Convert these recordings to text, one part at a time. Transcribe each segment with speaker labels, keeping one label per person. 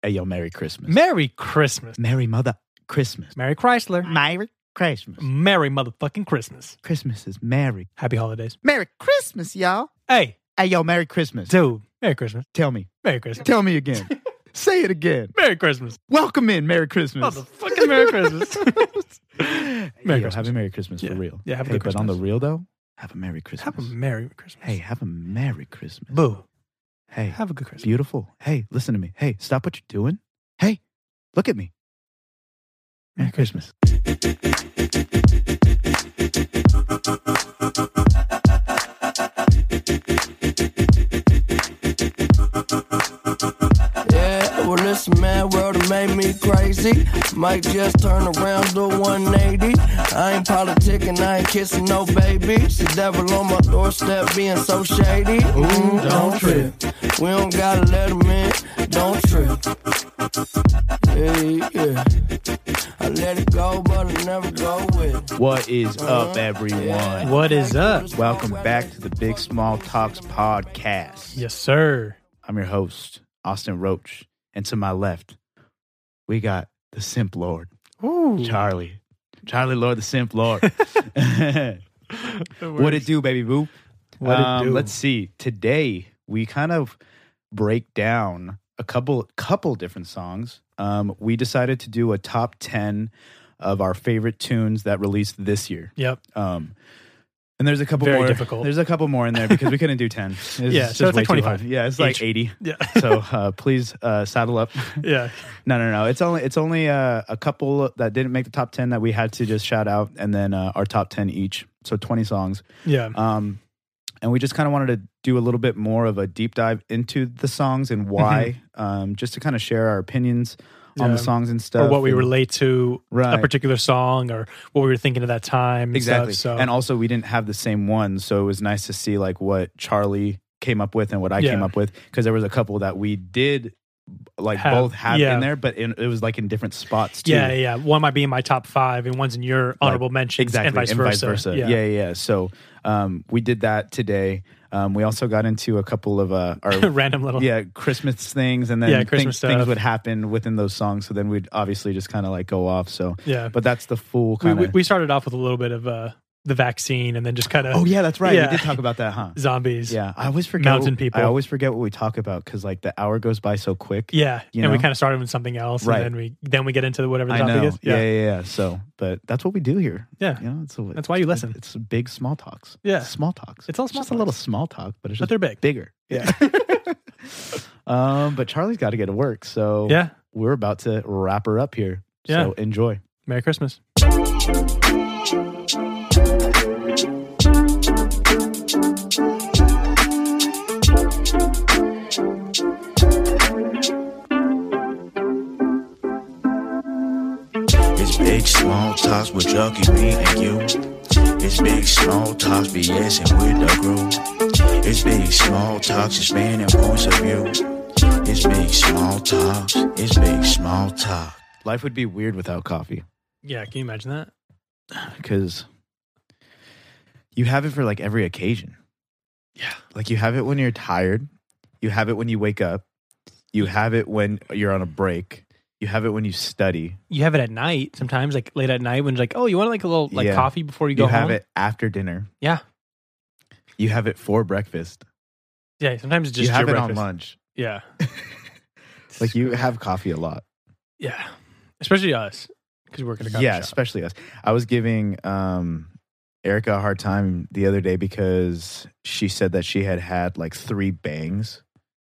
Speaker 1: Hey, yo, Merry Christmas.
Speaker 2: Merry Christmas.
Speaker 1: Merry Mother Christmas.
Speaker 2: Merry Chrysler.
Speaker 1: Merry Christmas.
Speaker 2: Merry motherfucking Christmas.
Speaker 1: Christmas is merry.
Speaker 2: Happy holidays.
Speaker 1: Merry Christmas, y'all.
Speaker 2: Hey,
Speaker 1: Hey, yo, Merry Christmas.
Speaker 2: dude. Merry Christmas.
Speaker 1: Tell me.
Speaker 2: Merry Christmas.
Speaker 1: Tell me again. Say it again.
Speaker 2: Merry Christmas.
Speaker 1: Welcome in, Merry Christmas.
Speaker 2: Motherfucking Merry Christmas.
Speaker 1: Merry
Speaker 2: Christmas.
Speaker 1: Happy Merry Christmas
Speaker 2: Yeah.
Speaker 1: for real.
Speaker 2: Yeah, have a
Speaker 1: hey,
Speaker 2: good
Speaker 1: But on the
Speaker 2: Christmas.
Speaker 1: real though, have a Merry Christmas.
Speaker 2: Have a Merry Christmas.
Speaker 1: hey, have a Merry Christmas.
Speaker 2: Boo.
Speaker 1: hey,
Speaker 2: Have a good Christmas.
Speaker 1: beautiful. Hey, listen to me. Hey, stop what you're doing. Hey, look at me. Merry Christmas.
Speaker 3: Yeah, well, this mad world done made me crazy. Might just turn around to 180. I ain't politicking, I ain't kissing no baby. The devil on my doorstep being so shady. Mm, don't trip. We don't gotta let him in. Don't trip. Yeah, yeah. I let it go, but I never go with it.
Speaker 1: What is up, everyone?
Speaker 2: What is up?
Speaker 1: Welcome back to the Big Small Talks podcast.
Speaker 2: Yes, sir.
Speaker 1: I'm your host, Austin Roach. And to my left, we got the Simp Lord,
Speaker 2: Ooh.
Speaker 1: Charlie. Charlie Lord, the Simp Lord. what it do, baby boo? Um,
Speaker 2: What it do?
Speaker 1: Let's see. Today, we kind of break down a couple couple different songs. Um, we decided to do a top 10 of our favorite tunes that released this year.
Speaker 2: Yep.
Speaker 1: Um, and there's a couple
Speaker 2: Very
Speaker 1: more.
Speaker 2: difficult.
Speaker 1: There's a couple more in there because we couldn't do ten. It's
Speaker 2: Yeah,
Speaker 1: just
Speaker 2: so it's like
Speaker 1: way too
Speaker 2: 25
Speaker 1: hard. Yeah, it's like
Speaker 2: each.
Speaker 1: eighty.
Speaker 2: Yeah.
Speaker 1: So uh, please uh, saddle up.
Speaker 2: yeah.
Speaker 1: No, no, no. It's only it's only uh, a couple that didn't make the top ten that we had to just shout out, and then uh, our top ten each. So twenty songs.
Speaker 2: Yeah.
Speaker 1: Um, and we just kind of wanted to do a little bit more of a deep dive into the songs and why, um, just to kind of share our opinions on
Speaker 2: Mm-hmm. Yeah.
Speaker 1: the songs and stuff,
Speaker 2: Or what we
Speaker 1: and-
Speaker 2: relate to a
Speaker 1: Right.
Speaker 2: particular song or what we were thinking at that time. and stuff,
Speaker 1: exactly
Speaker 2: so
Speaker 1: and also we didn't have the same one so it was nice to see like what charlie came up with and what i came
Speaker 2: Yeah.
Speaker 1: up with because there was a couple that we did like
Speaker 2: Have-
Speaker 1: both have
Speaker 2: yeah.
Speaker 1: in there but in, it was like in different spots too
Speaker 2: yeah, yeah. One might be in my top five, and one's in your honorable mentions,
Speaker 1: exactly
Speaker 2: and vice versa.
Speaker 1: Yeah. yeah yeah. so um we did that today um we also got into a couple of uh our
Speaker 2: Random little.
Speaker 1: yeah christmas things and then
Speaker 2: Yeah, Christmas
Speaker 1: things, things
Speaker 2: stuff.
Speaker 1: would happen within those songs so then we'd obviously just kind of like go off so
Speaker 2: Yeah.
Speaker 1: but that's the full
Speaker 2: we,
Speaker 1: kind
Speaker 2: we
Speaker 1: of
Speaker 2: we started off with a little bit of uh, the vaccine, and then just kind of
Speaker 1: oh yeah that's right
Speaker 2: Yeah.
Speaker 1: we did talk about that huh
Speaker 2: zombies.
Speaker 1: Yeah, I always forget
Speaker 2: Mountain
Speaker 1: what-
Speaker 2: people.
Speaker 1: I always forget what we talk about because like the hour goes by so quick.
Speaker 2: yeah.
Speaker 1: You
Speaker 2: and we
Speaker 1: know?
Speaker 2: kind of started with something else,
Speaker 1: Right.
Speaker 2: and then we then we get into whatever the
Speaker 1: I
Speaker 2: topic
Speaker 1: know.
Speaker 2: is.
Speaker 1: Yeah. yeah, yeah, So, but that's what we do here.
Speaker 2: Yeah.
Speaker 1: You know, it's a,
Speaker 2: That's why you listen.
Speaker 1: It's big small talks.
Speaker 2: Yeah.
Speaker 1: small talks.
Speaker 2: It's all
Speaker 1: just
Speaker 2: small
Speaker 1: a little
Speaker 2: talks.
Speaker 1: small talk, but it's just
Speaker 2: But they're big.
Speaker 1: bigger. Yeah. um, but Charlie's got to get to work, so
Speaker 2: Yeah.
Speaker 1: we're about to wrap her up here.
Speaker 2: Yeah.
Speaker 1: So enjoy.
Speaker 2: Merry Christmas.
Speaker 4: It's big small talks with Chucky, me and you. It's big small talks, BSing with the group. It's big small talks, expanding points of view. It's big small talks. It's big small talk.
Speaker 1: Life would be weird without coffee
Speaker 2: Yeah. Can you imagine that?
Speaker 1: because you have it for like every occasion.
Speaker 2: Yeah.
Speaker 1: Like you have it when you're tired, you have it when you wake up, you
Speaker 2: Mm-hmm.
Speaker 1: have it when you're on a break, you have it when you study,
Speaker 2: You have it at night sometimes, like late at night when it's like, oh, you want like a little like
Speaker 1: Yeah.
Speaker 2: coffee before you
Speaker 1: you,
Speaker 2: go
Speaker 1: have
Speaker 2: home.
Speaker 1: it after dinner,
Speaker 2: Yeah.
Speaker 1: you have it for breakfast,
Speaker 2: Yeah. Sometimes it's just
Speaker 1: you have
Speaker 2: your
Speaker 1: it
Speaker 2: breakfast.
Speaker 1: on lunch.
Speaker 2: Yeah.
Speaker 1: Like you have coffee a lot.
Speaker 2: Yeah. Especially us because we work at a coffee
Speaker 1: Yeah,
Speaker 2: shop.
Speaker 1: especially us. I was giving um, Erica a hard time the other day because she said that she had had like three bangs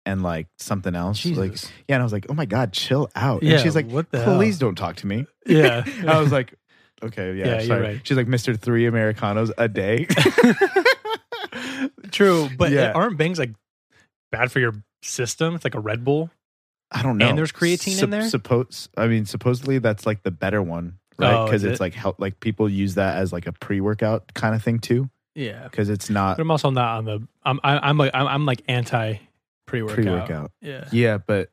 Speaker 1: and like something else. Like,
Speaker 2: Jesus.
Speaker 1: yeah, and I was like, oh my God, chill out.
Speaker 2: Yeah,
Speaker 1: and she's like,
Speaker 2: what the hell?
Speaker 1: please don't talk to me.
Speaker 2: Yeah.
Speaker 1: I was like, okay, yeah,
Speaker 2: Yeah, you're
Speaker 1: sorry.
Speaker 2: right.
Speaker 1: She's like, Mr. Three Americanos a day.
Speaker 2: True, but
Speaker 1: Yeah.
Speaker 2: aren't bangs like bad for your system? It's like a Red Bull.
Speaker 1: I don't know.
Speaker 2: And there's creatine in there?
Speaker 1: Suppose I mean, supposedly that's like the better one, right?
Speaker 2: Oh,
Speaker 1: Because
Speaker 2: is
Speaker 1: it's
Speaker 2: it?
Speaker 1: like help, like people use that as like a pre-workout kind of thing too.
Speaker 2: Yeah,
Speaker 1: Because it's
Speaker 2: but
Speaker 1: not
Speaker 2: I'm also not on the. I'm I, I'm like I'm, I'm like anti pre workout.
Speaker 1: pre-workout.
Speaker 2: Yeah.
Speaker 1: Yeah, but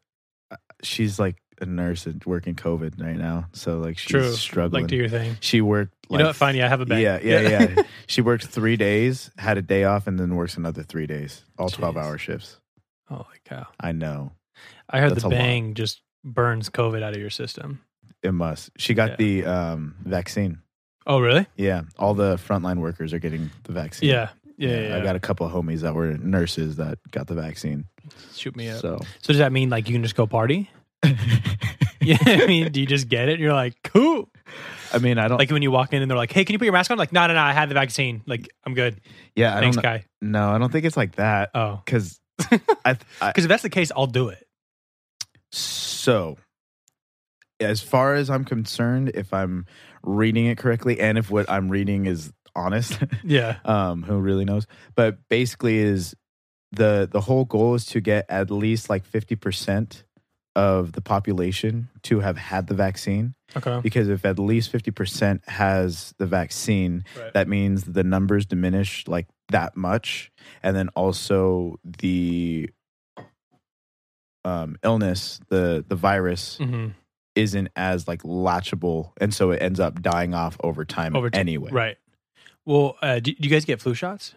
Speaker 1: uh, she's like a nurse and working COVID right now, so like she's
Speaker 2: True.
Speaker 1: struggling.
Speaker 2: Like do your thing.
Speaker 1: she worked.
Speaker 2: You
Speaker 1: Like,
Speaker 2: know what? Fine. Yeah, I have a bang.
Speaker 1: Yeah, yeah, yeah. she worked three days, had a day off, and then works another three days, all
Speaker 2: Jeez.
Speaker 1: twelve-hour shifts.
Speaker 2: Holy cow!
Speaker 1: I know.
Speaker 2: I heard
Speaker 1: That's a
Speaker 2: the
Speaker 1: lot.
Speaker 2: bang just burns COVID out of your system.
Speaker 1: It must. She got
Speaker 2: Yeah.
Speaker 1: the um, vaccine.
Speaker 2: Oh, really?
Speaker 1: Yeah, all the frontline workers are getting the vaccine.
Speaker 2: Yeah. Yeah. yeah, yeah.
Speaker 1: I got a couple of homies that were nurses that got the vaccine.
Speaker 2: shoot me up. So.
Speaker 1: So
Speaker 2: does that mean like you can just go party? yeah, I mean, do you just get it? You're like, cool.
Speaker 1: I mean, I don't
Speaker 2: Like when you walk in and they're like, "Hey, can you put your mask on?" Like, no, no, no, I had the vaccine. Like, I'm good.
Speaker 1: Yeah, I
Speaker 2: Thanks,
Speaker 1: don't. kn-
Speaker 2: guy.
Speaker 1: No, I don't think it's like that.
Speaker 2: Oh,
Speaker 1: Because I, th- I
Speaker 2: because if that's the case, I'll do it.
Speaker 1: so as far as I'm concerned, if I'm reading it correctly, and if what I'm reading is honest,
Speaker 2: Yeah.
Speaker 1: um, who really knows? But basically, is the the whole goal is to get at least like fifty percent of the population to have had the vaccine.
Speaker 2: Okay.
Speaker 1: Because if at least fifty percent has the vaccine,
Speaker 2: Right.
Speaker 1: that means the numbers diminish like that much and then also the um, illness the the virus
Speaker 2: hmm
Speaker 1: isn't as like latchable and so it ends up dying off over time
Speaker 2: Over ti-
Speaker 1: anyway
Speaker 2: Right. Well, uh, do, do you guys get flu shots?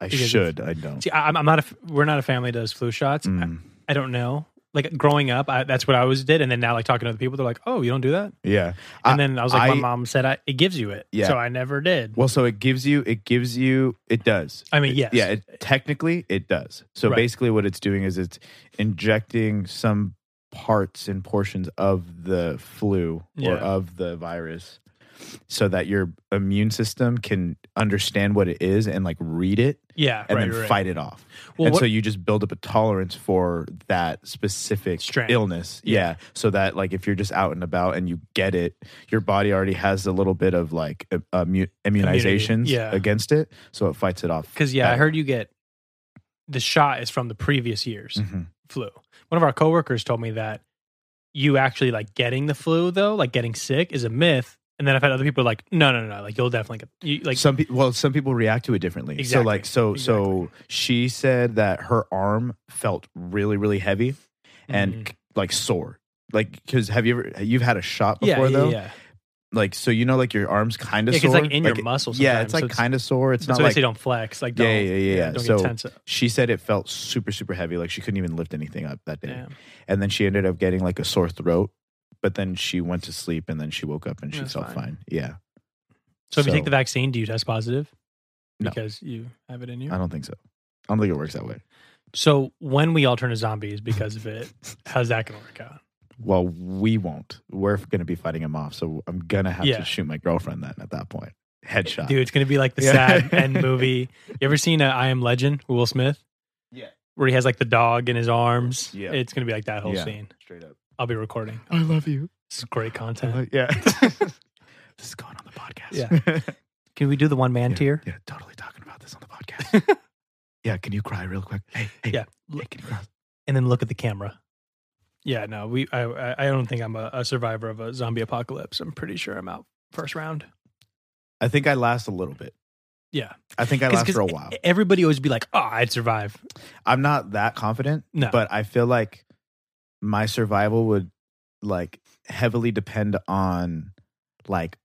Speaker 1: i
Speaker 2: Because it's-
Speaker 1: should i don't
Speaker 2: See, I, I'm I'm not. A, f- we're not a family that does flu shots. I-
Speaker 1: Mm,
Speaker 2: I, don't know. Like growing up, I, that's what I always did, and then now, like talking to other people, they're like, "Oh, you don't do that."
Speaker 1: yeah I-
Speaker 2: And then I was like,
Speaker 1: I-
Speaker 2: "My mom said I, it gives you it."
Speaker 1: Yeah.
Speaker 2: So I never did.
Speaker 1: well so it gives you it gives you it does
Speaker 2: I mean, Uh, yes.
Speaker 1: yeah it, technically it does so
Speaker 2: Right.
Speaker 1: basically what it's doing is it's injecting some parts and portions of the flu
Speaker 2: Yeah.
Speaker 1: or of the virus so that your immune system can understand what it is and like read it
Speaker 2: Yeah.
Speaker 1: and
Speaker 2: right,
Speaker 1: then
Speaker 2: right, right.
Speaker 1: fight it off
Speaker 2: Well,
Speaker 1: and
Speaker 2: what-
Speaker 1: so you just build up a tolerance for that specific
Speaker 2: Strain.
Speaker 1: illness yeah. so that like if you're just out and about and you get it your body already has a little bit of like uh, immu- immunizations
Speaker 2: yeah.
Speaker 1: against it so it fights it off
Speaker 2: Because yeah, I
Speaker 1: better.
Speaker 2: heard you get the shot is from the previous year's
Speaker 1: Mhm.
Speaker 2: flu. One of our coworkers told me that you actually like getting the flu though, like getting sick, is a myth. And then I've had other people like, no, no, no, no, like you'll definitely get you, like mm.
Speaker 1: some people well some people react to it differently so
Speaker 2: Exactly.
Speaker 1: like so so she said that her arm felt really really heavy and
Speaker 2: Mhm.
Speaker 1: c- like sore like because have you ever you've had a shot
Speaker 2: yeah,
Speaker 1: before
Speaker 2: yeah,
Speaker 1: though
Speaker 2: yeah.
Speaker 1: like so you know like your arm's kind of
Speaker 2: Yeah, 'cause
Speaker 1: sore
Speaker 2: it's, like, in your muscle
Speaker 1: yeah it's
Speaker 2: sometimes,
Speaker 1: like
Speaker 2: so it's-
Speaker 1: kind of sore it's
Speaker 2: So
Speaker 1: not
Speaker 2: they
Speaker 1: like
Speaker 2: say don't flex, like
Speaker 1: Yeah,
Speaker 2: don't,
Speaker 1: yeah, yeah, yeah.
Speaker 2: don't
Speaker 1: So-
Speaker 2: get tense. up.
Speaker 1: she said it felt super super heavy like she couldn't even lift anything up that day
Speaker 2: Damn.
Speaker 1: and then she ended up getting like a sore throat but then she went to sleep and then she woke up and she
Speaker 2: That's
Speaker 1: felt
Speaker 2: fine.
Speaker 1: fine, yeah
Speaker 2: So if you take
Speaker 1: So-
Speaker 2: the vaccine, do you test positive?
Speaker 1: No.
Speaker 2: Because you have it in you.
Speaker 1: i don't think so i don't think it works that way
Speaker 2: So when we all turn to zombies because of it, how's that gonna work out?
Speaker 1: well, we won't. We're going to be fighting him off. So I'm going to have
Speaker 2: Yeah.
Speaker 1: to shoot my girlfriend then at that point. Headshot.
Speaker 2: Dude, it's gonna be like the
Speaker 1: Yeah.
Speaker 2: sad end movie. You ever seen uh, I Am Legend? Will Smith.
Speaker 1: Yeah.
Speaker 2: Where he has like the dog in his arms.
Speaker 1: Yeah.
Speaker 2: It's gonna be like that whole
Speaker 1: Yeah.
Speaker 2: scene.
Speaker 1: Straight up.
Speaker 2: I'll be recording.
Speaker 1: I love you.
Speaker 2: It's great content.
Speaker 1: yeah. this is going on the podcast. Yeah.
Speaker 2: Can we do the one man
Speaker 1: yeah.
Speaker 2: tier?
Speaker 1: Yeah. Totally talking about this on the podcast. yeah. Can you cry real quick? Hey, hey.
Speaker 2: Yeah.
Speaker 1: hey, can you cry?
Speaker 2: And then look at the camera. Yeah, no, we. I- I, I don't think I'm a, a survivor of a zombie apocalypse. I'm pretty sure I'm out first round.
Speaker 1: I think I last a little bit.
Speaker 2: Yeah,
Speaker 1: I think I
Speaker 2: 'Cause-
Speaker 1: last for a
Speaker 2: 'cause
Speaker 1: while.
Speaker 2: Everybody always be like, "Oh, I'd survive."
Speaker 1: I'm not that confident,
Speaker 2: No.
Speaker 1: but I feel like my survival would like heavily depend on like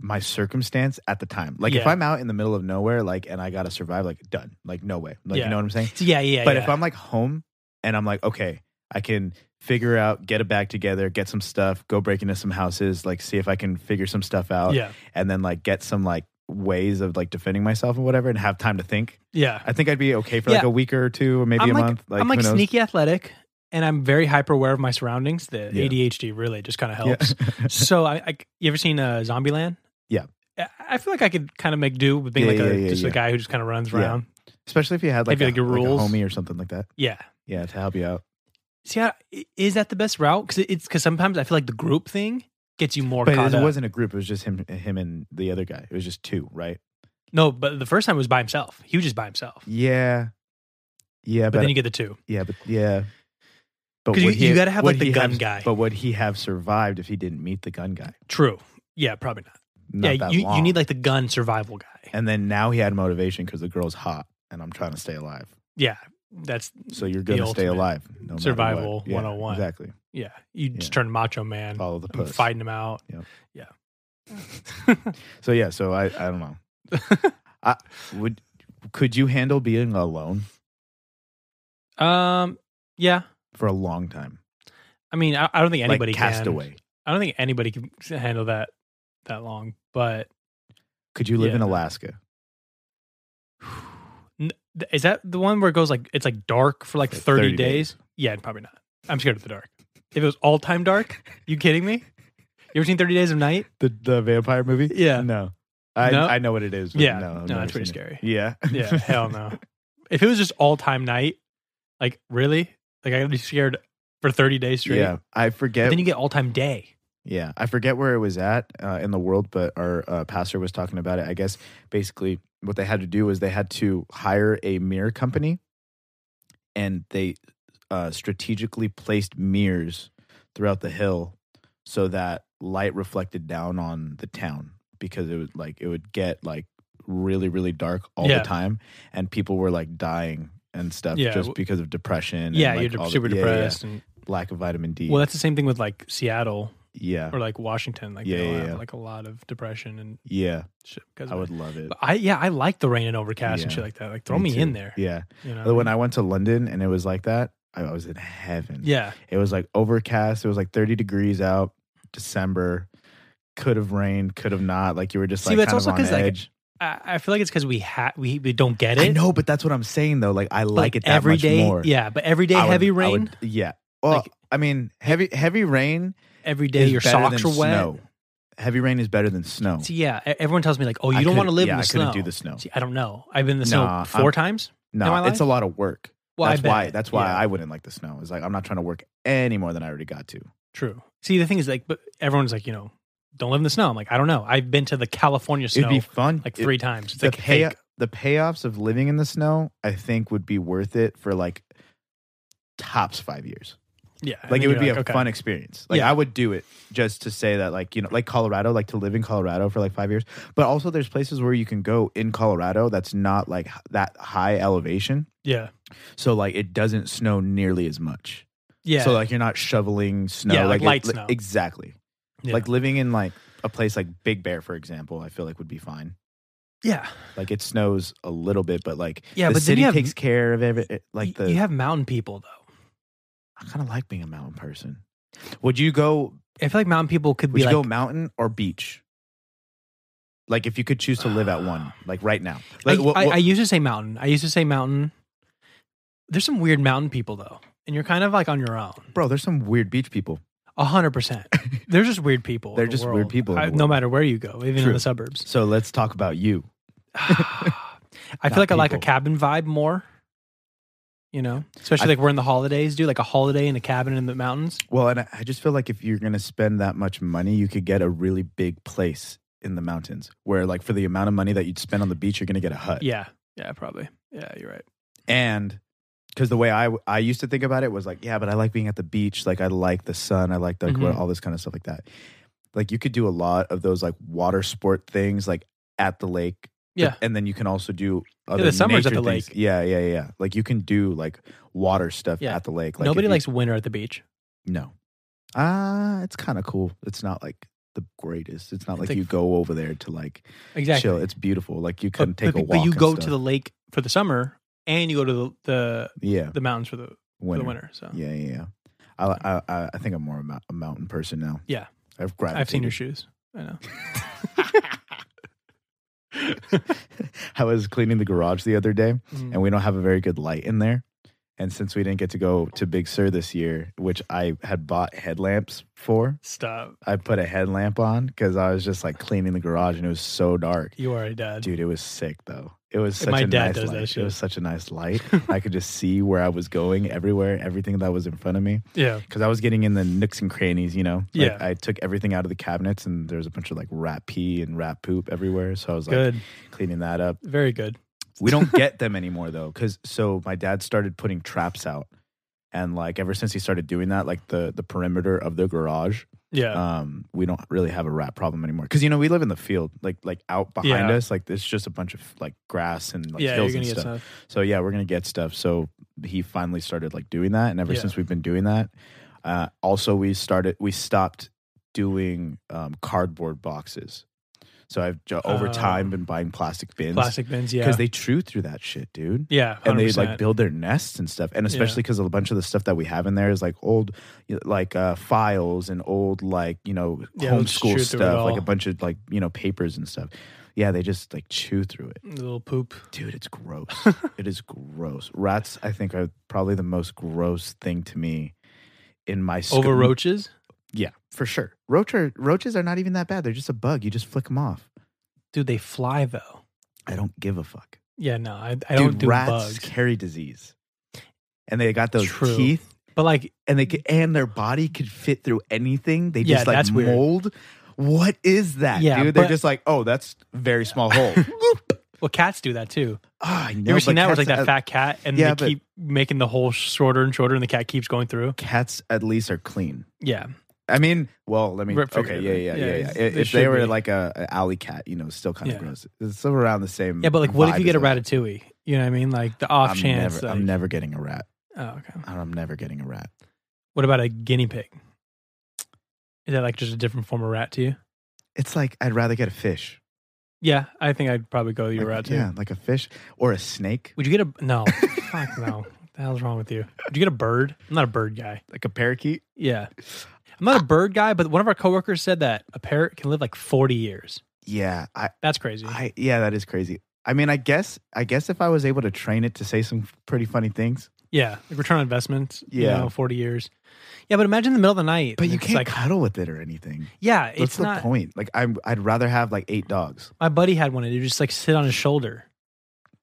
Speaker 1: my circumstance at the time. Like if
Speaker 2: Yeah.
Speaker 1: I'm out in the middle of nowhere, like and I gotta survive, like done, like no way, like
Speaker 2: Yeah.
Speaker 1: you know what I'm saying.
Speaker 2: So yeah, yeah.
Speaker 1: but
Speaker 2: yeah.
Speaker 1: if I'm like home and I'm like, okay, I can figure out, get a bag together, get some stuff, go break into some houses, like see if I can figure some stuff out,
Speaker 2: yeah,
Speaker 1: and then like get some like ways of like defending myself and whatever, and have time to think.
Speaker 2: yeah.
Speaker 1: I think I'd be okay for
Speaker 2: Yeah.
Speaker 1: like a week or two, or maybe
Speaker 2: I'm
Speaker 1: a
Speaker 2: like,
Speaker 1: month.
Speaker 2: I'm
Speaker 1: who
Speaker 2: like
Speaker 1: knows?
Speaker 2: sneaky athletic, and I'm very hyper aware of my surroundings. The
Speaker 1: Yeah.
Speaker 2: ADHD really just kind of
Speaker 1: Yeah.
Speaker 2: helps. so, I, I you ever seen uh, Zombieland?
Speaker 1: Yeah.
Speaker 2: I- I feel like I could kind of make do with being
Speaker 1: Yeah,
Speaker 2: like a,
Speaker 1: yeah, yeah,
Speaker 2: just
Speaker 1: yeah.
Speaker 2: a guy who just kind of runs
Speaker 1: Yeah.
Speaker 2: around.
Speaker 1: Especially if you had like,
Speaker 2: Maybe,
Speaker 1: a,
Speaker 2: like, your
Speaker 1: a
Speaker 2: rules.
Speaker 1: homie or something like that.
Speaker 2: Yeah.
Speaker 1: Yeah, to help you out.
Speaker 2: See, I, is that the best route? Because it's because sometimes I feel like the group thing gets you more
Speaker 1: But
Speaker 2: caught
Speaker 1: it
Speaker 2: up.
Speaker 1: wasn't a group. It was just him, him and the other guy. It was just two, right?
Speaker 2: no, but the first time it was by himself. He was just by himself.
Speaker 1: Yeah, yeah,
Speaker 2: but,
Speaker 1: but,
Speaker 2: then you get the two.
Speaker 1: yeah, but yeah. But
Speaker 2: 'Cause you-
Speaker 1: would he-
Speaker 2: you gotta have,
Speaker 1: would
Speaker 2: like, the
Speaker 1: he
Speaker 2: gun
Speaker 1: have-
Speaker 2: guy.
Speaker 1: But would he have survived if he didn't meet the gun guy?
Speaker 2: True. Yeah, probably not.
Speaker 1: Not
Speaker 2: yeah,
Speaker 1: that
Speaker 2: you, you
Speaker 1: long.
Speaker 2: need like the gun survival guy.
Speaker 1: And then now he had motivation because the girl's hot, and I'm trying to stay alive.
Speaker 2: Yeah, that's
Speaker 1: So you're gonna stay
Speaker 2: ultimate
Speaker 1: alive. No matter what.
Speaker 2: survival
Speaker 1: Yeah,
Speaker 2: 101.
Speaker 1: Exactly.
Speaker 2: yeah. You just
Speaker 1: Yeah.
Speaker 2: turn macho man.
Speaker 1: Follow the
Speaker 2: I'm
Speaker 1: puss.
Speaker 2: fighting him out.
Speaker 1: Yep.
Speaker 2: Yeah.
Speaker 1: So yeah. So I, I don't know. I would. Could you handle being alone
Speaker 2: um. Yeah.
Speaker 1: for a long time?
Speaker 2: I mean, I, I don't think anybody
Speaker 1: like
Speaker 2: can.
Speaker 1: Castaway.
Speaker 2: I don't think anybody can handle that that long. But
Speaker 1: Could you live in
Speaker 2: Yeah.
Speaker 1: Alaska?
Speaker 2: n- th- is that the one where it goes like it's like dark for like
Speaker 1: Like
Speaker 2: thirty,
Speaker 1: 30
Speaker 2: days? Yeah, probably not. I'm scared of the dark. If it was all time dark, you kidding me? You ever seen Thirty Days of Night?
Speaker 1: The the vampire movie?
Speaker 2: Yeah.
Speaker 1: No. I,
Speaker 2: No?
Speaker 1: I know what it is. but
Speaker 2: Yeah.
Speaker 1: Mm, No, I've
Speaker 2: No,
Speaker 1: never
Speaker 2: it's pretty
Speaker 1: seen it.
Speaker 2: scary.
Speaker 1: Yeah.
Speaker 2: Yeah, hell no. If it was just all time night, like really, like I'd be scared for thirty days straight.
Speaker 1: Yeah. I forget.
Speaker 2: Then you get all time day.
Speaker 1: Yeah, I forget where it was at uh, in the world, but our uh, pastor was talking about it. I guess basically what they had to do was they had to hire a mirror company, and they uh, strategically placed mirrors throughout the hill so that light reflected down on the town because it would like it would get like really really dark all
Speaker 2: Yeah.
Speaker 1: the time, and people were like dying and stuff
Speaker 2: Yeah,
Speaker 1: just
Speaker 2: w-
Speaker 1: because of depression. and,
Speaker 2: yeah,
Speaker 1: like,
Speaker 2: you're
Speaker 1: all
Speaker 2: de-
Speaker 1: the-
Speaker 2: super
Speaker 1: yeah, yeah, yeah.
Speaker 2: depressed. And,
Speaker 1: lack of vitamin D.
Speaker 2: well, that's the same thing with like Seattle
Speaker 1: yeah,
Speaker 2: or like Washington. Like
Speaker 1: Yeah,
Speaker 2: they all
Speaker 1: yeah,
Speaker 2: have
Speaker 1: yeah.
Speaker 2: like a lot of depression and
Speaker 1: yeah.
Speaker 2: shit. Because
Speaker 1: I would love it.
Speaker 2: I yeah, I like the rain and overcast and
Speaker 1: Yeah.
Speaker 2: shit like that. Like throw me,
Speaker 1: Me
Speaker 2: in
Speaker 1: too.
Speaker 2: there.
Speaker 1: Yeah.
Speaker 2: You know?
Speaker 1: Although when I went to London and it was like that, I was in heaven.
Speaker 2: yeah,
Speaker 1: It was like overcast. It was like 30 degrees out, December. Could have rained, could have not. Like you were just
Speaker 2: See,
Speaker 1: like
Speaker 2: but it's
Speaker 1: kind
Speaker 2: also
Speaker 1: of on
Speaker 2: 'cause, like,
Speaker 1: edge.
Speaker 2: I, I feel like it's because we ha we, we don't get
Speaker 1: I
Speaker 2: it.
Speaker 1: know, but that's what I'm saying though. Like I like, it that
Speaker 2: every
Speaker 1: much
Speaker 2: day-
Speaker 1: more.
Speaker 2: Yeah, but every day
Speaker 1: I would-
Speaker 2: heavy
Speaker 1: I
Speaker 2: rain.
Speaker 1: would- yeah. Well,
Speaker 2: Like-
Speaker 1: I mean, heavy heavy rain
Speaker 2: every day
Speaker 1: is
Speaker 2: your
Speaker 1: better
Speaker 2: socks
Speaker 1: than
Speaker 2: are wet.
Speaker 1: snow. Heavy rain is better than snow.
Speaker 2: See, yeah, e- everyone tells me like, oh, you
Speaker 1: I
Speaker 2: don't want to
Speaker 1: couldn't-
Speaker 2: live
Speaker 1: yeah,
Speaker 2: in the
Speaker 1: I
Speaker 2: snow.
Speaker 1: couldn't do the snow.
Speaker 2: See, I don't know. I've been in the snow
Speaker 1: Nah,
Speaker 2: 4
Speaker 1: I'm-
Speaker 2: times.
Speaker 1: no,
Speaker 2: I
Speaker 1: it's a lot of work.
Speaker 2: Well,
Speaker 1: that's
Speaker 2: I bet.
Speaker 1: why that's why
Speaker 2: Yeah,
Speaker 1: I wouldn't like the snow. It's like I'm not trying to work any more than I already got to.
Speaker 2: True. See, the thing is, like, but everyone's like, you know, don't live in the snow. I'm like, I don't know. I've been to the California
Speaker 1: It'd
Speaker 2: snow
Speaker 1: be fun.
Speaker 2: like
Speaker 1: It-
Speaker 2: three times. It's
Speaker 1: the
Speaker 2: like
Speaker 1: pay
Speaker 2: fake.
Speaker 1: the payoffs of living in the snow, I think, would be worth it for like tops five years.
Speaker 2: Yeah, and
Speaker 1: Like
Speaker 2: then
Speaker 1: it would
Speaker 2: you're
Speaker 1: be a
Speaker 2: okay.
Speaker 1: fun experience. Like
Speaker 2: Yeah.
Speaker 1: I would do it just to say that, like you know, like Colorado, like to live in Colorado for like five years. But also, there's places where you can go in Colorado that's not like h- that high elevation,
Speaker 2: Yeah,
Speaker 1: so like it doesn't snow nearly as much.
Speaker 2: yeah.
Speaker 1: So like you're not shoveling snow.
Speaker 2: Yeah, like
Speaker 1: it-
Speaker 2: light
Speaker 1: li-
Speaker 2: snow.
Speaker 1: Exactly.
Speaker 2: yeah.
Speaker 1: Like living in like a place like Big Bear, for example, I feel like would be fine.
Speaker 2: yeah,
Speaker 1: Like it snows a little bit, but like
Speaker 2: yeah.
Speaker 1: the
Speaker 2: but then
Speaker 1: city
Speaker 2: you have
Speaker 1: takes care of every it-
Speaker 2: like
Speaker 1: like the.
Speaker 2: you have mountain people though.
Speaker 1: I kind of like being a mountain person. Would you go?
Speaker 2: I feel like mountain people could
Speaker 1: Would
Speaker 2: be
Speaker 1: you
Speaker 2: like
Speaker 1: go mountain or beach? Like if you could choose to live at one, like right now. Like
Speaker 2: I,
Speaker 1: what-
Speaker 2: I,
Speaker 1: what-
Speaker 2: I used to say mountain. I used to say mountain. There's some weird mountain people though, and you're kind of like on your own.
Speaker 1: bro, there's some weird beach people.
Speaker 2: A hundred percent. They're just weird people. in
Speaker 1: They're
Speaker 2: the
Speaker 1: just weird
Speaker 2: world.
Speaker 1: people in
Speaker 2: I-
Speaker 1: the
Speaker 2: no
Speaker 1: world.
Speaker 2: matter where you go, even in
Speaker 1: True.
Speaker 2: the suburbs.
Speaker 1: So let's talk about you.
Speaker 2: I feel
Speaker 1: Not
Speaker 2: like I like a
Speaker 1: people.
Speaker 2: cabin vibe more. You know, especially
Speaker 1: I-
Speaker 2: like we're in the holidays, dude. Like a holiday in a cabin in the mountains.
Speaker 1: Well, and I, I just feel like if you're gonna spend that much money, you could get a really big place in the mountains where, like, for the amount of money that you'd spend on the beach, you're gonna get a hut.
Speaker 2: Yeah, yeah, probably. Yeah, you're right.
Speaker 1: and because the way I, I used to think about it was like yeah but i like being at the beach like i like the sun i like the
Speaker 2: Mhm.
Speaker 1: all this kind of stuff like that like you could do a lot of those like water sport things like at the lake
Speaker 2: Yeah.
Speaker 1: and then you can also do other
Speaker 2: the summer's at
Speaker 1: nature
Speaker 2: the
Speaker 1: things.
Speaker 2: lake.
Speaker 1: yeah yeah yeah like you can do like water stuff
Speaker 2: Yeah.
Speaker 1: at the lake like
Speaker 2: Nobody
Speaker 1: if you-
Speaker 2: likes winter at the beach.
Speaker 1: no ah it's kind of cool it's not like the greatest it's not
Speaker 2: It's
Speaker 1: like,
Speaker 2: like-
Speaker 1: you go over there to like
Speaker 2: Exactly.
Speaker 1: chill it's beautiful like you can
Speaker 2: but,
Speaker 1: take
Speaker 2: but,
Speaker 1: a walk
Speaker 2: but you
Speaker 1: and
Speaker 2: go to
Speaker 1: stuff.
Speaker 2: the lake for the summer, and you go to the the,
Speaker 1: yeah
Speaker 2: the mountains for the, for the winter. So
Speaker 1: Yeah, yeah, yeah. I, I- I, I think I'm more a mou- a mountain person now.
Speaker 2: Yeah.
Speaker 1: I've gravitated.
Speaker 2: I've seen your shoes. I know.
Speaker 1: I was cleaning the garage the other day,
Speaker 2: Mhm.
Speaker 1: and we don't have a very good light in there. And since we didn't get to go to Big Sur this year, which I had bought headlamps for,
Speaker 2: Stop.
Speaker 1: I put a headlamp on because I was just like cleaning the garage, and it was so dark.
Speaker 2: You are a dad.
Speaker 1: Dude, it was sick though. It was such
Speaker 2: My
Speaker 1: a
Speaker 2: dad
Speaker 1: nice
Speaker 2: does that
Speaker 1: light.
Speaker 2: shit.
Speaker 1: It was such a nice light. I could just see where I was going, everywhere, everything that was in front of me.
Speaker 2: Yeah.
Speaker 1: because I was getting in the nooks and crannies, you know. Like,
Speaker 2: Yeah.
Speaker 1: I took everything out of the cabinets, and there was a bunch of like rat pee and rat poop everywhere. So I was like
Speaker 2: Good.
Speaker 1: cleaning that up.
Speaker 2: Very good.
Speaker 1: We don't get them anymore though, because so my dad started putting traps out, and like ever since he started doing that, like the the perimeter of the garage,
Speaker 2: Yeah.
Speaker 1: um, we don't really have a rat problem anymore. Because you know we live in the field, like like out behind
Speaker 2: Yeah.
Speaker 1: us, like it's just a bunch of like grass and like
Speaker 2: yeah. You're
Speaker 1: hills
Speaker 2: gonna
Speaker 1: and
Speaker 2: get
Speaker 1: stuff.
Speaker 2: stuff.
Speaker 1: So yeah, we're gonna get stuff. So he finally started like doing that, and ever
Speaker 2: Yeah.
Speaker 1: since we've been doing that, uh, also we started we stopped doing um, cardboard boxes. So I've j- over
Speaker 2: Oh.
Speaker 1: time been buying plastic bins
Speaker 2: Plastic bins, yeah.
Speaker 1: because they chew through that shit, dude.
Speaker 2: yeah, 100%.
Speaker 1: And they like build their nests and stuff, and especially because a bunch of the stuff that we have in there is like old, you know, like uh, files and old like you know
Speaker 2: Yeah, they'll chew
Speaker 1: homeschool
Speaker 2: through it
Speaker 1: stuff, like
Speaker 2: all.
Speaker 1: a bunch of like you know papers and stuff. Yeah, they just like chew through it,
Speaker 2: little poop.
Speaker 1: dude. It's gross. it is gross. Rats, I think, are probably the most gross thing to me in my sc-
Speaker 2: Over roaches?
Speaker 1: yeah, for sure. Roach are, roaches are not even that bad. They're just a bug. You just flick them off.
Speaker 2: Dude, they fly though.
Speaker 1: I don't give a fuck.
Speaker 2: Yeah, no, I, I
Speaker 1: Dude,
Speaker 2: don't do
Speaker 1: rats
Speaker 2: bugs.
Speaker 1: carry disease, and they got those
Speaker 2: True.
Speaker 1: teeth,
Speaker 2: But like,
Speaker 1: and they could, and their body could fit through anything. They
Speaker 2: Yeah,
Speaker 1: just like
Speaker 2: that's weird.
Speaker 1: mold. What is that,
Speaker 2: Yeah,
Speaker 1: dude? They're
Speaker 2: but-
Speaker 1: just like, oh, that's very small hole. Boop.
Speaker 2: well, cats do that too.
Speaker 1: Ah, I know,
Speaker 2: You ever seen
Speaker 1: but
Speaker 2: that where it's like
Speaker 1: cats-
Speaker 2: that
Speaker 1: uh,
Speaker 2: fat cat and
Speaker 1: yeah,
Speaker 2: they
Speaker 1: but-
Speaker 2: keep making the hole shorter and shorter and the cat keeps going through?
Speaker 1: Cats at least are clean.
Speaker 2: Yeah.
Speaker 1: I mean, well, let me.
Speaker 2: Right, figure
Speaker 1: okay,
Speaker 2: it
Speaker 1: yeah,
Speaker 2: out.
Speaker 1: yeah,
Speaker 2: Yeah,
Speaker 1: yeah, yeah.
Speaker 2: it's-
Speaker 1: If
Speaker 2: they
Speaker 1: if they
Speaker 2: should
Speaker 1: were
Speaker 2: be.
Speaker 1: like a, a alley cat, you know, still kind of
Speaker 2: Yeah.
Speaker 1: gross. It's still around the same.
Speaker 2: Yeah, but like, what if you
Speaker 1: vibe
Speaker 2: get a
Speaker 1: as that.
Speaker 2: ratatouille? You know what I mean? Like the off
Speaker 1: I'm
Speaker 2: chance.
Speaker 1: Never,
Speaker 2: like,
Speaker 1: I'm never getting a rat.
Speaker 2: oh, okay.
Speaker 1: I'm never getting a rat.
Speaker 2: What about a guinea pig? Is that like just a different form of rat to you?
Speaker 1: It's like I'd rather get a fish.
Speaker 2: Yeah, I think I'd probably go your
Speaker 1: Like,
Speaker 2: rat too.
Speaker 1: Yeah, like a fish or a snake,
Speaker 2: Would you get a no? fuck no. What the hell's wrong with you? Would you get a bird? I'm not a bird guy.
Speaker 1: like a parakeet.
Speaker 2: Yeah. I'm not a bird guy, but one of our coworkers said that a parrot can live like 40 years.
Speaker 1: Yeah, I,
Speaker 2: That's crazy.
Speaker 1: I, yeah, that is crazy. I mean, I guess, I guess if I was able to train it to say some pretty funny things,
Speaker 2: yeah. Like return on investment. Yeah.
Speaker 1: Yeah.
Speaker 2: 40 years. Yeah, but imagine the middle of the night.
Speaker 1: but
Speaker 2: and
Speaker 1: you
Speaker 2: it's
Speaker 1: can't
Speaker 2: like,
Speaker 1: cuddle with it or anything.
Speaker 2: yeah,
Speaker 1: What's
Speaker 2: it's
Speaker 1: the
Speaker 2: not.
Speaker 1: point? Like, I'm, I'd rather have like eight dogs.
Speaker 2: My buddy had one and he just like sit on his shoulder.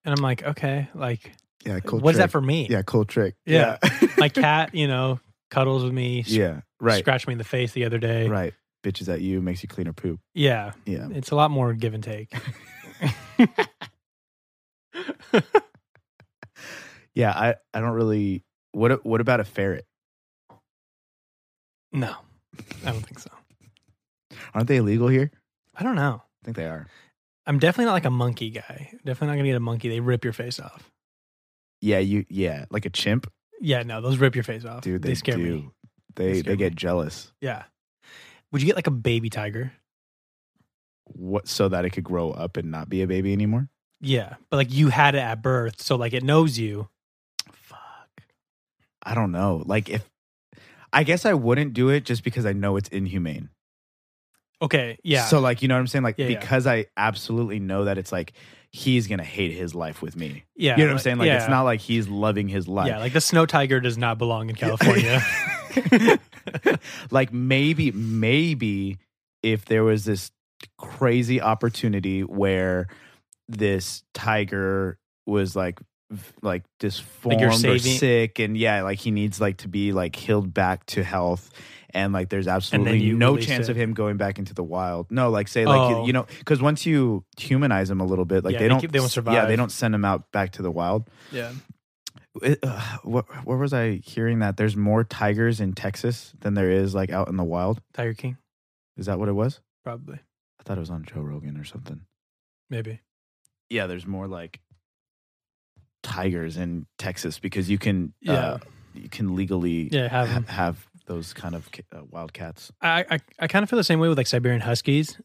Speaker 2: And I'm like, okay, like,
Speaker 1: Yeah,
Speaker 2: what's
Speaker 1: cool.
Speaker 2: that
Speaker 1: trick.
Speaker 2: for me?
Speaker 1: Yeah, cool trick.
Speaker 2: Yeah.
Speaker 1: yeah.
Speaker 2: My cat, you know, cuddles with me, sc-
Speaker 1: Yeah, right,
Speaker 2: scratched me in the face the other day.
Speaker 1: right. Bitches at you makes you clean her poop.
Speaker 2: Yeah.
Speaker 1: Yeah,
Speaker 2: It's a lot more give and take.
Speaker 1: yeah. I, I don't really. What, what about a ferret?
Speaker 2: No, I don't think so.
Speaker 1: Aren't they illegal here?
Speaker 2: I don't know.
Speaker 1: I think they are.
Speaker 2: I'm definitely not like a monkey guy. Definitely not gonna get a monkey. They rip your face off.
Speaker 1: Yeah, you yeah, like a chimp,
Speaker 2: Yeah, no, those rip your face off.
Speaker 1: dude.
Speaker 2: they,
Speaker 1: They,
Speaker 2: scare
Speaker 1: do.
Speaker 2: me.
Speaker 1: They
Speaker 2: They
Speaker 1: they,
Speaker 2: scare me.
Speaker 1: get jealous.
Speaker 2: Yeah. Would you get like a baby tiger?
Speaker 1: What so that it could grow up and not be a baby anymore?
Speaker 2: Yeah, but like you had it at birth, so like it knows you.
Speaker 1: Fuck. I don't know. Like if I guess I wouldn't do it just because I know it's inhumane.
Speaker 2: Okay, yeah.
Speaker 1: So like you know what I'm saying? Like
Speaker 2: Yeah, yeah.
Speaker 1: because I absolutely know that it's like he's gonna hate his life with me.
Speaker 2: yeah,
Speaker 1: you know what I'm saying? Like
Speaker 2: yeah,
Speaker 1: it's not like he's loving his life.
Speaker 2: Yeah, like the snow tiger does not belong in California.
Speaker 1: like maybe maybe if there was this crazy opportunity where this tiger was like v- like disformed or
Speaker 2: saving-
Speaker 1: sick and yeah like he needs like to be like healed back to health and like there's absolutely
Speaker 2: you
Speaker 1: no
Speaker 2: release
Speaker 1: chance
Speaker 2: it.
Speaker 1: of him going back into the wild no like say like you-
Speaker 2: Oh.
Speaker 1: you, know because once you humanize him a little bit like
Speaker 2: Yeah,
Speaker 1: they
Speaker 2: they
Speaker 1: don't
Speaker 2: keep- they won't
Speaker 1: s- yeah
Speaker 2: survive.
Speaker 1: they don't send him out back to the wild
Speaker 2: yeah.
Speaker 1: it, uh, what where was I hearing that there's more tigers in Texas than there is like out in the wild?
Speaker 2: Tiger King,
Speaker 1: Is that what it was?
Speaker 2: probably.
Speaker 1: I thought it was on Joe Rogan or something.
Speaker 2: Maybe.
Speaker 1: Yeah, there's more like tigers in Texas because you can
Speaker 2: Yeah.
Speaker 1: uh, you can legally
Speaker 2: Yeah, have 'em.
Speaker 1: ha- have those kind of ca- uh, wild cats.
Speaker 2: I I, I kind of feel the same way with like Siberian huskies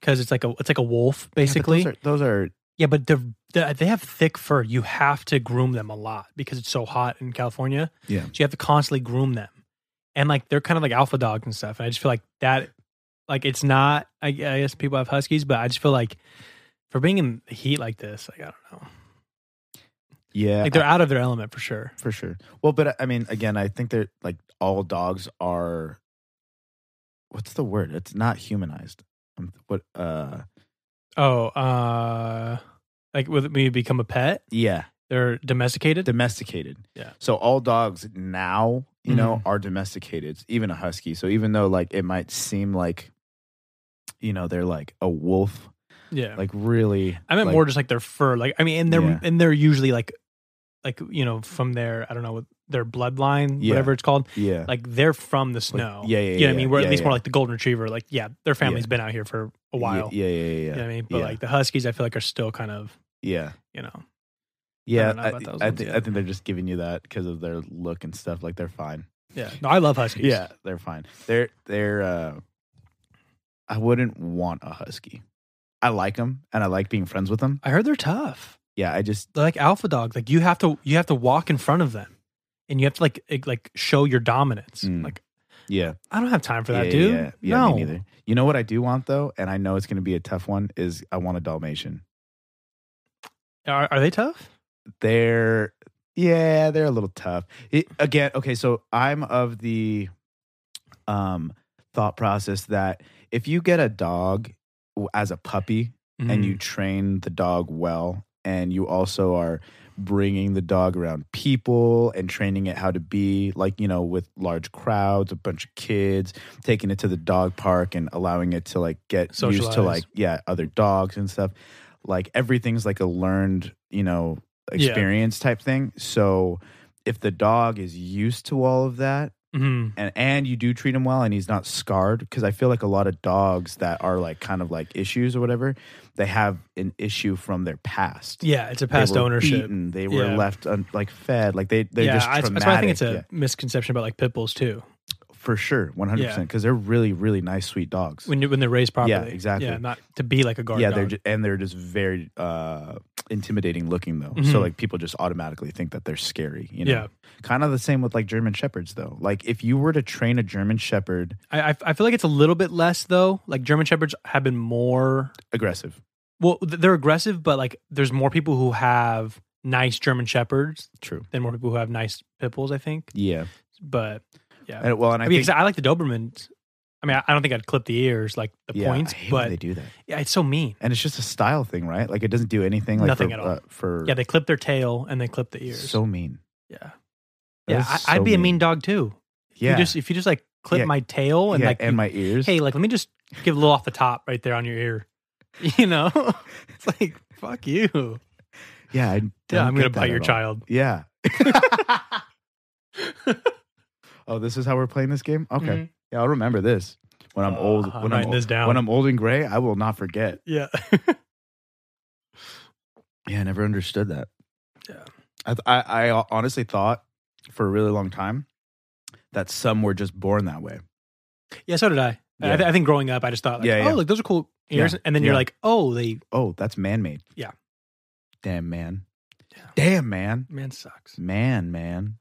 Speaker 2: because it's like a it's like a wolf
Speaker 1: Yeah, but
Speaker 2: basically.
Speaker 1: those are, those are
Speaker 2: Yeah, but they're, they they have thick fur. You have to groom them a lot because it's so hot in California.
Speaker 1: Yeah.
Speaker 2: So you have to constantly groom them. And like they're kind of like alpha dogs and stuff. And I just feel like that, like it's not, I, I guess people have huskies, but I just feel like for being in the heat like this, like I don't know.
Speaker 1: yeah
Speaker 2: Like they're out of their element for sure.
Speaker 1: for sure. Well, but I- I mean, again, I think that like all dogs are. What's the word? It's not humanized. Um, What? Uh,
Speaker 2: Oh, uh, like with when you become a pet,
Speaker 1: yeah.
Speaker 2: they're domesticated.
Speaker 1: domesticated.
Speaker 2: Yeah. Mm-hmm.
Speaker 1: So all dogs now, you know, are domesticated, even a husky. So even though like it might seem like you know, they're like a wolf,
Speaker 2: yeah.
Speaker 1: like really
Speaker 2: I meant
Speaker 1: like,
Speaker 2: more just like their fur. Like I mean, and they're
Speaker 1: Yeah.
Speaker 2: and they're usually like, like you know, from their I don't know what their bloodline,
Speaker 1: Yeah.
Speaker 2: whatever it's called.
Speaker 1: yeah.
Speaker 2: Like they're from the snow.
Speaker 1: yeah, yeah,
Speaker 2: You know what I
Speaker 1: yeah,
Speaker 2: mean? We're at
Speaker 1: yeah,
Speaker 2: least more
Speaker 1: yeah.
Speaker 2: like the golden retriever. Like yeah, their family's been out here for a
Speaker 1: Ye-
Speaker 2: while.
Speaker 1: Yeah, yeah, yeah, yeah.
Speaker 2: You know what I mean? But
Speaker 1: yeah.
Speaker 2: like the huskies, I feel like are still kind of
Speaker 1: yeah.
Speaker 2: you know.
Speaker 1: Yeah,
Speaker 2: don't know
Speaker 1: I,
Speaker 2: about those
Speaker 1: I
Speaker 2: ones
Speaker 1: think
Speaker 2: yet.
Speaker 1: I think they're just giving you that because of their look and stuff. Like they're fine.
Speaker 2: Yeah. No, I love huskies.
Speaker 1: Yeah, they're fine. They're they're. uh I wouldn't want a husky. I like them and I like being friends with them.
Speaker 2: I heard they're tough.
Speaker 1: Yeah, I just
Speaker 2: They're like alpha dogs. Like you have to you have to walk in front of them, and you have to like eh, like show your dominance.
Speaker 1: Mm.
Speaker 2: Like
Speaker 1: yeah.
Speaker 2: I don't have time for that,
Speaker 1: yeah,
Speaker 2: dude.
Speaker 1: Yeah, yeah
Speaker 2: no,
Speaker 1: me neither. You know what I do want though, and I know it's going to be a tough one. Is I want a Dalmatian.
Speaker 2: Are, are they tough?
Speaker 1: they're yeah they're a little tough it, again okay so i'm of the um thought process that if you get a dog w- as a puppy
Speaker 2: Mm-hmm.
Speaker 1: and you train the dog well and you also are bringing the dog around people and training it how to be like you know with large crowds a bunch of kids taking it to the dog park and allowing it to like get used
Speaker 2: Socialize.
Speaker 1: to like yeah other dogs and stuff like everything's like a learned you know
Speaker 2: Yeah.
Speaker 1: experience type thing so if the dog is used to all of that
Speaker 2: Mhm.
Speaker 1: and and you do treat him well and he's not scarred because i feel like a lot of dogs that are like kind of like issues or whatever they have an issue from their past
Speaker 2: Yeah, it's a past
Speaker 1: they were
Speaker 2: ownership.
Speaker 1: beaten, they were
Speaker 2: Yeah.
Speaker 1: left un, like fed like they they're
Speaker 2: yeah,
Speaker 1: just
Speaker 2: I-
Speaker 1: traumatic
Speaker 2: that's why I think it's a
Speaker 1: Yeah,
Speaker 2: misconception about like pit bulls too.
Speaker 1: for sure 100%
Speaker 2: Yeah.
Speaker 1: because they're really really nice sweet dogs
Speaker 2: When you, when they're raised properly,
Speaker 1: exactly.
Speaker 2: Yeah, not to be like a guard.
Speaker 1: yeah
Speaker 2: dog.
Speaker 1: they're ju- and they're just very uh intimidating looking though
Speaker 2: Mhm.
Speaker 1: so like people just automatically think that they're scary you know
Speaker 2: Yeah.
Speaker 1: kind of the same with like german shepherds though like if you were to train a german shepherd
Speaker 2: I, I I feel like it's a little bit less though. Like German shepherds have been more
Speaker 1: aggressive
Speaker 2: well, th- they're aggressive, but like there's more people who have nice German shepherds
Speaker 1: true
Speaker 2: than more people who have nice pit bulls. I think,
Speaker 1: yeah
Speaker 2: but yeah,
Speaker 1: And- well, and I,
Speaker 2: I mean,
Speaker 1: think
Speaker 2: 'cause I like the Dobermans. I mean, I, I don't think I'd clip the ears like the
Speaker 1: yeah,
Speaker 2: points,
Speaker 1: I hate when
Speaker 2: but
Speaker 1: they do that,
Speaker 2: yeah, it's so mean.
Speaker 1: and it's just a style thing, right? Like it doesn't do anything. Like,
Speaker 2: Nothing
Speaker 1: for,
Speaker 2: at all.
Speaker 1: Uh, for
Speaker 2: Yeah, they clip their tail and they clip the ears.
Speaker 1: so mean.
Speaker 2: yeah,
Speaker 1: That
Speaker 2: yeah,
Speaker 1: is
Speaker 2: I,
Speaker 1: so
Speaker 2: I'd be a mean dog too.
Speaker 1: Yeah,
Speaker 2: you just if you just like clip
Speaker 1: Yeah.
Speaker 2: my tail and
Speaker 1: yeah,
Speaker 2: like
Speaker 1: and my ears.
Speaker 2: hey, like let me just give a little off the top right there on your ear. You know, it's like fuck you.
Speaker 1: yeah, I
Speaker 2: yeah,
Speaker 1: don't
Speaker 2: I'm gonna
Speaker 1: get that
Speaker 2: bite your
Speaker 1: at all.
Speaker 2: child.
Speaker 1: Yeah. oh, this is how we're playing this game. Okay,
Speaker 2: Mhm.
Speaker 1: yeah, I'll remember this when I'm
Speaker 2: Uh,
Speaker 1: old.
Speaker 2: I'm
Speaker 1: when
Speaker 2: writing
Speaker 1: old,
Speaker 2: this down.
Speaker 1: When I'm old and gray, I will not forget.
Speaker 2: Yeah,
Speaker 1: Yeah, I never understood that.
Speaker 2: Yeah.
Speaker 1: I, th- I I honestly thought for a really long time that some were just born that way.
Speaker 2: yeah. So did I. I,
Speaker 1: Yeah.
Speaker 2: th- I think growing up, I just thought, like,
Speaker 1: Yeah,
Speaker 2: oh,
Speaker 1: yeah.
Speaker 2: look, those are cool ears, and then you're
Speaker 1: yeah.
Speaker 2: like, oh, they
Speaker 1: Oh, that's man made.
Speaker 2: Yeah.
Speaker 1: Damn, man.
Speaker 2: Yeah.
Speaker 1: Damn, man.
Speaker 2: man sucks.
Speaker 1: Man, man.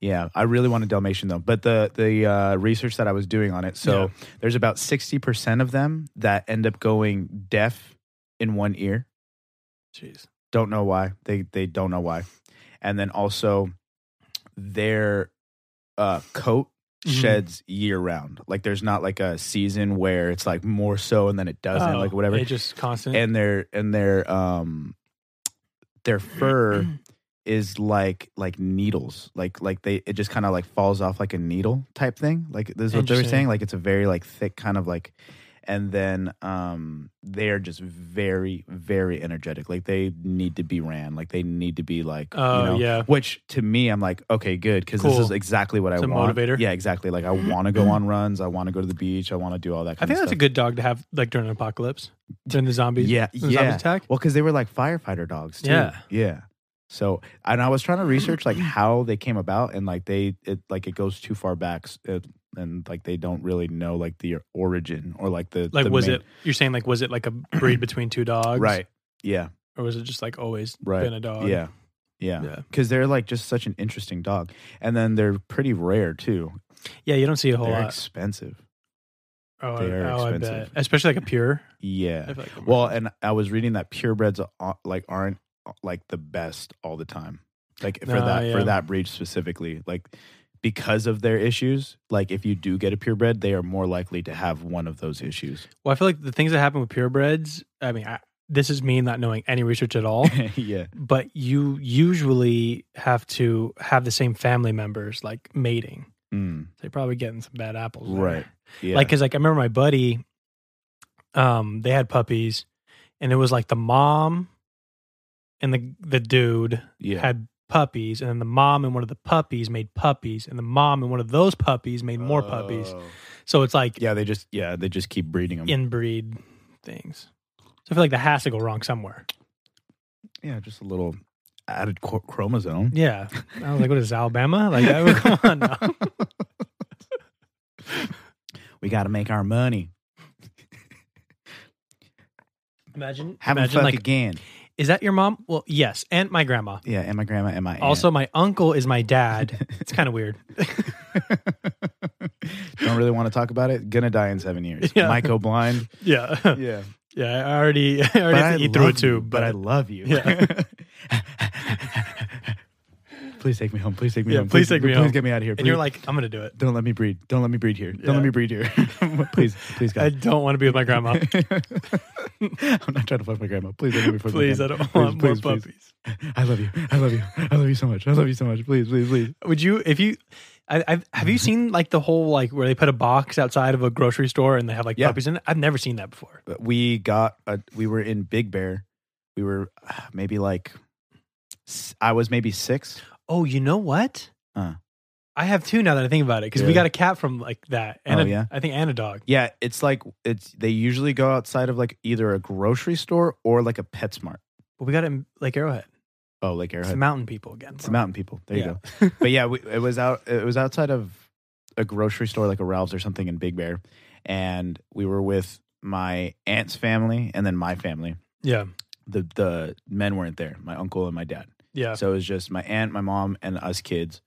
Speaker 1: Yeah, I really want a Dalmatian though. But the the uh, research that I was doing on it, so there's about sixty percent of them that end up going deaf in one ear.
Speaker 2: Jeez.
Speaker 1: Don't know why. They they don't know why. And then also their uh, coat
Speaker 2: Mhm.
Speaker 1: sheds year round. Like there's not like a season where it's like more so and then it doesn't,
Speaker 2: Oh,
Speaker 1: like whatever
Speaker 2: It just constant.
Speaker 1: and their and their um their fur
Speaker 2: Mm-hmm.
Speaker 1: is like like needles like like they it just kind of like falls off like a needle type thing like this is what they were
Speaker 2: Interesting.
Speaker 1: saying like it's a very like thick kind of like and then um they're just very very energetic like they need to be ran like they need to be like
Speaker 2: Oh,
Speaker 1: you know
Speaker 2: yeah.
Speaker 1: which to me i'm like okay good because this
Speaker 2: Cool.
Speaker 1: is exactly what
Speaker 2: It's
Speaker 1: i
Speaker 2: a
Speaker 1: want
Speaker 2: motivator. Mm-hmm.
Speaker 1: yeah exactly like i want to go on runs i want to go to the beach i want to do all that
Speaker 2: I
Speaker 1: kind
Speaker 2: think
Speaker 1: of
Speaker 2: that's a
Speaker 1: stuff.
Speaker 2: good dog to have like during an apocalypse, during the zombies.
Speaker 1: Yeah,
Speaker 2: the zombies
Speaker 1: yeah.
Speaker 2: attack.
Speaker 1: Well, because they were like firefighter dogs. Too.
Speaker 2: Yeah. Mm.
Speaker 1: yeah. So, and I was trying to research like how they came about, and like they, it like it goes too far back, s- it, and like they don't really know like the origin or like the
Speaker 2: Like,
Speaker 1: the
Speaker 2: was
Speaker 1: main-
Speaker 2: it? You're saying like, was it like a breed between two dogs,
Speaker 1: right? Yeah,
Speaker 2: Or was it just like always
Speaker 1: Right.
Speaker 2: been a dog?
Speaker 1: yeah, yeah.
Speaker 2: yeah,
Speaker 1: Because they're like just such an interesting dog, and then they're pretty rare too.
Speaker 2: yeah. You don't see a whole
Speaker 1: They're
Speaker 2: lot.
Speaker 1: expensive.
Speaker 2: Oh,
Speaker 1: They
Speaker 2: I-
Speaker 1: are
Speaker 2: oh, I bet.
Speaker 1: expensive.
Speaker 2: Especially like a pure.
Speaker 1: Yeah.
Speaker 2: I feel like they're more
Speaker 1: Well,
Speaker 2: expensive.
Speaker 1: and I was reading that purebreds uh, like aren't uh, like the best all the time. Like for
Speaker 2: Nah,
Speaker 1: that
Speaker 2: yeah.
Speaker 1: for that breed specifically, like because of their issues, like if you do get a purebred, they are more likely to have one of those issues.
Speaker 2: well, I feel like the things that happen with purebreds. I mean, I, this is me not knowing any research at all,
Speaker 1: yeah.
Speaker 2: but you usually have to have the same family members like mating.
Speaker 1: Mm,
Speaker 2: So you're probably getting some bad apples, there.
Speaker 1: Right. yeah.
Speaker 2: Like, cause like I remember my buddy, um, they had puppies, and it was like the mom and the the dude
Speaker 1: yeah.
Speaker 2: had puppies, and then the mom and one of the puppies made puppies, and the mom and one of those puppies made more puppies.
Speaker 1: Oh.
Speaker 2: So it's like
Speaker 1: Yeah, they just yeah, they just keep breeding
Speaker 2: Um,
Speaker 1: them.
Speaker 2: inbreed things. So I feel like that has to go wrong somewhere.
Speaker 1: yeah, just a little added qu- chromosome.
Speaker 2: Yeah, I was like, what is this, Alabama? Like, I- come on now.
Speaker 1: We got to make our money.
Speaker 2: Imagine
Speaker 1: Having
Speaker 2: imagine
Speaker 1: fuck
Speaker 2: like
Speaker 1: again.
Speaker 2: is that your mom? Well, yes, and my grandma.
Speaker 1: Yeah, and my grandma and my aunt.
Speaker 2: Also, my uncle is my dad. It's kind of weird.
Speaker 1: don't really want to talk about it. Gonna die in seven years.
Speaker 2: Yeah.
Speaker 1: Might go blind.
Speaker 2: Yeah,
Speaker 1: Yeah,
Speaker 2: yeah. I already, I already have to eat through
Speaker 1: love
Speaker 2: it too.
Speaker 1: you, but I love you.
Speaker 2: Yeah.
Speaker 1: please take me home. Please take me
Speaker 2: Yeah,
Speaker 1: home.
Speaker 2: please take me home.
Speaker 1: Please get me out of here.
Speaker 2: and you're
Speaker 1: Please-
Speaker 2: like, I'm gonna do it.
Speaker 1: don't let me breed. Don't let me breed here. Don't
Speaker 2: Yeah.
Speaker 1: let me breed here. please, please,
Speaker 2: I
Speaker 1: God.
Speaker 2: don't want to be with my grandma.
Speaker 1: I'm not trying to fuck my grandma. Please let me fuck my
Speaker 2: Please, I
Speaker 1: grandma.
Speaker 2: don't want more
Speaker 1: please, please.
Speaker 2: puppies.
Speaker 1: I love you. I love you. I love you so much. I love you so much. Please, please, please.
Speaker 2: Would you, if you, I, I've, have you seen like the whole like where they put a box outside of a grocery store and they have like
Speaker 1: Yeah.
Speaker 2: puppies in it? I've never seen that before.
Speaker 1: But we got a, we were in Big Bear. We were uh, maybe like s- I was maybe six.
Speaker 2: Oh, you know what?
Speaker 1: Huh.
Speaker 2: I have two now that I think about it because we
Speaker 1: Uh. Yeah.
Speaker 2: got a cat from like that, and
Speaker 1: Oh,
Speaker 2: a-
Speaker 1: yeah?
Speaker 2: I think and a dog.
Speaker 1: Yeah, it's like it's they usually go outside of like either a grocery store or like a PetSmart.
Speaker 2: But we got it in Lake Arrowhead.
Speaker 1: Oh, Lake
Speaker 2: It's the
Speaker 1: Arrowhead.
Speaker 2: mountain people again.
Speaker 1: It's the mountain people. There
Speaker 2: Yeah.
Speaker 1: you go. but yeah, we, it was out. It was outside of a grocery store, like a Ralph's or something, in Big Bear, and we were with my aunt's family and then my family.
Speaker 2: Yeah,
Speaker 1: The the men weren't there. My uncle and my dad.
Speaker 2: yeah.
Speaker 1: So it was just my aunt, my mom, and us kids.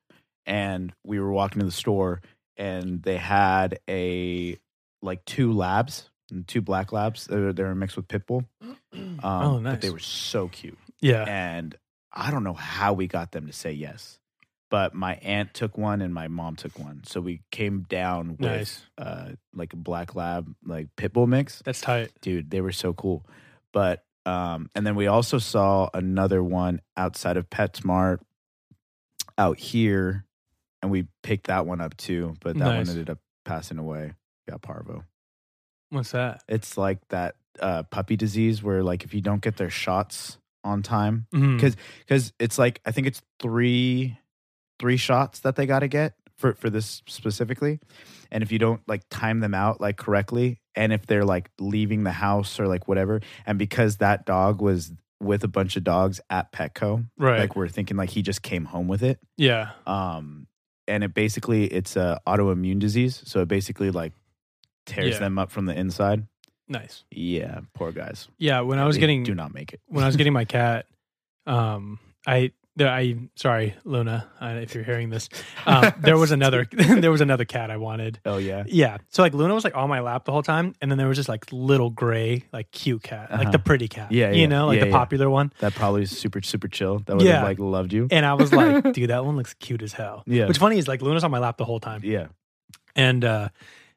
Speaker 1: And we were walking to the store and they had a like two labs, two black labs. They were, they were mixed with pit bull. Um,
Speaker 2: Oh, nice.
Speaker 1: But they were so cute.
Speaker 2: yeah.
Speaker 1: And I don't know how we got them to say yes. But my aunt took one and my mom took one. So we came down with
Speaker 2: Nice.
Speaker 1: uh, like a black lab, like pit bull mix
Speaker 2: That's tight.
Speaker 1: dude they were so cool but um and then we also saw another one outside of petsmart out here and we picked that one up too but that
Speaker 2: Nice.
Speaker 1: one ended up passing away got parvo
Speaker 2: What's that?
Speaker 1: it's like that uh puppy disease where like if you don't get their shots on time
Speaker 2: Mhm.
Speaker 1: because it's like i think it's three three shots that they got to get for for this specifically and if you don't like time them out like correctly and if they're like leaving the house or like whatever and because that dog was with a bunch of dogs at petco
Speaker 2: Right.
Speaker 1: like we're thinking like he just came home with it
Speaker 2: yeah.
Speaker 1: um and it basically it's a autoimmune disease so it basically like tears
Speaker 2: Yeah.
Speaker 1: them up from the inside
Speaker 2: Nice.
Speaker 1: yeah poor guys
Speaker 2: Yeah. When I was
Speaker 1: They
Speaker 2: getting
Speaker 1: do not make it
Speaker 2: when I was getting my cat, um, I there I sorry Luna uh, if you're hearing this, um, there was another there was another cat I wanted.
Speaker 1: oh yeah
Speaker 2: Yeah. So like Luna was like on my lap the whole time, and then there was just like little gray like cute cat, like
Speaker 1: Uh-huh.
Speaker 2: the pretty cat.
Speaker 1: Yeah, yeah,
Speaker 2: You know, like
Speaker 1: yeah,
Speaker 2: the
Speaker 1: yeah.
Speaker 2: popular one.
Speaker 1: that probably is super super chill that would
Speaker 2: Yeah.
Speaker 1: have like loved you
Speaker 2: And I was like, dude, that one looks cute as hell.
Speaker 1: Yeah.
Speaker 2: What's funny is like Luna's on my lap the whole time,
Speaker 1: Yeah.
Speaker 2: and uh,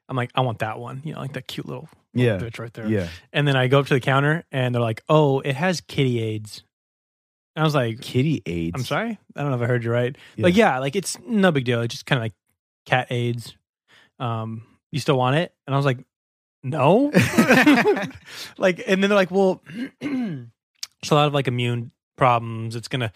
Speaker 2: I'm like, I want that one. You know, like that cute little
Speaker 1: Yeah.
Speaker 2: bitch right there.
Speaker 1: Yeah.
Speaker 2: And then I go up to the counter, and they're like, oh, it has kitty AIDS. And I was like,
Speaker 1: Kitty AIDS.
Speaker 2: I'm sorry. I don't know if I heard you right.
Speaker 1: Yeah.
Speaker 2: Like, yeah, like it's no big deal. It's just kind of like cat AIDS. Um, you still want it? And I was like, no. like, and then they're like, well, it's a lot of like immune problems. It's gonna,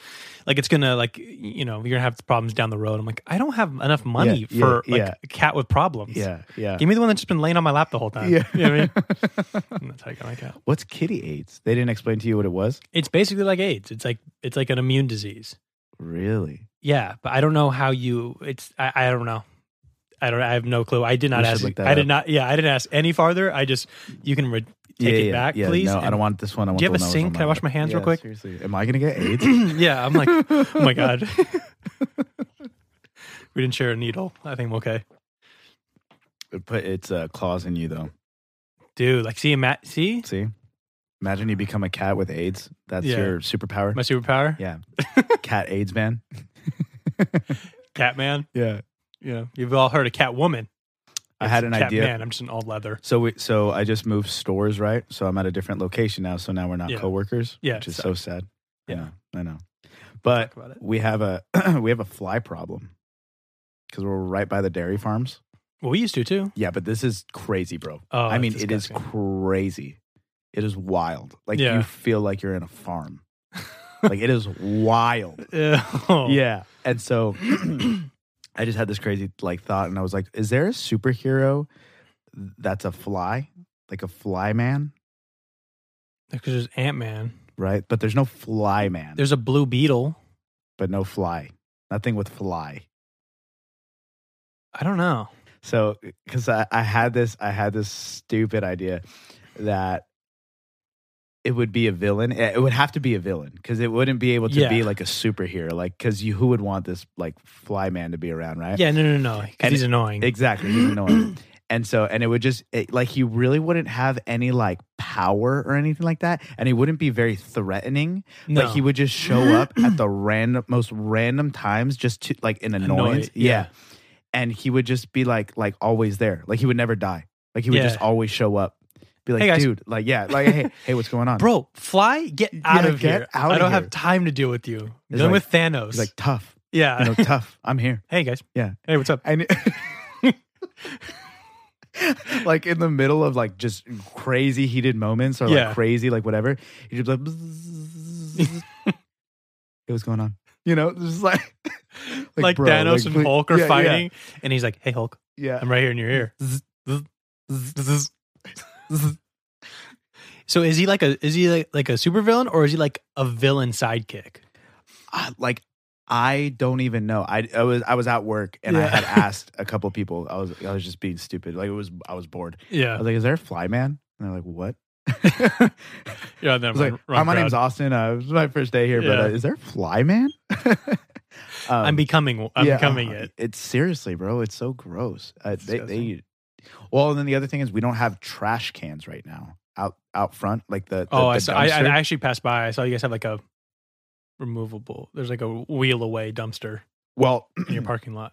Speaker 2: like, it's gonna, like, you know, you're gonna have problems down the road. I'm like, I don't have enough money
Speaker 1: yeah,
Speaker 2: for like
Speaker 1: yeah.
Speaker 2: a cat with problems.
Speaker 1: Yeah. Yeah.
Speaker 2: Give me the one that's just been laying on my lap the whole time.
Speaker 1: Yeah.
Speaker 2: You know what I mean? And that's how I got my cat.
Speaker 1: What's kitty AIDS? They didn't explain to you what it was?
Speaker 2: It's basically like AIDS. It's like, it's like an immune disease.
Speaker 1: Really?
Speaker 2: Yeah, but I don't know how you. It's I, I don't know. I don't. I have no clue. I did not
Speaker 1: We should
Speaker 2: ask.
Speaker 1: look that
Speaker 2: I did
Speaker 1: up.
Speaker 2: not. Yeah, I didn't ask any farther. I just you can re- take it back, please.
Speaker 1: No, I
Speaker 2: And-
Speaker 1: don't want this one. I want
Speaker 2: Do you
Speaker 1: the
Speaker 2: have
Speaker 1: one
Speaker 2: a
Speaker 1: that was
Speaker 2: sink?
Speaker 1: on
Speaker 2: Can
Speaker 1: my
Speaker 2: I wash
Speaker 1: lap.
Speaker 2: my hands real
Speaker 1: Yeah,
Speaker 2: quick?
Speaker 1: Seriously. Am I going to get AIDS?
Speaker 2: yeah, I'm like, oh my god, we didn't share a needle. I think I'm okay,
Speaker 1: It put its uh, claws in you, though.
Speaker 2: dude. Like, see, Matt, see
Speaker 1: See? Imagine you become a cat with AIDS. That's
Speaker 2: Yeah.
Speaker 1: your superpower.
Speaker 2: my superpower,
Speaker 1: yeah. cat AIDS man.
Speaker 2: Catman.
Speaker 1: Yeah.
Speaker 2: You know, you've all heard of Catwoman.
Speaker 1: I had an idea.
Speaker 2: Man, I'm just an old leather.
Speaker 1: So we, so I just moved stores, right? So I'm at a different location now. So now we're not
Speaker 2: Yeah.
Speaker 1: coworkers,
Speaker 2: Yeah,
Speaker 1: which
Speaker 2: it
Speaker 1: is so sad. I
Speaker 2: Yeah.
Speaker 1: know, I know. But
Speaker 2: Talk about it.
Speaker 1: we have a we have a fly problem because we're right by the dairy farms.
Speaker 2: Well, we used to too.
Speaker 1: Yeah, but this is crazy, bro.
Speaker 2: Oh,
Speaker 1: I
Speaker 2: that's
Speaker 1: mean, it is
Speaker 2: disgusting.
Speaker 1: crazy. It is wild. Like
Speaker 2: Yeah.
Speaker 1: you feel like you're in a farm. like it is wild.
Speaker 2: Ew.
Speaker 1: Yeah. And so I just had this crazy like thought and I was like, is there a superhero that's a fly? Like a fly man?
Speaker 2: because there's Ant Man.
Speaker 1: right? But there's no fly man.
Speaker 2: There's a Blue Beetle.
Speaker 1: but no fly. Nothing with fly.
Speaker 2: I don't know.
Speaker 1: So because I, I had this I had this stupid idea that it would be a villain. Eh, It it would have to be a villain because it wouldn't be able to be
Speaker 2: Yeah.
Speaker 1: like a superhero. Like, because you who would want this like fly man to be around, right?
Speaker 2: Yeah, no, no, no, because
Speaker 1: And
Speaker 2: he's annoying.
Speaker 1: Exactly. He's annoying. And so, and it would just it, like he really wouldn't have any like power or anything like that, and he wouldn't be very threatening.
Speaker 2: no,
Speaker 1: But he would just show up at the random, most random times, just to like an annoyance.
Speaker 2: Annoy- yeah.
Speaker 1: And he would just be like, like always there. Like he would never die. Like he would
Speaker 2: Yeah.
Speaker 1: just always show up. Be like,
Speaker 2: Hey, guys.
Speaker 1: dude, like yeah, like hey, hey, what's going on,
Speaker 2: bro, fly, get out
Speaker 1: Yeah,
Speaker 2: of
Speaker 1: get
Speaker 2: here.
Speaker 1: out
Speaker 2: I
Speaker 1: of
Speaker 2: don't
Speaker 1: here.
Speaker 2: have time to deal with you.
Speaker 1: It's
Speaker 2: Dealing
Speaker 1: like-
Speaker 2: with Thanos.
Speaker 1: He's like tough,
Speaker 2: yeah.
Speaker 1: you know, tough. I'm here.
Speaker 2: hey guys.
Speaker 1: Yeah.
Speaker 2: Hey, what's up?
Speaker 1: And like in the middle of like just crazy heated moments or like
Speaker 2: Yeah.
Speaker 1: crazy like whatever, you just like "Bzzz." hey, what's going on? You know, just like
Speaker 2: Like,
Speaker 1: bro,
Speaker 2: Thanos
Speaker 1: like,
Speaker 2: and Hulk are
Speaker 1: yeah, yeah,
Speaker 2: fighting, and he's like, "Hey Hulk,
Speaker 1: Yeah,
Speaker 2: I'm right here in your ear." so is he like a is he like, like a supervillain or is he like a villain sidekick?
Speaker 1: I- like I don't even know. I, I was I was at work and I
Speaker 2: Yeah.
Speaker 1: had asked a couple people. I was I was just being stupid. Like it was I was bored. I
Speaker 2: Yeah.
Speaker 1: was like, "Is there a fly man?" And they're like, "What?" I
Speaker 2: Yeah, then
Speaker 1: was like, "Hi, my name's Austin. Uh, this is my first day here, but
Speaker 2: Yeah.
Speaker 1: uh, is there a fly man?" Um,
Speaker 2: I'm becoming I'm
Speaker 1: yeah,
Speaker 2: becoming
Speaker 1: uh,
Speaker 2: it.
Speaker 1: It's seriously, bro. It's so gross. Uh,
Speaker 2: It's
Speaker 1: they, they, well, and then the other thing is we don't have trash cans right now out out front, like the, the
Speaker 2: Oh, I,
Speaker 1: the
Speaker 2: saw, I, I
Speaker 1: dumpster.
Speaker 2: actually passed by. I saw you guys have like a removable. There's like a wheel away dumpster
Speaker 1: well,
Speaker 2: in your parking lot.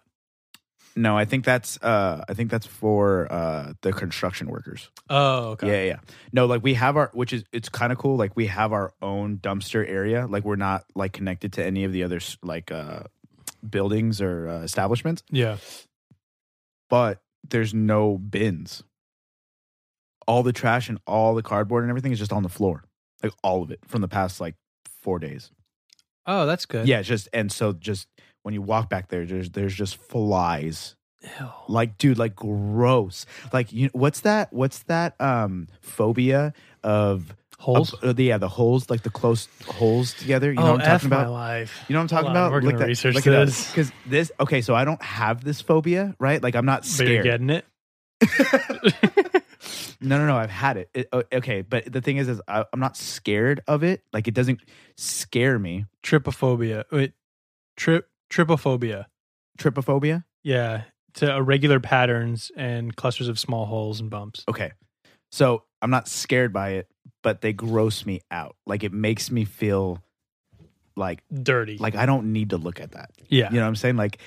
Speaker 1: no, I think that's uh, I think that's for uh, the construction workers.
Speaker 2: Oh, okay.
Speaker 1: Yeah, yeah. No, like we have our, which is it's kind of cool. Like we have our own dumpster area. Like we're not like connected to any of the other s- like uh, buildings or uh, establishments,
Speaker 2: Yeah.
Speaker 1: but there's no bins. All the trash and all the cardboard and everything is just on the floor, like all of it from the past like four days.
Speaker 2: Oh, that's good.
Speaker 1: Yeah, it's just and so just when you walk back there, there's there's just flies.
Speaker 2: Ew.
Speaker 1: Like, dude, like gross. Like, you what's that? What's that? Um, phobia of
Speaker 2: Holes.
Speaker 1: of- uh, the, yeah, the holes, like the close holes together. You know
Speaker 2: oh,
Speaker 1: what I'm
Speaker 2: F
Speaker 1: talking
Speaker 2: my
Speaker 1: about?
Speaker 2: life.
Speaker 1: You know what I'm talking
Speaker 2: Hold on,
Speaker 1: about?
Speaker 2: we're gonna research this.
Speaker 1: because this. Okay, so I don't have this phobia, right? Like, I'm not
Speaker 2: But
Speaker 1: scared.
Speaker 2: you're getting it.
Speaker 1: No, no, no. I've had it. It- o- okay, but the thing is, is I, I'm not scared of it. Like it doesn't scare me.
Speaker 2: Tripophobia. Wait, trip tripophobia.
Speaker 1: Trypophobia.
Speaker 2: Yeah, to irregular patterns and clusters of small holes and bumps.
Speaker 1: Okay, so I'm not scared by it, but they gross me out. Like it makes me feel like
Speaker 2: Dirty.
Speaker 1: like I don't need to look at that.
Speaker 2: yeah.
Speaker 1: You know what I'm saying? Like.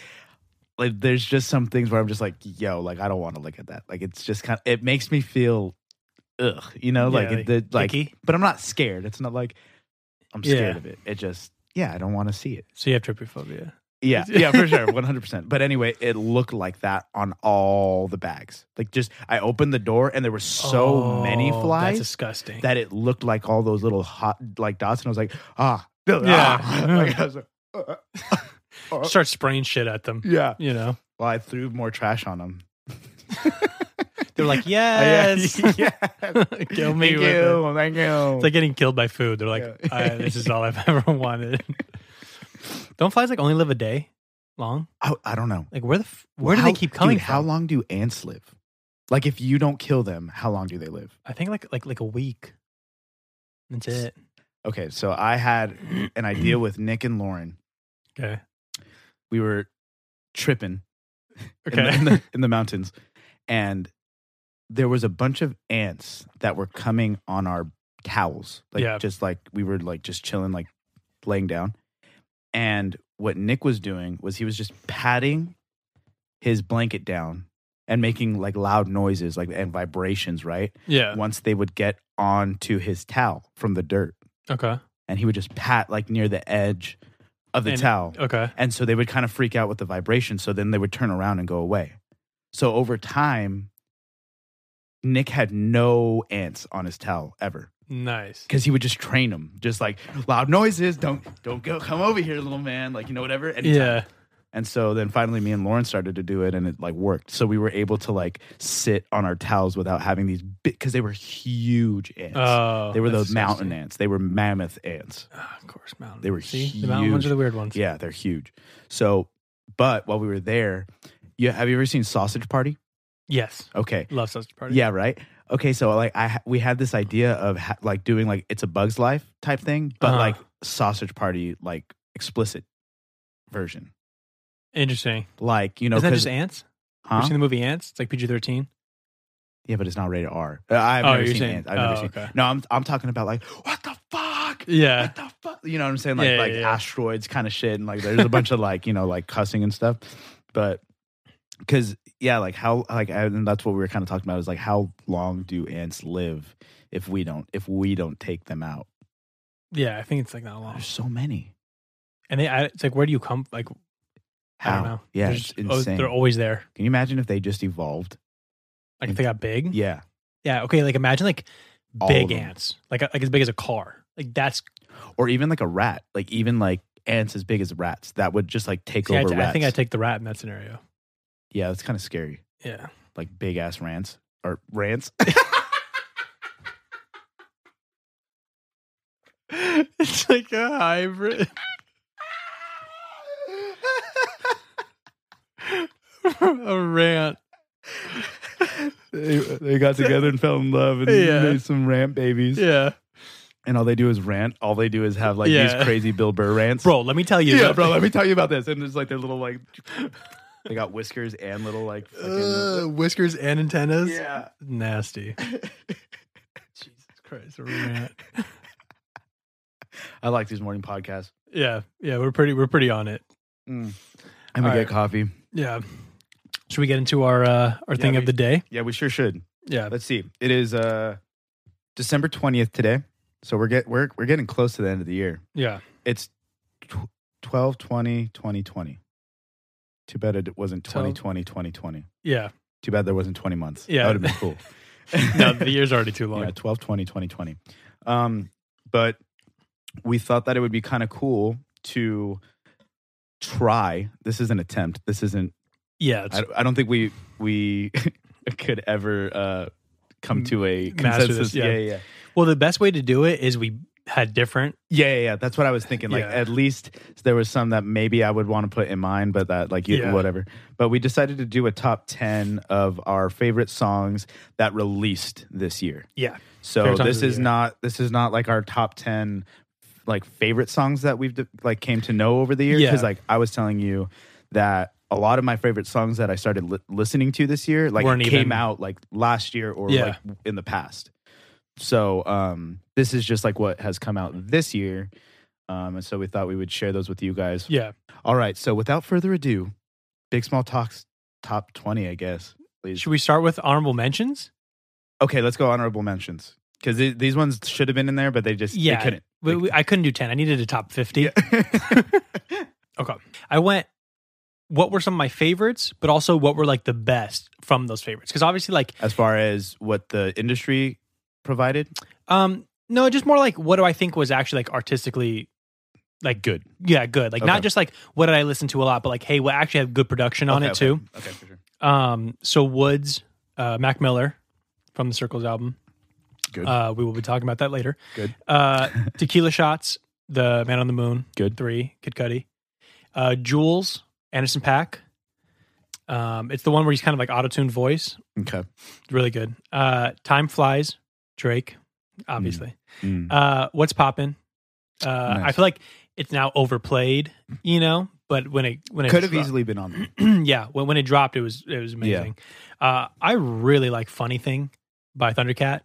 Speaker 1: Like there's just some things where I'm just like, yo, like I don't want to look at that. Like it's just kind of it makes me feel, ugh, you know, like
Speaker 2: Yeah,
Speaker 1: it, the, like.
Speaker 2: icky.
Speaker 1: But I'm not scared. It's not like I'm
Speaker 2: Yeah.
Speaker 1: scared of it. It just, yeah, I don't want to see it.
Speaker 2: So you have tripophobia.
Speaker 1: Yeah, yeah, for sure, one hundred percent. But anyway, it looked like that on all the bags. Like, just I opened the door and there were so many
Speaker 2: Oh, That's
Speaker 1: flies
Speaker 2: disgusting.
Speaker 1: that it looked like all those little hot like dots. And I was like, ah, yeah,
Speaker 2: Yeah.
Speaker 1: I was like, uh, uh,
Speaker 2: Start spraying shit at them.
Speaker 1: yeah.
Speaker 2: You know,
Speaker 1: Well, I threw more trash on them.
Speaker 2: they're like, yes,
Speaker 1: yeah.
Speaker 2: kill me
Speaker 1: Thank
Speaker 2: with it.
Speaker 1: you, thank you.
Speaker 2: It's like getting killed by food. They're like,
Speaker 1: Yeah.
Speaker 2: "I- this is all I've ever wanted. Don't flies like only live a day long?
Speaker 1: I, oh, I don't know.
Speaker 2: Like where the f- where do
Speaker 1: How-
Speaker 2: they keep coming
Speaker 1: dude,
Speaker 2: from?
Speaker 1: How long do ants live? Like, if you don't kill them, how long do they live?
Speaker 2: I think like like like a week. That's it.
Speaker 1: Okay, so I had an idea with Nick and Lauren.
Speaker 2: Okay.
Speaker 1: we were tripping in the-
Speaker 2: Okay.
Speaker 1: in, the, in the mountains and there was a bunch of ants that were coming on our towels like
Speaker 2: Yeah.
Speaker 1: just like we were like just chilling like laying down and what nick was doing was he was just patting his blanket down and making like loud noises like and vibrations right
Speaker 2: yeah.
Speaker 1: once they would get onto his towel from the dirt
Speaker 2: Okay.
Speaker 1: and he would just pat like near the edge of the
Speaker 2: And- oh.
Speaker 1: towel
Speaker 2: Okay.
Speaker 1: and so they would kind of freak out with the vibration. So then they would turn around and go away. So over time, Nick had no ants on his towel ever
Speaker 2: Nice.
Speaker 1: because he would just train them, just like loud noises. Don't don't go come over here, little man. Like you know whatever. Anytime.
Speaker 2: Yeah.
Speaker 1: And so then finally, me and Lauren started to do it, and it like worked. So we were able to like sit on our towels without having these big because they were huge ants.
Speaker 2: Oh,
Speaker 1: they were
Speaker 2: that's
Speaker 1: those mountain
Speaker 2: disgusting.
Speaker 1: ants. They were mammoth ants.
Speaker 2: Ah, of course, mountain.
Speaker 1: They were
Speaker 2: See, the mountain ones
Speaker 1: huge.
Speaker 2: are the weird ones.
Speaker 1: Yeah, they're huge. So, but while we were there, you have you ever seen Sausage Party?
Speaker 2: Yes.
Speaker 1: Okay.
Speaker 2: Love Sausage Party.
Speaker 1: Yeah, right. Okay, so like I ha- we had this idea of ha- like doing like it's a Bug's Life type thing, but
Speaker 2: Uh-huh.
Speaker 1: like Sausage Party like explicit version.
Speaker 2: Interesting.
Speaker 1: Like, you know,
Speaker 2: Isn't that
Speaker 1: 'cause-
Speaker 2: just Ants?
Speaker 1: huh?
Speaker 2: Have you seen the movie Ants? It's like PG 13.
Speaker 1: Yeah, but it's not rated R. Uh, I've
Speaker 2: Oh,
Speaker 1: never
Speaker 2: you're
Speaker 1: seen
Speaker 2: saying-
Speaker 1: it. I've never
Speaker 2: oh,
Speaker 1: seen.
Speaker 2: okay.
Speaker 1: No, I'm I'm talking about like what the fuck?
Speaker 2: Yeah.
Speaker 1: What the fuck? You know what I'm saying? Like
Speaker 2: Yeah, yeah,
Speaker 1: like
Speaker 2: yeah.
Speaker 1: asteroids kind of shit and like there's a bunch of like, you know, like cussing and stuff. But cuz yeah, like how like I- and that's what we were kind of talking about is like how long do ants live if we don't if we don't take them out?
Speaker 2: Yeah, I think it's like not long.
Speaker 1: There's so many.
Speaker 2: And they, I, it's like, where do you come? Like,
Speaker 1: How?
Speaker 2: I don't know.
Speaker 1: Yeah,
Speaker 2: They're
Speaker 1: it's
Speaker 2: just- oh,
Speaker 1: insane.
Speaker 2: they're always there.
Speaker 1: Can you imagine if they just evolved?
Speaker 2: Like if they got big.
Speaker 1: Yeah.
Speaker 2: Yeah, Okay. Like imagine like
Speaker 1: All of
Speaker 2: big
Speaker 1: them.
Speaker 2: ants, like like as big as a car. Like that's.
Speaker 1: Or even like a rat. Like even like ants as big as rats that would just like take
Speaker 2: See, I,
Speaker 1: over
Speaker 2: t-
Speaker 1: rats.
Speaker 2: I think I take the rat in that scenario.
Speaker 1: yeah, that's kind of scary.
Speaker 2: Yeah.
Speaker 1: like big ass rants or rants.
Speaker 2: it's like a hybrid. a rant.
Speaker 1: they, they got together and fell in love and
Speaker 2: Yeah.
Speaker 1: made some rant babies.
Speaker 2: Yeah.
Speaker 1: And all they do is rant. All they do is have like
Speaker 2: Yeah.
Speaker 1: these crazy Bill Burr rants.
Speaker 2: Bro, let me tell you.
Speaker 1: yeah, bro. Let me tell you about this. And it's like their little like they got whiskers and little like fucking,
Speaker 2: Uh, whiskers and antennas.
Speaker 1: yeah.
Speaker 2: Nasty. Jesus Christ. A rant.
Speaker 1: I like these morning podcasts.
Speaker 2: Yeah. Yeah. We're pretty, we're pretty on it.
Speaker 1: And we
Speaker 2: Mm. All
Speaker 1: get
Speaker 2: right.
Speaker 1: coffee.
Speaker 2: Yeah. Should we get into our, uh, our thing of
Speaker 1: we-
Speaker 2: the day?
Speaker 1: Yeah, we sure should.
Speaker 2: Yeah.
Speaker 1: Let's see. It is uh December twentieth today, so we're get we're we're getting close to the end of the year.
Speaker 2: Yeah.
Speaker 1: It's tw- 12 20 2020. Too bad it wasn't 2020 2020.
Speaker 2: Yeah.
Speaker 1: Too bad there wasn't 20 months.
Speaker 2: Yeah.
Speaker 1: That would have been cool.
Speaker 2: No, the year's already too long.
Speaker 1: yeah, 12 20 2020. Um, but we thought that it would be kind of cool to try. This is an attempt. This isn't,
Speaker 2: Yeah. it's-
Speaker 1: I, I don't think we, we could ever uh, come to a
Speaker 2: Master this,
Speaker 1: consensus.
Speaker 2: yeah.
Speaker 1: yeah, yeah.
Speaker 2: well, the best way to do it is we had different.
Speaker 1: Yeah, yeah, yeah. That's what I was thinking. Like,
Speaker 2: Yeah.
Speaker 1: at least there was some that maybe I would want to put in mind, but that, like, you,
Speaker 2: Yeah.
Speaker 1: whatever. But we decided to do a top 10 of our favorite songs that released this year.
Speaker 2: Yeah.
Speaker 1: So
Speaker 2: Favorite songs
Speaker 1: this
Speaker 2: of the
Speaker 1: is
Speaker 2: year.
Speaker 1: not, this is not like our top 10, like, favorite songs that we've, like, came to know over the year. Cause,
Speaker 2: Yeah.
Speaker 1: like, I was telling you that a lot of my favorite songs that I started li- listening to this year, like,
Speaker 2: Weren't
Speaker 1: came
Speaker 2: even-
Speaker 1: out, like, last year or,
Speaker 2: Yeah.
Speaker 1: like, in the past. So um, this is just like what has come out this year. Um, and so we thought we would share those with you guys.
Speaker 2: Yeah.
Speaker 1: All right. So without further ado, Big Small Talks top 20, I guess. Please.
Speaker 2: Should we start with honorable mentions?
Speaker 1: Okay, let's go honorable mentions. Because these ones should have been in there, but they just
Speaker 2: Yeah.
Speaker 1: they couldn't.
Speaker 2: We, we- I couldn't do 10. I needed a top 50.
Speaker 1: Yeah.
Speaker 2: I went, what were some of my favorites, but also what were like the best from those favorites? Because obviously, like,
Speaker 1: as far as what the industry provided,
Speaker 2: um, no, just more like what do I think was actually like artistically, like,
Speaker 1: good.
Speaker 2: yeah, good. Like,
Speaker 1: Okay.
Speaker 2: not just like what did I listen to a lot, but like, hey, what actually had good production on
Speaker 1: Okay,
Speaker 2: it
Speaker 1: okay.
Speaker 2: too.
Speaker 1: Okay, for sure.
Speaker 2: Um, so Woods, uh, Mac Miller from the Circles album.
Speaker 1: Good.
Speaker 2: Uh, we will be talking about that later.
Speaker 1: Good.
Speaker 2: Uh, Tequila Shots, The Man on the Moon.
Speaker 1: Good.
Speaker 2: Three, Kid Cudi. Uh, Jules, Anderson Pack. Um, it's the one where he's kind of like auto tuned voice.
Speaker 1: Okay.
Speaker 2: It's really good. Uh, Time Flies, Drake, obviously.
Speaker 1: Mm.
Speaker 2: Uh, What's Poppin'? Uh, I
Speaker 1: Nice.
Speaker 2: feel like it's now overplayed, you know, but when it, when it
Speaker 1: Could have
Speaker 2: dro-
Speaker 1: easily been on there.
Speaker 2: yeah, when, when it dropped, it was, it was amazing. Uh, I really like Funny Thing by Thundercat.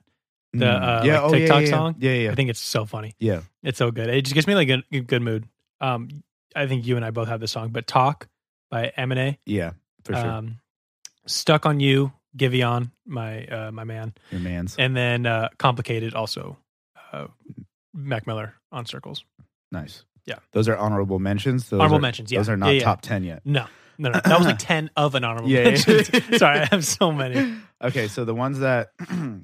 Speaker 2: The, uh, like, TikTok
Speaker 1: Mm. yeah, yeah.
Speaker 2: song?
Speaker 1: Yeah, yeah.
Speaker 2: I think it's so funny.
Speaker 1: Yeah.
Speaker 2: It's so good. It just gets me like a a good mood. Um, I think you and I both have this song, but "Talk" by Eminem.
Speaker 1: Yeah, for sure.
Speaker 2: Um, "Stuck on You," Giveon, my uh, my man,
Speaker 1: Your man's.
Speaker 2: and then uh, "Complicated" also, uh, Mac Miller on Circles.
Speaker 1: Nice.
Speaker 2: Yeah.
Speaker 1: Those are honorable mentions. Those
Speaker 2: Honorable
Speaker 1: are,
Speaker 2: mentions, yeah.
Speaker 1: Those are not
Speaker 2: Yeah, yeah.
Speaker 1: top 10 yet.
Speaker 2: No, no, no, that was like ten of an honorable
Speaker 1: Yeah, yeah.
Speaker 2: mention. Sorry, I have so many.
Speaker 1: Okay. So the ones that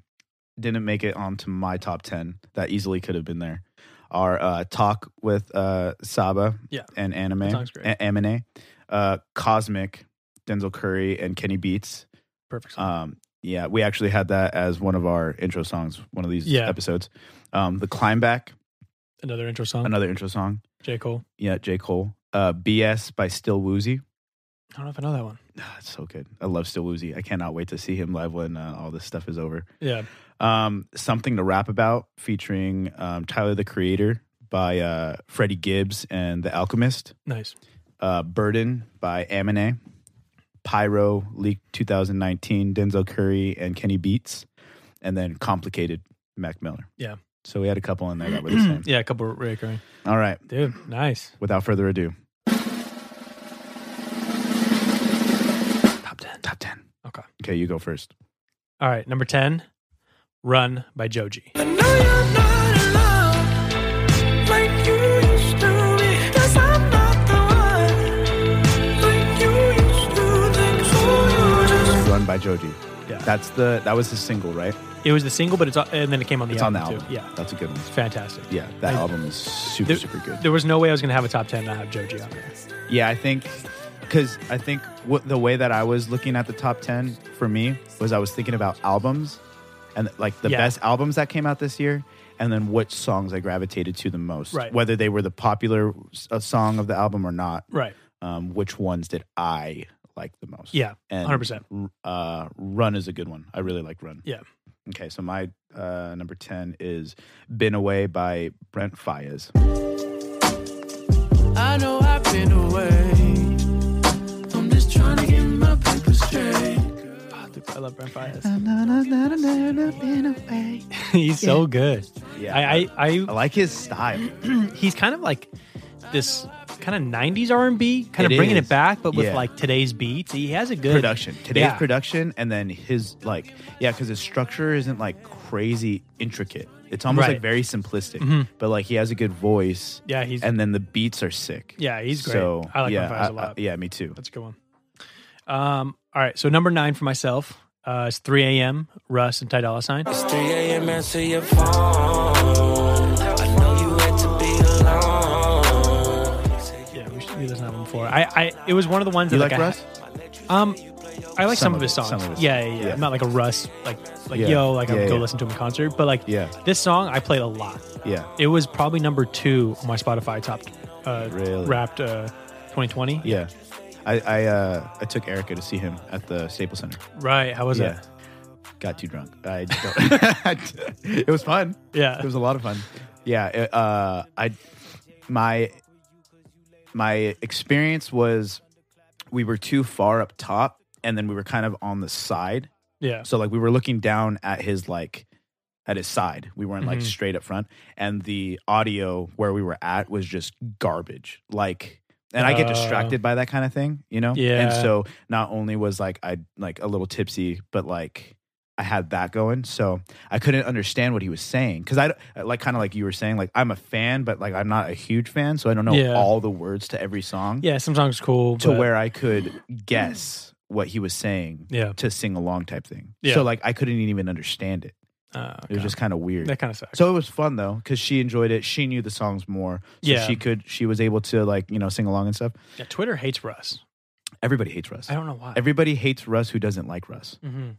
Speaker 1: didn't make it onto my top 10 that easily could have been there are uh, Talk with uh, Saba
Speaker 2: Yeah.
Speaker 1: and Anime.
Speaker 2: That song's great.
Speaker 1: a- Amine, uh, Cosmic, Denzel Curry, and Kenny Beats.
Speaker 2: Perfect. Song.
Speaker 1: Um, yeah. We actually had that as one of our intro songs, one of these
Speaker 2: Yeah.
Speaker 1: episodes. Um, the Climb Back,
Speaker 2: Another intro song.
Speaker 1: another intro song.
Speaker 2: J Cole.
Speaker 1: Yeah. J. Cole. Uh, BS by Still Woozy.
Speaker 2: I don't know if I know that one.
Speaker 1: Ah, it's so good. I love Still Woozy. I cannot wait to see him live when uh, all this stuff is over.
Speaker 2: Yeah.
Speaker 1: Um, Something to Rap About featuring um, Tyler the Creator by uh, Freddie Gibbs and The Alchemist.
Speaker 2: Nice.
Speaker 1: uh, Burden by Aminé, Pyro leaked 2019, Denzel Curry and Kenny Beats, and then Complicated Mac Miller.
Speaker 2: Yeah.
Speaker 1: So we had a couple in there that were the same.
Speaker 2: yeah, a couple of reoccurring.
Speaker 1: All right.
Speaker 2: Dude, nice.
Speaker 1: Without further ado,
Speaker 2: Top 10.
Speaker 1: top 10.
Speaker 2: Okay.
Speaker 1: Okay, you go first.
Speaker 2: All right. Number 10, Run by Joji.
Speaker 5: I know you're not alone, like you used to be. Guess I'm not the one, like you used to think. So you just
Speaker 1: Run by Joji.
Speaker 2: Yeah.
Speaker 1: That's the that was his single, right?
Speaker 2: It was the single, but it's on, and then it came on the
Speaker 1: It's on
Speaker 2: album.
Speaker 1: the album.
Speaker 2: Too. Yeah.
Speaker 1: That's a good one.
Speaker 2: Fantastic.
Speaker 1: Yeah, that
Speaker 2: I-
Speaker 1: album is super,
Speaker 2: There-
Speaker 1: super good.
Speaker 2: There was no way I was going to have a top 10 and not have Joji on there.
Speaker 1: Yeah, I think because I think what the way that I was looking at the top ten for me was I was thinking about albums and like the
Speaker 2: Yeah.
Speaker 1: best albums that came out this year, and then which songs I gravitated to the most,
Speaker 2: Right.
Speaker 1: whether they were the popular s- uh, song of the album or not.
Speaker 2: Right.
Speaker 1: Um, which ones did I like the most?
Speaker 2: Yeah.
Speaker 1: and
Speaker 2: 100%.
Speaker 1: Uh, Run is a good one. I really like Run.
Speaker 2: Yeah.
Speaker 1: Okay, so my uh, number ten is "Been Away" by Brent Fayez.
Speaker 3: I know I've been away.
Speaker 5: I'm just trying to get my paper straight.
Speaker 2: Oh, dude, I love Brent Fias. He's so good.
Speaker 1: Yeah,
Speaker 2: I, I,
Speaker 1: I like his style.
Speaker 2: I, he's kind of like this kind of '90s R&B, kind
Speaker 1: It
Speaker 2: of bringing
Speaker 1: is.
Speaker 2: it back, but with
Speaker 1: Yeah.
Speaker 2: like today's beats. He has a good
Speaker 1: production today's
Speaker 2: Yeah.
Speaker 1: production and then his like yeah because his structure isn't like crazy intricate it's almost
Speaker 2: Right. Mm-hmm.
Speaker 1: like very simplistic but like he has a good voice
Speaker 2: Yeah, he's
Speaker 1: and then the beats are sick
Speaker 2: yeah, he's great.
Speaker 1: so
Speaker 2: I like
Speaker 1: yeah,
Speaker 2: yeah, Brent Fias
Speaker 1: I-
Speaker 2: a lot.
Speaker 1: I- yeah me too
Speaker 2: That's a good one. Um, all right, so number nine for myself uh, is 3 a.m. Russ and Ty Dolla Sign.
Speaker 5: It's 3 a.m. Answer your phone. I know you had to be alone.
Speaker 2: Yeah, we should do this on album before. I, I, it was one of the ones
Speaker 1: you
Speaker 2: that
Speaker 1: like
Speaker 2: I,
Speaker 1: russ
Speaker 2: Um, I like
Speaker 1: Some
Speaker 2: some,
Speaker 1: of
Speaker 2: of his
Speaker 1: it,
Speaker 2: songs.
Speaker 1: some of his
Speaker 2: yeah,
Speaker 1: songs.
Speaker 2: yeah, yeah.
Speaker 1: Yeah.
Speaker 2: I'm not like a Russ, like like
Speaker 1: Yeah.
Speaker 2: yo, like I
Speaker 1: Yeah,
Speaker 2: would go
Speaker 1: yeah.
Speaker 2: listen to him in concert. But like
Speaker 1: Yeah.
Speaker 2: this song, I played a lot.
Speaker 1: yeah
Speaker 2: It was probably number two on my Spotify top uh,
Speaker 1: Really?
Speaker 2: wrapped uh, 2020.
Speaker 1: yeah i i uh i took erica to see him at the staples center
Speaker 2: Right. How was
Speaker 1: yeah
Speaker 2: that?
Speaker 1: got too drunk i don't it was fun
Speaker 2: Yeah.
Speaker 1: it was a lot of fun. Yeah, it, uh, I my my experience was we were too far up top, and then we were kind of on the side.
Speaker 2: yeah.
Speaker 1: So like we were looking down at his like at his side. We weren't like
Speaker 2: Mhm.
Speaker 1: straight up front, and the audio where we were at was just garbage. Like. And I get
Speaker 2: Uh.
Speaker 1: distracted by that kind of thing, you know? And
Speaker 2: Yeah.
Speaker 1: so not only was like I like a little tipsy, but like I had that going. So I couldn't understand what he was saying because I like kind of like you were saying like I'm a fan, but like I'm not a huge fan, so I don't know
Speaker 2: Yeah.
Speaker 1: all the words to every song
Speaker 2: Yeah. Some songs cool.
Speaker 1: to
Speaker 2: but-
Speaker 1: where I could guess what he was saying
Speaker 2: Yeah.
Speaker 1: to sing along type thing.
Speaker 2: Yeah.
Speaker 1: So like I couldn't even understand it.
Speaker 2: Uh,
Speaker 1: It was
Speaker 2: okay.
Speaker 1: just kind of weird.
Speaker 2: that kind of sucks.
Speaker 1: so it was fun though because she enjoyed it. She knew the songs more, so
Speaker 2: Yeah.
Speaker 1: she could. She was able to like you know sing along and stuff.
Speaker 2: yeah, Twitter hates Russ.
Speaker 1: Everybody hates Russ.
Speaker 2: I don't know why.
Speaker 1: Everybody hates Russ who doesn't like Russ.
Speaker 2: mm-hmm.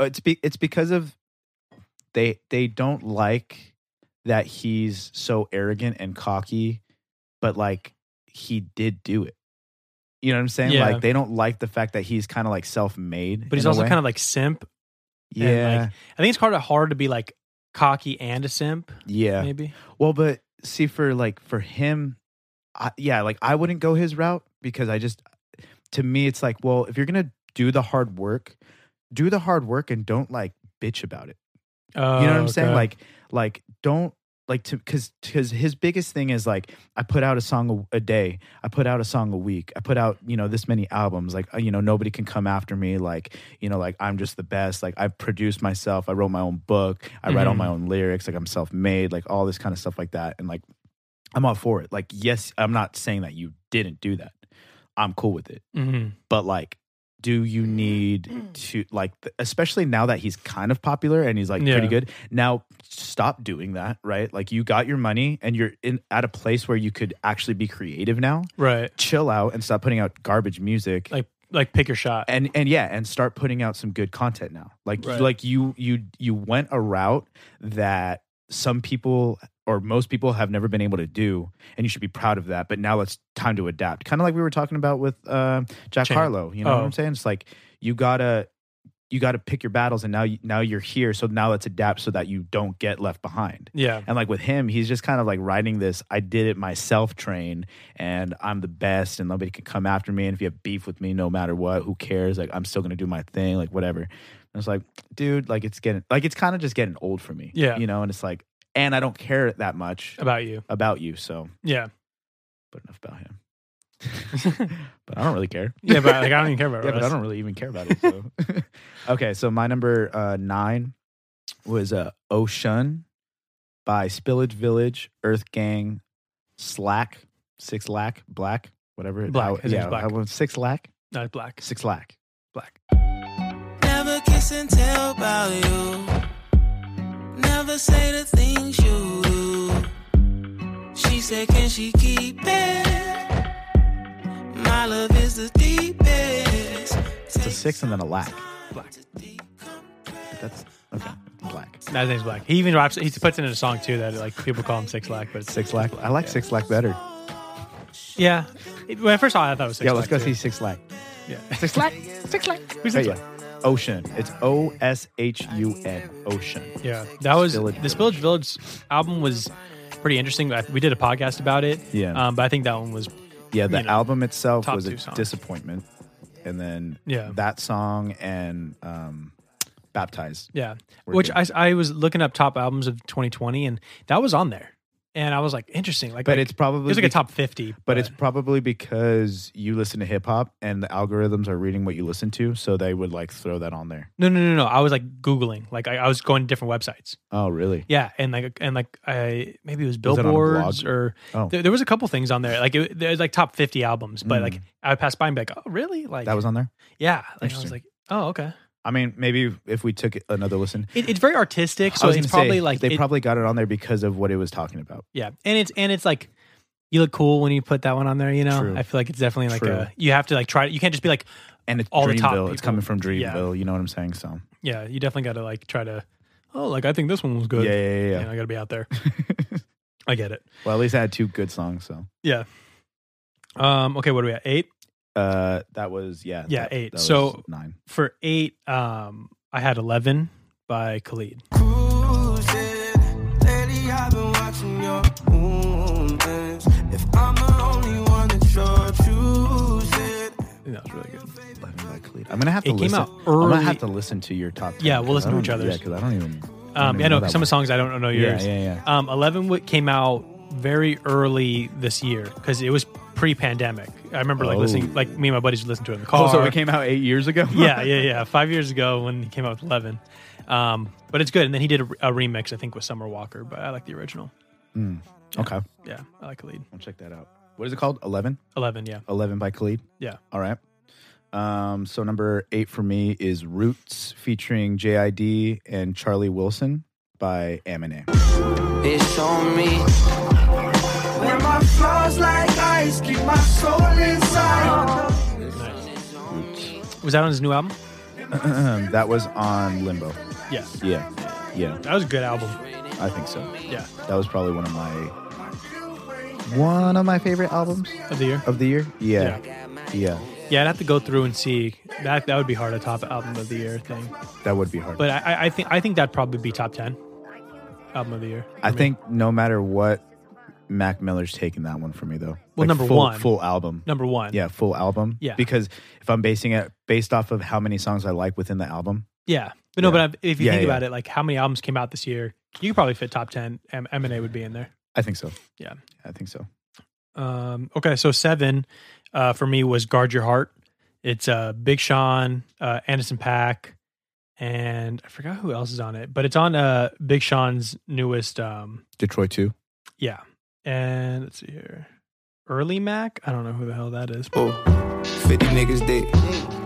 Speaker 1: Uh, it's be, it's because of they they don't like that he's so arrogant and cocky, but like he did do it. You know what I'm saying?
Speaker 2: Yeah.
Speaker 1: Like they don't like the fact that he's kind of like self-made.
Speaker 2: But he's also kind of like simp. and, like,
Speaker 1: yeah,
Speaker 2: I think it's kind of hard to be like cocky and a simp.
Speaker 1: yeah.
Speaker 2: Maybe.
Speaker 1: Well, but see, for like for him, I, yeah, like I wouldn't go his route because I just, to me, it's like, well, if you're gonna do the hard work, do the hard work and don't like bitch about it. You
Speaker 2: Oh,
Speaker 1: know what I'm saying? Like, like don't like to because because his biggest thing is like I put out a song a, a day, I put out a song a week, I put out you know this many albums. Like uh, you know nobody can come after me. Like you know like I'm just the best. Like I produced myself. I wrote my own book. I write all
Speaker 2: Mhm.
Speaker 1: my own lyrics. Like I'm self made. Like all this kind of stuff like that. And like I'm all for it. Like yes, I'm not saying that you didn't do that. I'm cool with it
Speaker 2: hmm
Speaker 1: but like do you need to like th- especially now that he's kind of popular and he's like
Speaker 2: Yeah.
Speaker 1: pretty good now stop doing that right like you got your money and you're in at a place where you could actually be creative now
Speaker 2: Right.
Speaker 1: chill out and stop putting out garbage music
Speaker 2: Like, like pick your shot.
Speaker 1: Uh, and and yeah and start putting out some good content now like
Speaker 2: Right.
Speaker 1: like you you you went a route that some people or most people have never been able to do, and you should be proud of that. But now it's time to adapt. Kind of like we were talking about with uh, Jack
Speaker 2: Chan.
Speaker 1: Harlow. You know what
Speaker 2: Oh.
Speaker 1: I'm saying? It's like you gotta you gotta pick your battles, and now you, now you're here, so now let's adapt so that you don't get left behind.
Speaker 2: Yeah.
Speaker 1: And like with him, he's just kind of like riding this I did it myself train and I'm the best and nobody can come after me. And if you have beef with me, no matter what, who cares? Like I'm still gonna do my thing, like whatever. And it's like, dude, like it's getting like it's kind of just getting old for me.
Speaker 2: Yeah.
Speaker 1: You know, and it's like and I don't care that much
Speaker 2: About you.
Speaker 1: about you, so
Speaker 2: Yeah.
Speaker 1: but enough about him. but I don't really care.
Speaker 2: Yeah, but like I don't even care about
Speaker 1: Yeah, but I
Speaker 2: Russ.
Speaker 1: don't really even care about it. So. okay, so my number uh, nine was uh, Ocean by Spillage Village, Earth Gang, Slack, Six Lack, Black, whatever. it-
Speaker 2: Black,
Speaker 1: how-
Speaker 2: his name's
Speaker 1: yeah,
Speaker 2: Black.
Speaker 1: how- Six Lack,
Speaker 2: No, it's black.
Speaker 1: Six Lack,
Speaker 2: Black.
Speaker 5: Never kiss and tell about you. Never say the things you do. She said, Can she keep it? My love is the deepest.
Speaker 1: It's a six and then a lack.
Speaker 5: Black.
Speaker 1: That's okay. Black,
Speaker 2: No, his name's black. He even raps. He puts it in a song too that like people call him Six Lack, but it's
Speaker 1: Six Lack. I like Six Lack better.
Speaker 2: Yeah. It- when I first saw it, I thought it was Six
Speaker 1: yeah, let's
Speaker 2: Lack.
Speaker 1: go see
Speaker 2: too.
Speaker 1: Six Lack.
Speaker 2: Yeah.
Speaker 1: Six Lack, Six Lack. Who's
Speaker 2: Six
Speaker 1: yeah. Ocean. It's O S H U N. Ocean.
Speaker 2: Yeah, that was
Speaker 1: Spillage
Speaker 2: the Spillage Village album was pretty interesting. I- We did a podcast about it.
Speaker 1: Yeah.
Speaker 2: um, but I think that one was
Speaker 1: Yeah, the
Speaker 2: you know,
Speaker 1: album itself
Speaker 2: top
Speaker 1: was a
Speaker 2: two songs.
Speaker 1: disappointment, and then
Speaker 2: Yeah.
Speaker 1: that song and um, baptized.
Speaker 2: yeah.
Speaker 1: We're
Speaker 2: Which
Speaker 1: good.
Speaker 2: I, I was looking up top albums of 2020, and that was on there, and I was like, interesting. Like,
Speaker 1: But
Speaker 2: like,
Speaker 1: it's probably
Speaker 2: it was like a
Speaker 1: bec-
Speaker 2: top 50,
Speaker 1: But it's probably because you listen to hip hop and the algorithms are reading what you listen to, so they would like throw that on there.
Speaker 2: no, no, no, no. I was like googling, like I, I was going to different websites.
Speaker 1: Oh, really?
Speaker 2: Yeah, and like and like I maybe it
Speaker 1: Was
Speaker 2: was
Speaker 1: that on a blog?
Speaker 2: billboards or
Speaker 1: Oh.
Speaker 2: there, there was a couple things on there. Like it, there's like top 50 albums, but
Speaker 1: Mm.
Speaker 2: like I would pass by and be like, oh, really? Like
Speaker 1: That was on there.
Speaker 2: yeah. Like, I was
Speaker 1: Interesting.
Speaker 2: like, oh, okay.
Speaker 1: I mean, maybe if we took another listen,
Speaker 2: It, it's very artistic,
Speaker 1: I
Speaker 2: so
Speaker 1: was
Speaker 2: it's
Speaker 1: gonna say,
Speaker 2: probably like
Speaker 1: they
Speaker 2: it-
Speaker 1: probably got it on there because of what it was talking about.
Speaker 2: Yeah, and it's and it's like you look cool when you put that one on there. You know,
Speaker 1: True.
Speaker 2: I feel like it's definitely like
Speaker 1: True.
Speaker 2: a you have to like try. You can't just be like,
Speaker 1: And it's
Speaker 2: All the
Speaker 1: Dreamville.
Speaker 2: top
Speaker 1: it's
Speaker 2: people-
Speaker 1: coming from Dreamville.
Speaker 2: yeah.
Speaker 1: You know what I'm saying? So
Speaker 2: yeah, you definitely got to like try to. Oh, like I think this one was good.
Speaker 1: yeah, yeah, yeah.
Speaker 2: You know,
Speaker 1: yeah.
Speaker 2: I got to be out there. I get it.
Speaker 1: well, at least I had two good songs. So
Speaker 2: Yeah. Um. Okay. What are we at? Eight
Speaker 1: uh, that was yeah,
Speaker 2: Yeah,
Speaker 1: that-
Speaker 2: eight.
Speaker 1: that was
Speaker 2: So-
Speaker 1: nine.
Speaker 2: for eight. Um. I had eleven by Khalid.
Speaker 3: cruising. Lately, I've been watching your movements. If I'm the only one that you're choosing,
Speaker 2: I think that was really good.
Speaker 1: I'm gonna have to
Speaker 2: It came
Speaker 1: listen.
Speaker 2: out
Speaker 1: I'm gonna
Speaker 2: early-
Speaker 1: have to listen to your top. 10,
Speaker 2: Yeah, we'll
Speaker 1: 'cause
Speaker 2: listen
Speaker 1: I
Speaker 2: to each
Speaker 1: don't-
Speaker 2: other's.
Speaker 1: Yeah, because I don't even. I
Speaker 2: Um.
Speaker 1: don't
Speaker 2: Yeah.
Speaker 1: even
Speaker 2: No.
Speaker 1: that
Speaker 2: Some
Speaker 1: one.
Speaker 2: of the songs I don't know
Speaker 1: Yeah,
Speaker 2: yours.
Speaker 1: yeah, yeah.
Speaker 2: Um. Eleven w- came out very early this year because it was pre-pandemic. I remember like
Speaker 1: Oh.
Speaker 2: listening. Like me and my buddies would listen to it in the car.
Speaker 1: Oh, so it came out eight years ago.
Speaker 2: yeah, yeah, yeah. Five years ago when he came out with Eleven, um, but it's good. And then he did a, a remix, I think, with Summer Walker. But I like the original.
Speaker 1: Okay, I'll
Speaker 2: Yeah, I like Khalid.
Speaker 1: check that out. What is it called? Eleven.
Speaker 2: Eleven, yeah,
Speaker 1: Eleven by Khalid.
Speaker 2: yeah.
Speaker 1: All right. Um, so number eight for me is Roots featuring JID and Charlie Wilson by Aminé.
Speaker 3: it's on me. When my flaws like ice, keep my soul inside.
Speaker 2: Was that on his new album?
Speaker 1: Um, that was on Limbo.
Speaker 2: Yeah,
Speaker 1: Yeah, yeah,
Speaker 2: that was a good album.
Speaker 1: I think so.
Speaker 2: Yeah,
Speaker 1: That was probably one of my one of my favorite albums
Speaker 2: of the year.
Speaker 1: of the year. Yeah, yeah.
Speaker 2: Yeah, I'd have to go through and see. That that would be hard to top album of the year thing.
Speaker 1: That would be hard.
Speaker 2: But I- I, I think I think that'd probably be top ten album of the year.
Speaker 1: I
Speaker 2: for me.
Speaker 1: think no matter what, Mac Miller's taking that one for me though.
Speaker 2: Well, number
Speaker 1: full,
Speaker 2: one.
Speaker 1: full album.
Speaker 2: number one.
Speaker 1: Yeah, full album.
Speaker 2: Yeah.
Speaker 1: because if I'm basing it based off of how many songs I like within the album,
Speaker 2: yeah. But no,
Speaker 1: Yeah.
Speaker 2: but if you
Speaker 1: Yeah,
Speaker 2: think
Speaker 1: yeah.
Speaker 2: about it, like how many albums came out this year, you could probably fit top ten. M and A would be in there.
Speaker 1: I think so.
Speaker 2: Yeah.
Speaker 1: I think so.
Speaker 2: Um, okay, so seven uh, for me was guard your heart. It's uh, Big Sean, uh, Anderson Pack, and I forgot who else is on it, but it's on uh, Big Sean's newest. Um,
Speaker 1: Detroit too.
Speaker 2: yeah, and let's see here, Early Mac. I don't know who the hell that is.
Speaker 6: Oh, Ooh, 50 niggas deep,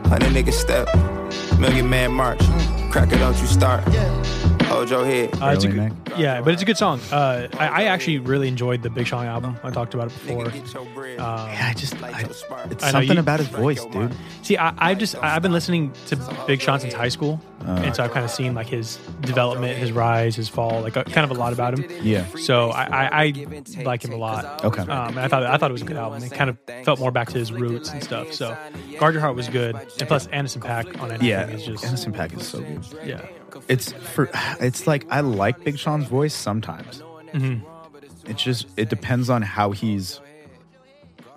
Speaker 6: 100 niggas step, million man march. Crack it, don't you start. Hold your head.
Speaker 2: Uh, it's a
Speaker 1: Really,
Speaker 2: good-
Speaker 1: Mac?
Speaker 2: yeah, but it's a good song. Uh, I, I actually really enjoyed the Big Sean album. I talked about it before.
Speaker 6: Nigga, get your bread.
Speaker 3: Uh,
Speaker 2: Um,
Speaker 1: Yeah, I just I, it's
Speaker 2: I know,
Speaker 1: something
Speaker 2: you-
Speaker 1: about his voice, dude.
Speaker 2: See, I, I've just I- I've been listening to Big Sean since high school,
Speaker 1: Uh.
Speaker 2: and so I've kind of seen like his development, his rise, his fall, like uh, kind of a lot about him.
Speaker 1: Yeah.
Speaker 2: So I, I, I like him a lot.
Speaker 1: Okay.
Speaker 2: Um, and I thought I thought it was a good album. It kind of felt more back to his roots and stuff. So Guard Your Heart was good, and plus Anderson Pack on anything
Speaker 1: Yeah,
Speaker 2: is just
Speaker 1: Anderson Pack is so good.
Speaker 2: yeah.
Speaker 1: It's for it's like I like Big Sean's voice sometimes.
Speaker 2: Mhm.
Speaker 1: It's just it depends on how he's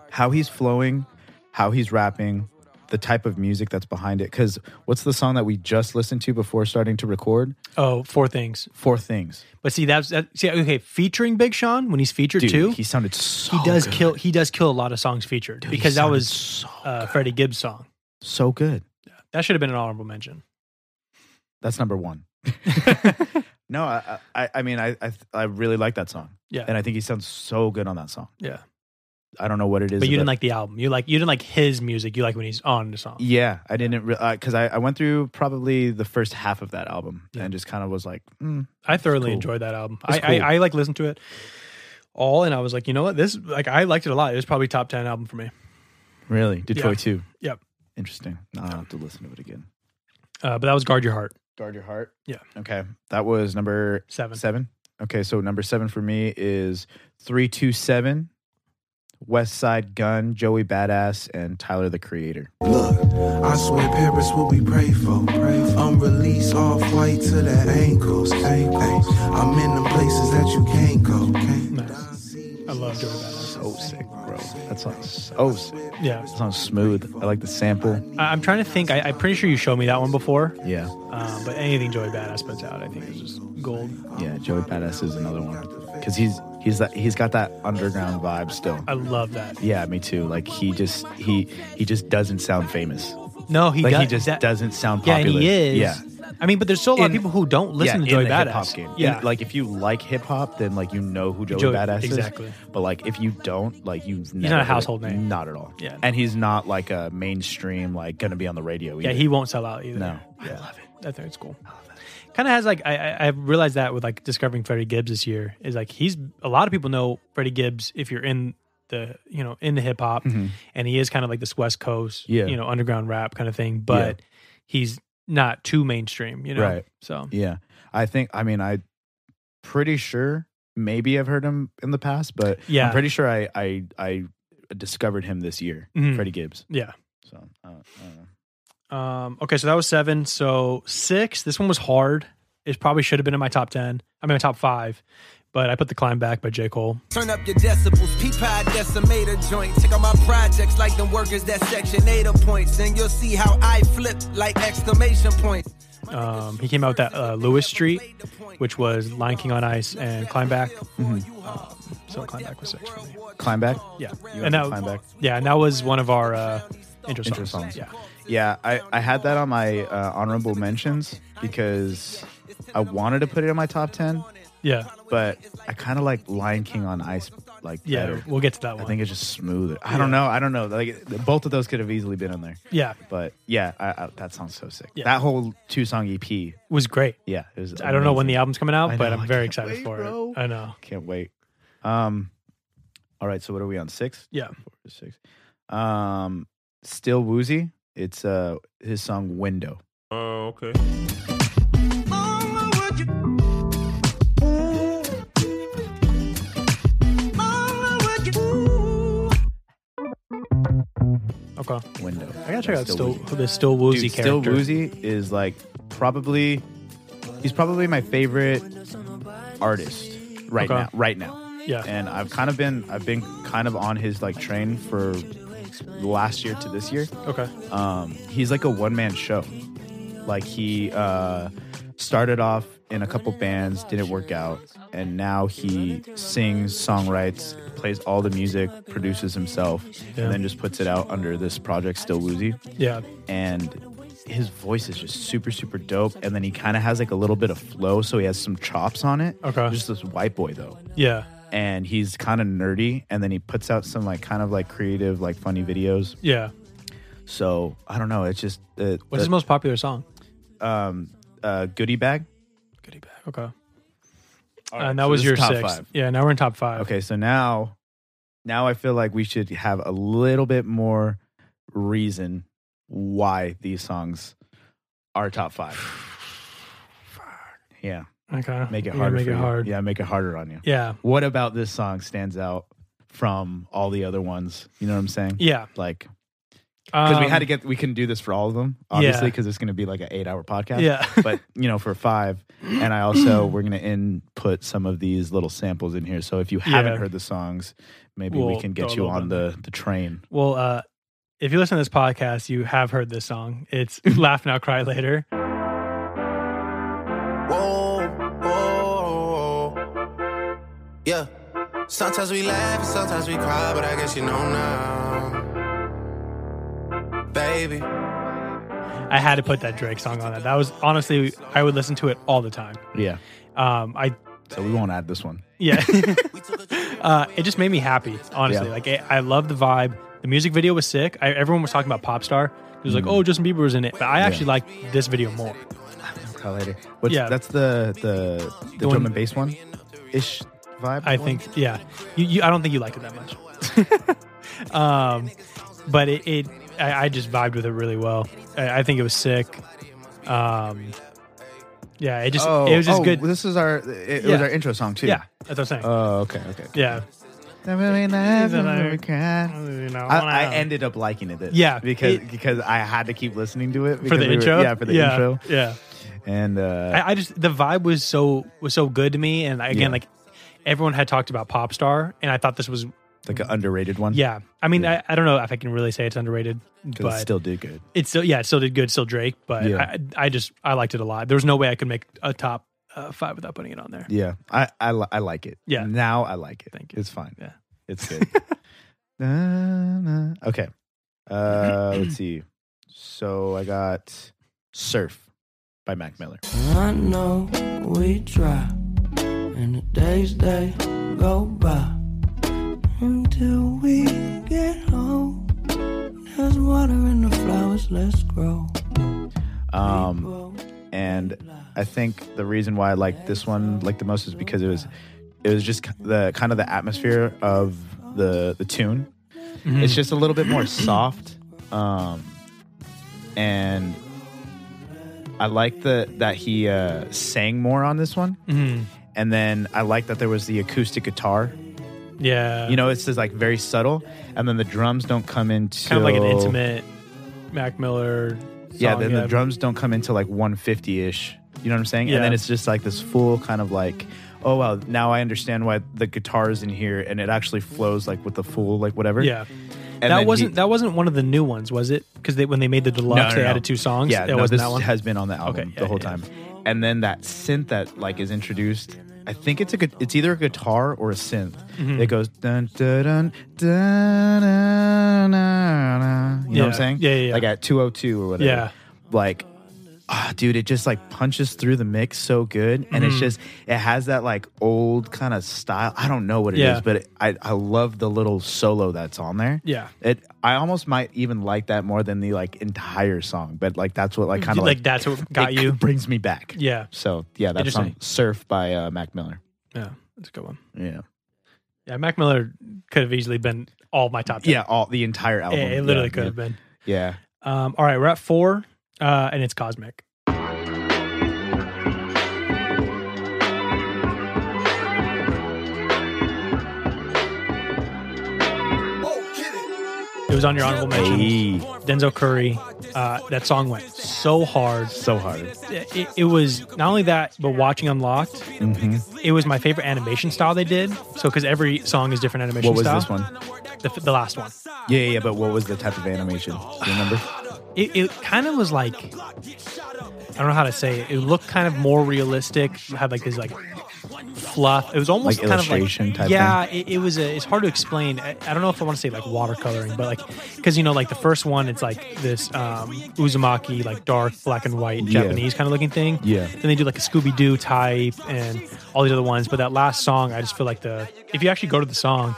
Speaker 1: how he's flowing, how he's rapping, the type of music that's behind it. Because what's the song that we just listened to before starting to record?
Speaker 2: Oh, four things.
Speaker 1: Four things.
Speaker 2: But see, that's that, see okay. Featuring Big Sean when he's featured
Speaker 1: Dude,
Speaker 2: too,
Speaker 1: he sounded so
Speaker 2: he does
Speaker 1: good.
Speaker 2: kill he does kill a lot of songs featured
Speaker 1: Dude, he
Speaker 2: because that
Speaker 1: sounded
Speaker 2: was
Speaker 1: so,
Speaker 2: uh, Freddie Gibbs song.
Speaker 1: so good.
Speaker 2: That should have been an honorable mention.
Speaker 1: That's number one. no, I, I I mean I I, I really like that song.
Speaker 2: Yeah.
Speaker 1: and I think he sounds so good on that song.
Speaker 2: Yeah.
Speaker 1: I don't know what it is.
Speaker 2: But you
Speaker 1: about-
Speaker 2: didn't like the album. You like you didn't like his music. You like when he's on the song.
Speaker 1: Yeah, I didn't because I, I went through probably the first half of that album
Speaker 2: Yeah.
Speaker 1: and just kind of was like, mm,
Speaker 2: I thoroughly
Speaker 1: cool.
Speaker 2: enjoyed that album. I,
Speaker 1: It's cool.
Speaker 2: I I like listened to it all, and I was like, you know what, this like I liked it a lot. It was probably top ten album for me.
Speaker 1: really Detroit
Speaker 2: Yeah.
Speaker 1: too.
Speaker 2: Yep.
Speaker 1: Interesting. No, I'll have to listen to it again.
Speaker 2: Uh, but that was Guard Your Heart
Speaker 1: Guard your heart.
Speaker 2: Yeah.
Speaker 1: Okay, that was number
Speaker 2: seven.
Speaker 1: seven. Okay, so number seven for me is three two seven. West Side Gun, Joey Badass, and Tyler the Creator.
Speaker 7: Look, I swear Paris what we pray for. Pray for. I'm released off white to the ankles. ankles. I'm in the places that you can't go. Can't
Speaker 2: I love Joey Badass.
Speaker 1: So sick, bro. That sounds so sick.
Speaker 2: Yeah,
Speaker 1: That sounds smooth. I like the sample.
Speaker 2: I, I'm trying to think. I, I'm pretty sure you showed me that one before.
Speaker 1: Yeah.
Speaker 2: Um, but anything Joey Badass puts out, I think is just gold.
Speaker 1: Yeah, Joey Badass is another one because he's he's that he's got that underground vibe still.
Speaker 2: I love that.
Speaker 1: Yeah, me too. Like he just he he just doesn't sound famous.
Speaker 2: No, he
Speaker 1: Like
Speaker 2: does,
Speaker 1: he just
Speaker 2: that-
Speaker 1: doesn't sound
Speaker 2: Yeah, and
Speaker 1: popular.
Speaker 2: he is.
Speaker 1: Yeah.
Speaker 2: I mean, but there's still a lot
Speaker 1: In-
Speaker 2: of people who don't listen
Speaker 1: yeah,
Speaker 2: to Joey
Speaker 1: in the
Speaker 2: Badass.
Speaker 1: hip hop game.
Speaker 2: Yeah,
Speaker 1: In- like if you like hip hop, then like you know who Joey
Speaker 2: Joey-
Speaker 1: Badass is.
Speaker 2: exactly.
Speaker 1: But like if you don't, like you've never
Speaker 2: not a
Speaker 1: heard-
Speaker 2: household name.
Speaker 1: Not at all.
Speaker 2: Yeah.
Speaker 1: And he's not like a mainstream, like gonna be on the radio either.
Speaker 2: yeah, he won't sell out either.
Speaker 1: No.
Speaker 2: I love it. I think it's cool. Kind of has like I, I I realized that with like discovering Freddie Gibbs this year is like he's a lot of people know Freddie Gibbs if you're in the you know in the hip hop
Speaker 1: Mm-hmm.
Speaker 2: and he is kind of like this West Coast
Speaker 1: Hmm. Yeah.
Speaker 2: you know underground rap kind of thing but he's not too mainstream you know
Speaker 1: Right.
Speaker 2: so
Speaker 1: Yeah. I think I mean I pretty sure maybe I've heard him in the past, but
Speaker 2: Yeah.
Speaker 1: I'm pretty sure I I I discovered him this year,
Speaker 2: Mhm.
Speaker 1: Freddie Gibbs.
Speaker 2: yeah
Speaker 1: So uh, I don't, I don't know.
Speaker 2: um okay so that was seven so six this one was hard it probably should have been in my top ten I mean my top five but I put the climb back by J Cole
Speaker 8: Turn up your decibels, P-Pie decimator joint. Check out my projects like them workers that section 8 points. And you'll see how I flip like exclamation points.
Speaker 2: Um, he came out with that uh, Lewis Street, which was Lion King on Ice and Climb Back. Um, so Climb Back was six for me.
Speaker 1: Climb back?
Speaker 2: Yeah,
Speaker 1: You
Speaker 2: and
Speaker 1: have
Speaker 2: that
Speaker 1: Climb Back?
Speaker 2: yeah, and that was one of our uh, intro songs.
Speaker 1: Intro songs.
Speaker 2: Yeah,
Speaker 1: Yeah, I, I had that on my uh, honorable mentions because I wanted to put it in my top 10,
Speaker 2: yeah,
Speaker 1: but I kind of like Lion King on Ice like
Speaker 2: yeah.
Speaker 1: better.
Speaker 2: We'll get to that
Speaker 1: I
Speaker 2: one.
Speaker 1: think it's just smoother. I don't know. I don't know. Like both of those could have easily been in there.
Speaker 2: yeah, it
Speaker 1: But yeah, I, I, that sounds so sick.
Speaker 2: Yeah.
Speaker 1: That whole two song EP
Speaker 2: was great.
Speaker 1: Yeah, it was
Speaker 2: I don't know when the
Speaker 1: amazing.
Speaker 2: album's coming out,
Speaker 1: I
Speaker 2: but
Speaker 1: know,
Speaker 2: I'm
Speaker 1: I
Speaker 2: very
Speaker 1: can't wait,
Speaker 2: excited for
Speaker 1: bro.
Speaker 2: it. I know.
Speaker 1: Can't wait. Um, all right, so what are we on six?
Speaker 2: Yeah.
Speaker 1: Four, six. Um, still woozy. It's uh his song "Window."
Speaker 9: Oh, okay.
Speaker 2: Okay,
Speaker 1: Window.
Speaker 2: I gotta check out still
Speaker 1: Woozy.
Speaker 2: the still woozy
Speaker 1: Dude,
Speaker 2: character.
Speaker 1: still woozy is like probably he's probably my favorite artist right
Speaker 2: Okay.
Speaker 1: now. Right now,
Speaker 2: Yeah,
Speaker 1: and I've kind of been I've been kind of on his like train for last year to this year.
Speaker 2: okay,
Speaker 1: um, he's like a one man show. Like he uh, started off in a couple bands, didn't work out, and now he sings, songwrites, plays all the music, produces himself,
Speaker 2: Yeah.
Speaker 1: and then just puts it out under this project, Still Woozy.
Speaker 2: yeah,
Speaker 1: And his voice is just super, super dope. And then he kind of has like a little bit of flow, so he has some chops on it.
Speaker 2: Okay.
Speaker 1: Just this white boy though
Speaker 2: yeah,
Speaker 1: and he's kind of nerdy and then he puts out some like kind of like creative like funny videos
Speaker 2: yeah.
Speaker 1: so I don't know. It's just uh,
Speaker 2: What's his most popular song?
Speaker 1: uh, goodie bag.
Speaker 2: Goodie bag. Okay.
Speaker 1: right,
Speaker 2: Uh, and that
Speaker 1: so
Speaker 2: was
Speaker 1: this
Speaker 2: your
Speaker 1: is top
Speaker 2: six.
Speaker 1: five.
Speaker 2: Yeah. Now we're in top five.
Speaker 1: Okay, so now, now I feel like we should have a little bit more reason why these songs are top five. Yeah,
Speaker 2: Okay.
Speaker 1: make it
Speaker 2: Yeah,
Speaker 1: harder.
Speaker 2: Make
Speaker 1: for
Speaker 2: it
Speaker 1: you.
Speaker 2: hard.
Speaker 1: Yeah, make it harder on you.
Speaker 2: Yeah.
Speaker 1: What about this song stands out from all the other ones? You know what I'm saying?
Speaker 2: Yeah.
Speaker 1: Like, because we had
Speaker 2: Um,
Speaker 1: to get, we couldn't do this for all of them, obviously,
Speaker 2: Yeah.
Speaker 1: because it's going to be like an eight hour podcast.
Speaker 2: Yeah.
Speaker 1: but you know for five and i also we're going to input some of these little samples in here so if you haven't
Speaker 2: Yeah.
Speaker 1: heard the songs maybe we
Speaker 2: We'll
Speaker 1: can
Speaker 2: throw
Speaker 1: get
Speaker 2: a
Speaker 1: you
Speaker 2: little
Speaker 1: on
Speaker 2: bit
Speaker 1: the the train
Speaker 2: well, uh, if you listen to this podcast, you have heard this song. It's "Laugh Now, Cry Later."
Speaker 5: Whoa, whoa. Yeah. Sometimes we laugh and sometimes we cry, but I guess you know now. Baby.
Speaker 2: I had to put that Drake song on it. That was honestly, I would listen to it all the time.
Speaker 1: yeah
Speaker 2: Um, I
Speaker 1: so we won't add this one
Speaker 2: yeah, uh, it just made me happy. Honestly,
Speaker 1: Yeah.
Speaker 2: like it, I love the vibe. The music video was sick. I, everyone was talking about Popstar. It was like,
Speaker 1: Mm.
Speaker 2: oh, Justin Bieber was in it, but I actually liked this video more.
Speaker 1: Cry later What's,
Speaker 2: Yeah.
Speaker 1: that's the the the
Speaker 2: one-
Speaker 1: drum and bass one ish vibe
Speaker 2: I think, yeah, you, you, I don't think you liked it that much. um, but it, it I, I just vibed with it really well. I, I think it was sick. Um, yeah, it just,
Speaker 1: oh,
Speaker 2: it was just
Speaker 1: oh,
Speaker 2: good.
Speaker 1: this is our it, it
Speaker 2: Yeah.
Speaker 1: was our intro song too
Speaker 2: Yeah, that's what I'm saying.
Speaker 1: oh okay okay
Speaker 2: yeah,
Speaker 1: I,
Speaker 2: You know,
Speaker 1: I ended up liking it.
Speaker 2: Yeah,
Speaker 1: because
Speaker 2: it-
Speaker 1: because I had to keep listening to it
Speaker 2: for
Speaker 1: because
Speaker 2: the
Speaker 1: we were-
Speaker 2: intro.
Speaker 1: yeah, for the
Speaker 2: yeah,
Speaker 1: intro.
Speaker 2: Yeah,
Speaker 1: And uh,
Speaker 2: I, I just the vibe was so was so good to me, and
Speaker 1: Yeah.
Speaker 2: again, like everyone had talked about Popstar, and I thought this was
Speaker 1: like an underrated one.
Speaker 2: yeah. I mean,
Speaker 1: Yeah.
Speaker 2: I, I don't know if I can really say it's underrated,
Speaker 1: because
Speaker 2: but
Speaker 1: it still did good.
Speaker 2: it's still yeah, it still did good, still Drake, but
Speaker 1: Yeah.
Speaker 2: I, I just I liked it a lot. There was no way I could make a top uh, five without putting it on there.
Speaker 1: Yeah, I I, li- I like it.
Speaker 2: Yeah.
Speaker 1: now I like it.
Speaker 2: Thank you.
Speaker 1: It's fine.
Speaker 2: Yeah.
Speaker 1: it's good. Na, na. Okay, uh, let's see. So I got "Surf" by Mac Miller.
Speaker 3: I know we try, and the days they go by until we get home. There's water in the flowers, let's grow.
Speaker 1: Um,
Speaker 3: grow.
Speaker 1: and I think the reason why I like this one like the most is because it was it was just the kind of the atmosphere of the the tune.
Speaker 2: Mm-hmm.
Speaker 1: It's just a little bit more soft, um, and I like the that he uh, sang more on this one.
Speaker 2: Mm-hmm.
Speaker 1: And then I like that there was the acoustic guitar.
Speaker 2: Yeah,
Speaker 1: You know, it's just like very subtle, and then the drums don't come into
Speaker 2: kind of like an intimate Mac Miller. Song,
Speaker 1: yeah, then the drums don't come into like 150 ish. You know what I'm saying?
Speaker 2: Yeah.
Speaker 1: And then it's just like this full kind of like, oh wow, now I understand why the guitar is in here, and it actually flows like with the full like whatever.
Speaker 2: Yeah.
Speaker 1: and then
Speaker 2: that
Speaker 1: he-
Speaker 2: wasn't that wasn't one of the new ones, was it? Because they, when they made the deluxe,
Speaker 1: No, no,
Speaker 2: they
Speaker 1: no.
Speaker 2: added two songs.
Speaker 1: Yeah,
Speaker 2: it
Speaker 1: no,
Speaker 2: wasn't
Speaker 1: this
Speaker 2: that one.
Speaker 1: has been on the album
Speaker 2: Okay,
Speaker 1: the
Speaker 2: yeah,
Speaker 1: whole
Speaker 2: yeah.
Speaker 1: time. And then that synth that like is introduced. I think it's a good. It's either a guitar or a synth.
Speaker 2: Mm-hmm.
Speaker 1: It goes dun dun dun dun. dun, dun, dun. You know what
Speaker 2: Yeah.
Speaker 1: I'm saying?
Speaker 2: Yeah, yeah, yeah.
Speaker 1: Like at 202 or whatever.
Speaker 2: Yeah.
Speaker 1: Like, ah, dude, it just like punches through the mix so good, and
Speaker 2: Mm-hmm.
Speaker 1: it's just it has that like old kind of style. I don't know what it is,
Speaker 2: Yeah.
Speaker 1: but it, I I love the little solo that's on there.
Speaker 2: Yeah.
Speaker 1: It I almost might even like that more than the like entire song, but like that's what like kind of
Speaker 2: like,
Speaker 1: like,
Speaker 2: that's what got
Speaker 1: it
Speaker 2: you.
Speaker 1: brings me back.
Speaker 2: Yeah,
Speaker 1: So yeah, that
Speaker 2: Interesting.
Speaker 1: song "Surf" by uh, Mac Miller.
Speaker 2: yeah, that's a good one.
Speaker 1: Yeah,
Speaker 2: Yeah, Mac Miller could have easily been all my top. 10.
Speaker 1: yeah, all the entire album.
Speaker 2: it, it literally
Speaker 1: Yeah,
Speaker 2: could have been.
Speaker 1: Yeah,
Speaker 2: Um, all right, we're at four, uh, and it's Cosmic.
Speaker 8: Oh,
Speaker 2: It was on your honorable mentions.
Speaker 1: Hey.
Speaker 2: Denzel Curry. Uh, that song went so hard.
Speaker 1: so hard.
Speaker 2: It, it was not only that, but watching Unlocked,
Speaker 1: Mm-hmm.
Speaker 2: it was my favorite animation style they did. So, because every song is different animation
Speaker 1: What was
Speaker 2: style.
Speaker 1: this one?
Speaker 2: The, f- the last one.
Speaker 1: Yeah, yeah, but what was the type of animation? Do you remember?
Speaker 2: It, it kind of was like I don't know how to say it. It looked kind of more realistic. It had like this like fluff. It was almost
Speaker 1: Like
Speaker 2: kind of
Speaker 1: illustration
Speaker 2: like
Speaker 1: type
Speaker 2: yeah. It, it was. A, it's hard to explain. I, I don't know if I want to say like watercoloring, but like because you know like the first one, it's like this um, uzumaki like dark black and white
Speaker 1: Yeah.
Speaker 2: Japanese kind of looking thing.
Speaker 1: Yeah.
Speaker 2: Then they do like a Scooby Doo type and all these other ones. But that last song, I just feel like the if you actually go to the song,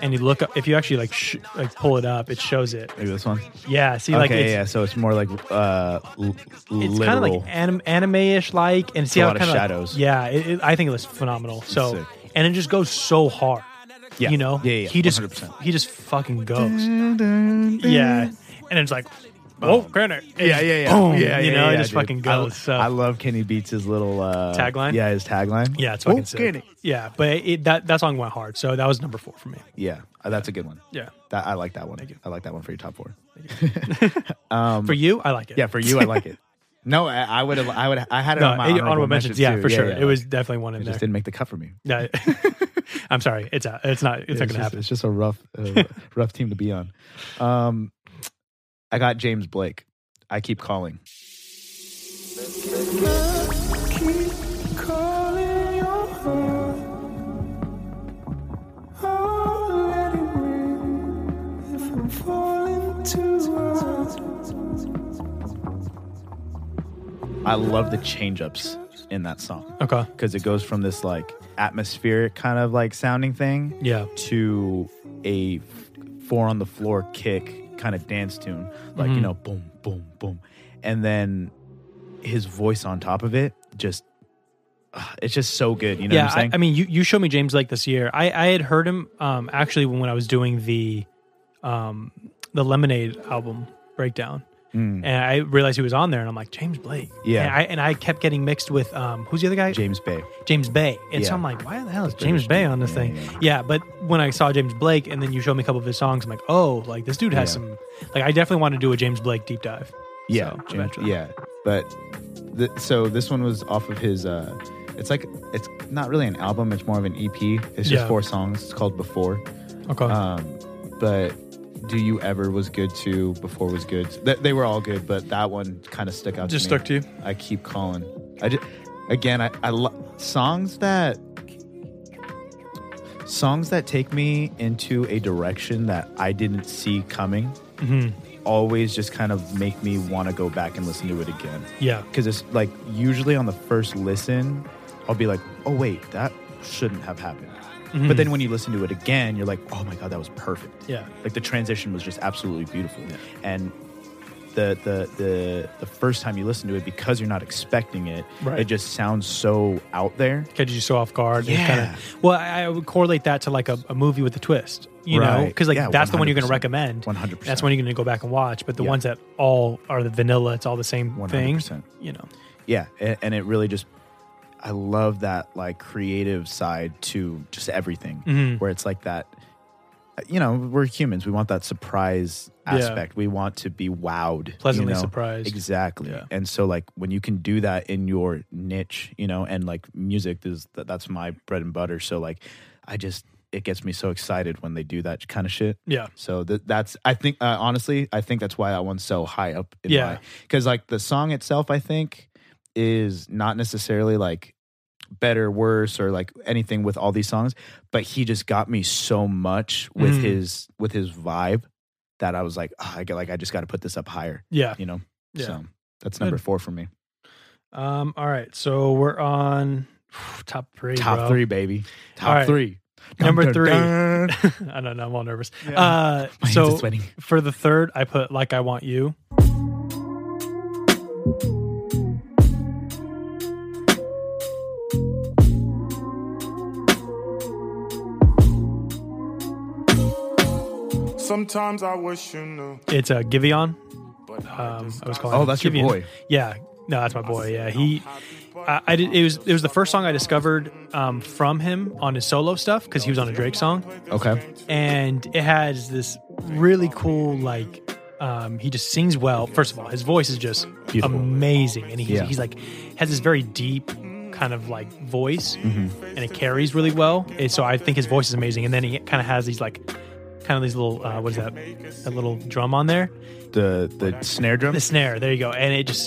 Speaker 2: and you look up if you actually like sh- like pull it up, it shows it.
Speaker 1: Maybe this one.
Speaker 2: Yeah, see,
Speaker 1: okay,
Speaker 2: like it's,
Speaker 1: yeah. So it's more like uh, l-
Speaker 2: it's kind of
Speaker 1: literal.
Speaker 2: like anim- anime-ish like, and see
Speaker 1: a
Speaker 2: how
Speaker 1: lot
Speaker 2: it
Speaker 1: of
Speaker 2: kinda, like-
Speaker 1: shadows.
Speaker 2: yeah, it, it- I think it was phenomenal. So
Speaker 1: Sick.
Speaker 2: and it just goes so hard.
Speaker 1: Yeah.
Speaker 2: You know,
Speaker 1: Yeah, yeah,
Speaker 2: he just
Speaker 1: 100%.
Speaker 2: he just fucking goes. yeah, and it's like, oh, Granite.
Speaker 1: yeah, yeah, yeah,
Speaker 2: Boom,
Speaker 1: yeah, yeah,
Speaker 2: you know,
Speaker 1: yeah,
Speaker 2: it just
Speaker 1: dude.
Speaker 2: fucking
Speaker 1: I-
Speaker 2: goes. so.
Speaker 1: I love Kenny Beats' little uh,
Speaker 2: Tagline?
Speaker 1: Yeah, his tagline.
Speaker 2: yeah, it's fucking
Speaker 1: Oh,
Speaker 2: sick.
Speaker 1: Granite.
Speaker 2: Yeah, but it, that that song went hard, so that was number four for me.
Speaker 1: Yeah, uh, that's a good one.
Speaker 2: Yeah,
Speaker 1: That, I like that one. I like that one for your top four.
Speaker 2: Um, for you, I like it.
Speaker 1: Yeah, for you, I like it. No, I, I would have. I would. I had it
Speaker 2: no,
Speaker 1: on my
Speaker 2: honorable,
Speaker 1: honorable, mentions.
Speaker 2: mentions. Yeah,
Speaker 1: too.
Speaker 2: for sure.
Speaker 1: yeah.
Speaker 2: It was definitely one in
Speaker 1: It just
Speaker 2: there.
Speaker 1: didn't make the cut for me.
Speaker 2: No, I'm sorry. It's out. It's not. It's, not
Speaker 1: it's
Speaker 2: gonna
Speaker 1: just,
Speaker 2: happen.
Speaker 1: It's just a rough, uh, rough team to be on. Um, I got James Blake. I keep calling. I love the change ups in that song
Speaker 2: Okay.
Speaker 1: because it goes from this like atmospheric kind of like sounding thing
Speaker 2: Yeah.
Speaker 1: to a four on the floor kick kind of dance tune, like
Speaker 2: Mm-hmm.
Speaker 1: you know, boom, boom, boom, and then his voice on top of it just. ah, It's just so good, you know
Speaker 2: yeah,
Speaker 1: what I'm saying?
Speaker 2: I, I mean, you you showed me James Lake this year. I I had heard him um actually when, when I was doing the um the Lemonade album breakdown, and I realized he was on there, and I'm like James Blake.
Speaker 1: Mm. Yeah.
Speaker 2: and I, and I kept getting mixed with um who's the other guy?
Speaker 1: James Bay.
Speaker 2: James Bay. And so
Speaker 1: Yeah.
Speaker 2: I'm like, why the hell is
Speaker 1: British
Speaker 2: James Bay
Speaker 1: dude.
Speaker 2: on this
Speaker 1: Yeah,
Speaker 2: thing?
Speaker 1: yeah,
Speaker 2: Yeah, but when I saw James Blake, and then you showed me a couple of his songs, I'm like, oh, like this dude has
Speaker 1: Yeah.
Speaker 2: some. Like I definitely want to do a James Blake deep dive.
Speaker 1: Yeah,
Speaker 2: So,
Speaker 1: James-
Speaker 2: eventually.
Speaker 1: yeah. But th- so this one was off of his. uh It's like it's not really an album. It's more of an EP. It's just
Speaker 2: Yeah.
Speaker 1: four songs. It's called Before.
Speaker 2: Okay.
Speaker 1: Um, but Do You Ever was good too. Before was good. Th- they were all good, but that one kind of stuck out.
Speaker 2: Just
Speaker 1: to me.
Speaker 2: stuck to you?
Speaker 1: I keep calling. I just, again, I, I lo- songs that songs that take me into a direction that I didn't see coming.
Speaker 2: Mm-hmm.
Speaker 1: Always just kind of make me want to go back and listen to it again
Speaker 2: yeah.
Speaker 1: because it's like usually on the first listen, I'll be like, oh wait, that shouldn't have happened. But then when you listen to it again, you're like, oh my god, that was perfect.
Speaker 2: Mm-hmm. Yeah.
Speaker 1: like the transition was just absolutely beautiful. And the the the the first time you listen to it, because you're not expecting it,
Speaker 2: Right.
Speaker 1: it just sounds so out there.
Speaker 2: catches you so off guard. Yeah.
Speaker 1: Yeah.
Speaker 2: well, I, I would correlate that to like a, a movie with a twist, you know,
Speaker 1: Right.
Speaker 2: because like
Speaker 1: Yeah,
Speaker 2: that's the one you're going to
Speaker 1: 100%.
Speaker 2: recommend.
Speaker 1: 100%.
Speaker 2: That's one you're going to go back and watch. But the
Speaker 1: Yeah.
Speaker 2: ones that all are the vanilla, it's all the same thing.
Speaker 1: 100%.
Speaker 2: You know,
Speaker 1: Yeah, and, and it really just I love that like creative side to just everything
Speaker 2: Mm-hmm.
Speaker 1: where it's like that you know, we're humans. We want that surprise
Speaker 2: Yeah.
Speaker 1: aspect. We want to be wowed. you
Speaker 2: Pleasantly
Speaker 1: know?
Speaker 2: surprised.
Speaker 1: Exactly.
Speaker 2: Yeah.
Speaker 1: And so like when you can do that in your niche, you know, and like music is that, that's my bread and butter. So like I just it gets me so excited when they do that kind of shit.
Speaker 2: yeah,
Speaker 1: So th- that's I think uh, honestly I think that's why that one's so high up. In
Speaker 2: Yeah.
Speaker 1: because like the song itself I think is not necessarily like better, worse, or like anything with all these songs, but he just got me so much with
Speaker 2: Mm.
Speaker 1: his with his vibe that I was like "Ah, I get like I just got to put this up higher,
Speaker 2: yeah.
Speaker 1: you know.
Speaker 2: Yeah.
Speaker 1: So that's number
Speaker 2: Good.
Speaker 1: four for me.
Speaker 2: Um, all right, so we're on top three.
Speaker 1: Top
Speaker 2: bro.
Speaker 1: three, baby. Top
Speaker 2: All right.
Speaker 1: three.
Speaker 2: Number three.
Speaker 1: dun.
Speaker 2: I don't know. I'm all nervous. Uh,
Speaker 1: My hands
Speaker 2: so
Speaker 1: are sweating.
Speaker 2: for the third, I put like I want you.
Speaker 9: Sometimes I wish you knew.
Speaker 2: It's a uh, Giveon.
Speaker 9: But
Speaker 2: Um, I was calling.
Speaker 1: Oh,
Speaker 2: him
Speaker 1: that's your
Speaker 2: Giveon.
Speaker 1: boy.
Speaker 2: Yeah, no, that's my boy. Yeah, he. I, I did, it was it was the first song I discovered um, from him on his solo stuff because he was on a Drake song,
Speaker 1: Okay.
Speaker 2: and it has this really cool like. Um, he just sings well. First of all, his voice is just
Speaker 1: Beautiful.
Speaker 2: amazing, and he's,
Speaker 1: Yeah.
Speaker 2: he's like has this very deep kind of like voice,
Speaker 1: Mm-hmm.
Speaker 2: and it carries really well. And so I think his voice is amazing. And then he kind of has these like kind of these little uh, what is that? That little drum on there
Speaker 1: The the snare drum.
Speaker 2: the snare. There you go, and it just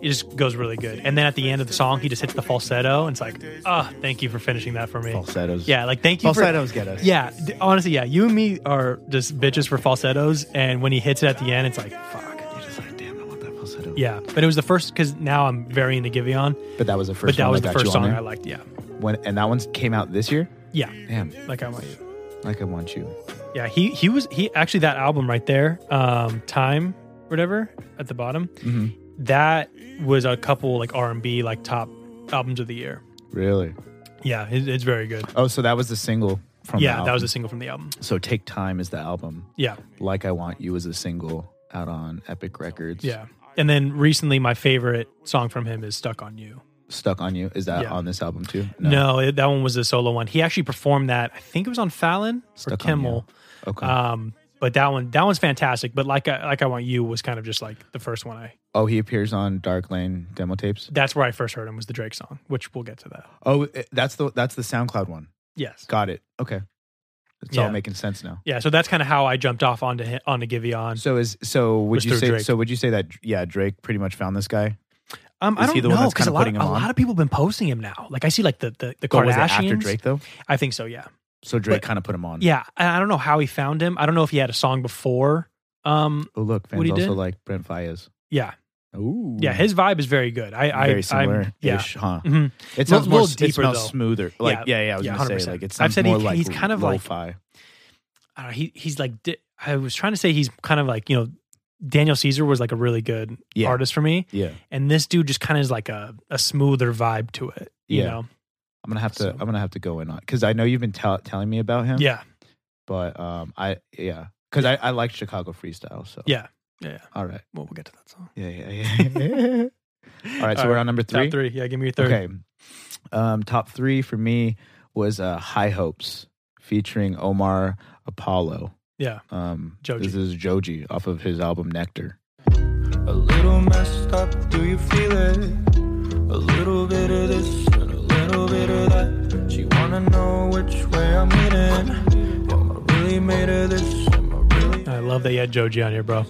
Speaker 2: it just goes really good. And then at the end of the song, he just hits the falsetto, and it's like, ah, thank you for finishing that for me.
Speaker 1: Falsettos.
Speaker 2: Yeah, like thank you.
Speaker 1: Falsettos
Speaker 2: for,
Speaker 1: get us.
Speaker 2: Yeah, d- honestly, yeah. You and me are just bitches for falsettos, and when he hits it at the end, it's like, fuck.
Speaker 1: You're just like, damn, I want that falsetto.
Speaker 2: Yeah, but it was the first because now I'm very into Giveon,
Speaker 1: But that was the first.
Speaker 2: but that
Speaker 1: one
Speaker 2: was
Speaker 1: that
Speaker 2: the
Speaker 1: got you
Speaker 2: first
Speaker 1: on
Speaker 2: song
Speaker 1: there?
Speaker 2: I liked. Yeah,
Speaker 1: When and that one came out this year.
Speaker 2: yeah.
Speaker 1: Damn,
Speaker 2: Like I want you.
Speaker 1: like I want you.
Speaker 2: Yeah, he he was he actually that album right there, um, Time, whatever, at the bottom.
Speaker 1: Mm-hmm.
Speaker 2: That was a couple like R and B like top albums of the year.
Speaker 1: Really?
Speaker 2: Yeah, it, it's very good.
Speaker 1: Oh, so that was the single from the
Speaker 2: yeah, that
Speaker 1: album.
Speaker 2: was a single from the album.
Speaker 1: so Take Time is the album.
Speaker 2: Yeah,
Speaker 1: Like I Want You is a single out on Epic Records.
Speaker 2: yeah. And then recently, my favorite song from him is "Stuck on You."
Speaker 1: Stuck on You is that
Speaker 2: Yeah.
Speaker 1: on this album too?
Speaker 2: No, it, that one was a solo one. He actually performed that. I think it was on Fallon or
Speaker 1: Stuck on You.
Speaker 2: Kimmel.
Speaker 1: Okay.
Speaker 2: Um, but that one, that one's fantastic. But like, I, like I want you was kind of just like the first one. I
Speaker 1: oh, he appears on Dark Lane demo tapes.
Speaker 2: that's where I first heard him was the Drake song, which we'll get to that.
Speaker 1: Oh, it- that's the that's the SoundCloud one.
Speaker 2: Yes.
Speaker 1: Got it. Okay. It's all
Speaker 2: Yeah.
Speaker 1: making sense now.
Speaker 2: Yeah, so that's kind of how I jumped off onto hi- onto Giveon.
Speaker 1: So is so would
Speaker 2: Was
Speaker 1: you
Speaker 2: through
Speaker 1: say
Speaker 2: Drake.
Speaker 1: so would you say that yeah Drake pretty much found this guy?
Speaker 2: Um, I
Speaker 1: is
Speaker 2: don't
Speaker 1: he the
Speaker 2: know
Speaker 1: one that's
Speaker 2: 'cause
Speaker 1: kinda
Speaker 2: a lot,
Speaker 1: putting him
Speaker 2: a
Speaker 1: on?
Speaker 2: lot of people have been posting him now. Like I see like the the, the
Speaker 1: But
Speaker 2: Kardashians.
Speaker 1: was it after Drake though?
Speaker 2: I think so. Yeah,
Speaker 1: So Drake
Speaker 2: But-
Speaker 1: kind of put him on.
Speaker 2: yeah. And I don't know how he found him. I don't know if he had a song before. Um,
Speaker 1: Oh look,
Speaker 2: What
Speaker 1: fans
Speaker 2: he
Speaker 1: also
Speaker 2: did?
Speaker 1: like Brent Faiyaz.
Speaker 2: yeah,
Speaker 1: Ooh.
Speaker 2: yeah. His vibe is very good. I, I,
Speaker 1: Mm. very
Speaker 2: I'm,
Speaker 1: similar.
Speaker 2: yeah.
Speaker 1: ish, huh?
Speaker 2: Mhm.
Speaker 1: It sounds
Speaker 2: Little-
Speaker 1: more.
Speaker 2: little
Speaker 1: it
Speaker 2: deeper,
Speaker 1: smells
Speaker 2: though.
Speaker 1: smoother. Like
Speaker 2: Yeah.
Speaker 1: yeah, yeah. I was
Speaker 2: Yeah,
Speaker 1: gonna say
Speaker 2: 100%.
Speaker 1: like it
Speaker 2: I've
Speaker 1: sounds
Speaker 2: said he-
Speaker 1: more like
Speaker 2: he's kind of like-
Speaker 1: lo-fi.
Speaker 2: I don't know, he he's like di- I was trying to say he's kind of like you know Daniel Caesar was like a really good
Speaker 1: Yeah.
Speaker 2: artist for me,
Speaker 1: yeah.
Speaker 2: and this dude just kind of is like a a smoother vibe to it. You
Speaker 1: Yeah.
Speaker 2: know,
Speaker 1: I'm gonna have to.
Speaker 2: So-
Speaker 1: I'm gonna have to go in on because I know you've been tell telling me about him.
Speaker 2: yeah,
Speaker 1: But um, I yeah, because I I like Chicago freestyle. So
Speaker 2: yeah, yeah. yeah.
Speaker 1: All right.
Speaker 2: Well, we'll get to that song.
Speaker 1: Yeah. Yeah. Yeah. All right. So
Speaker 2: All
Speaker 1: we're
Speaker 2: right,
Speaker 1: on number three.
Speaker 2: Top three. Yeah, give me your third.
Speaker 1: Okay. Um, top three for me was uh, High Hopes featuring Omar Apollo.
Speaker 2: Yeah.
Speaker 1: Um,
Speaker 2: Joji.
Speaker 1: This is Joji off of his album Nectar.
Speaker 3: A little messed up, do you feel it? A little bit of this and a little bit of that. She wanna know which way I'm leaning. Am I really made of this? Am I really?
Speaker 2: I love that you had Joji on here, bro.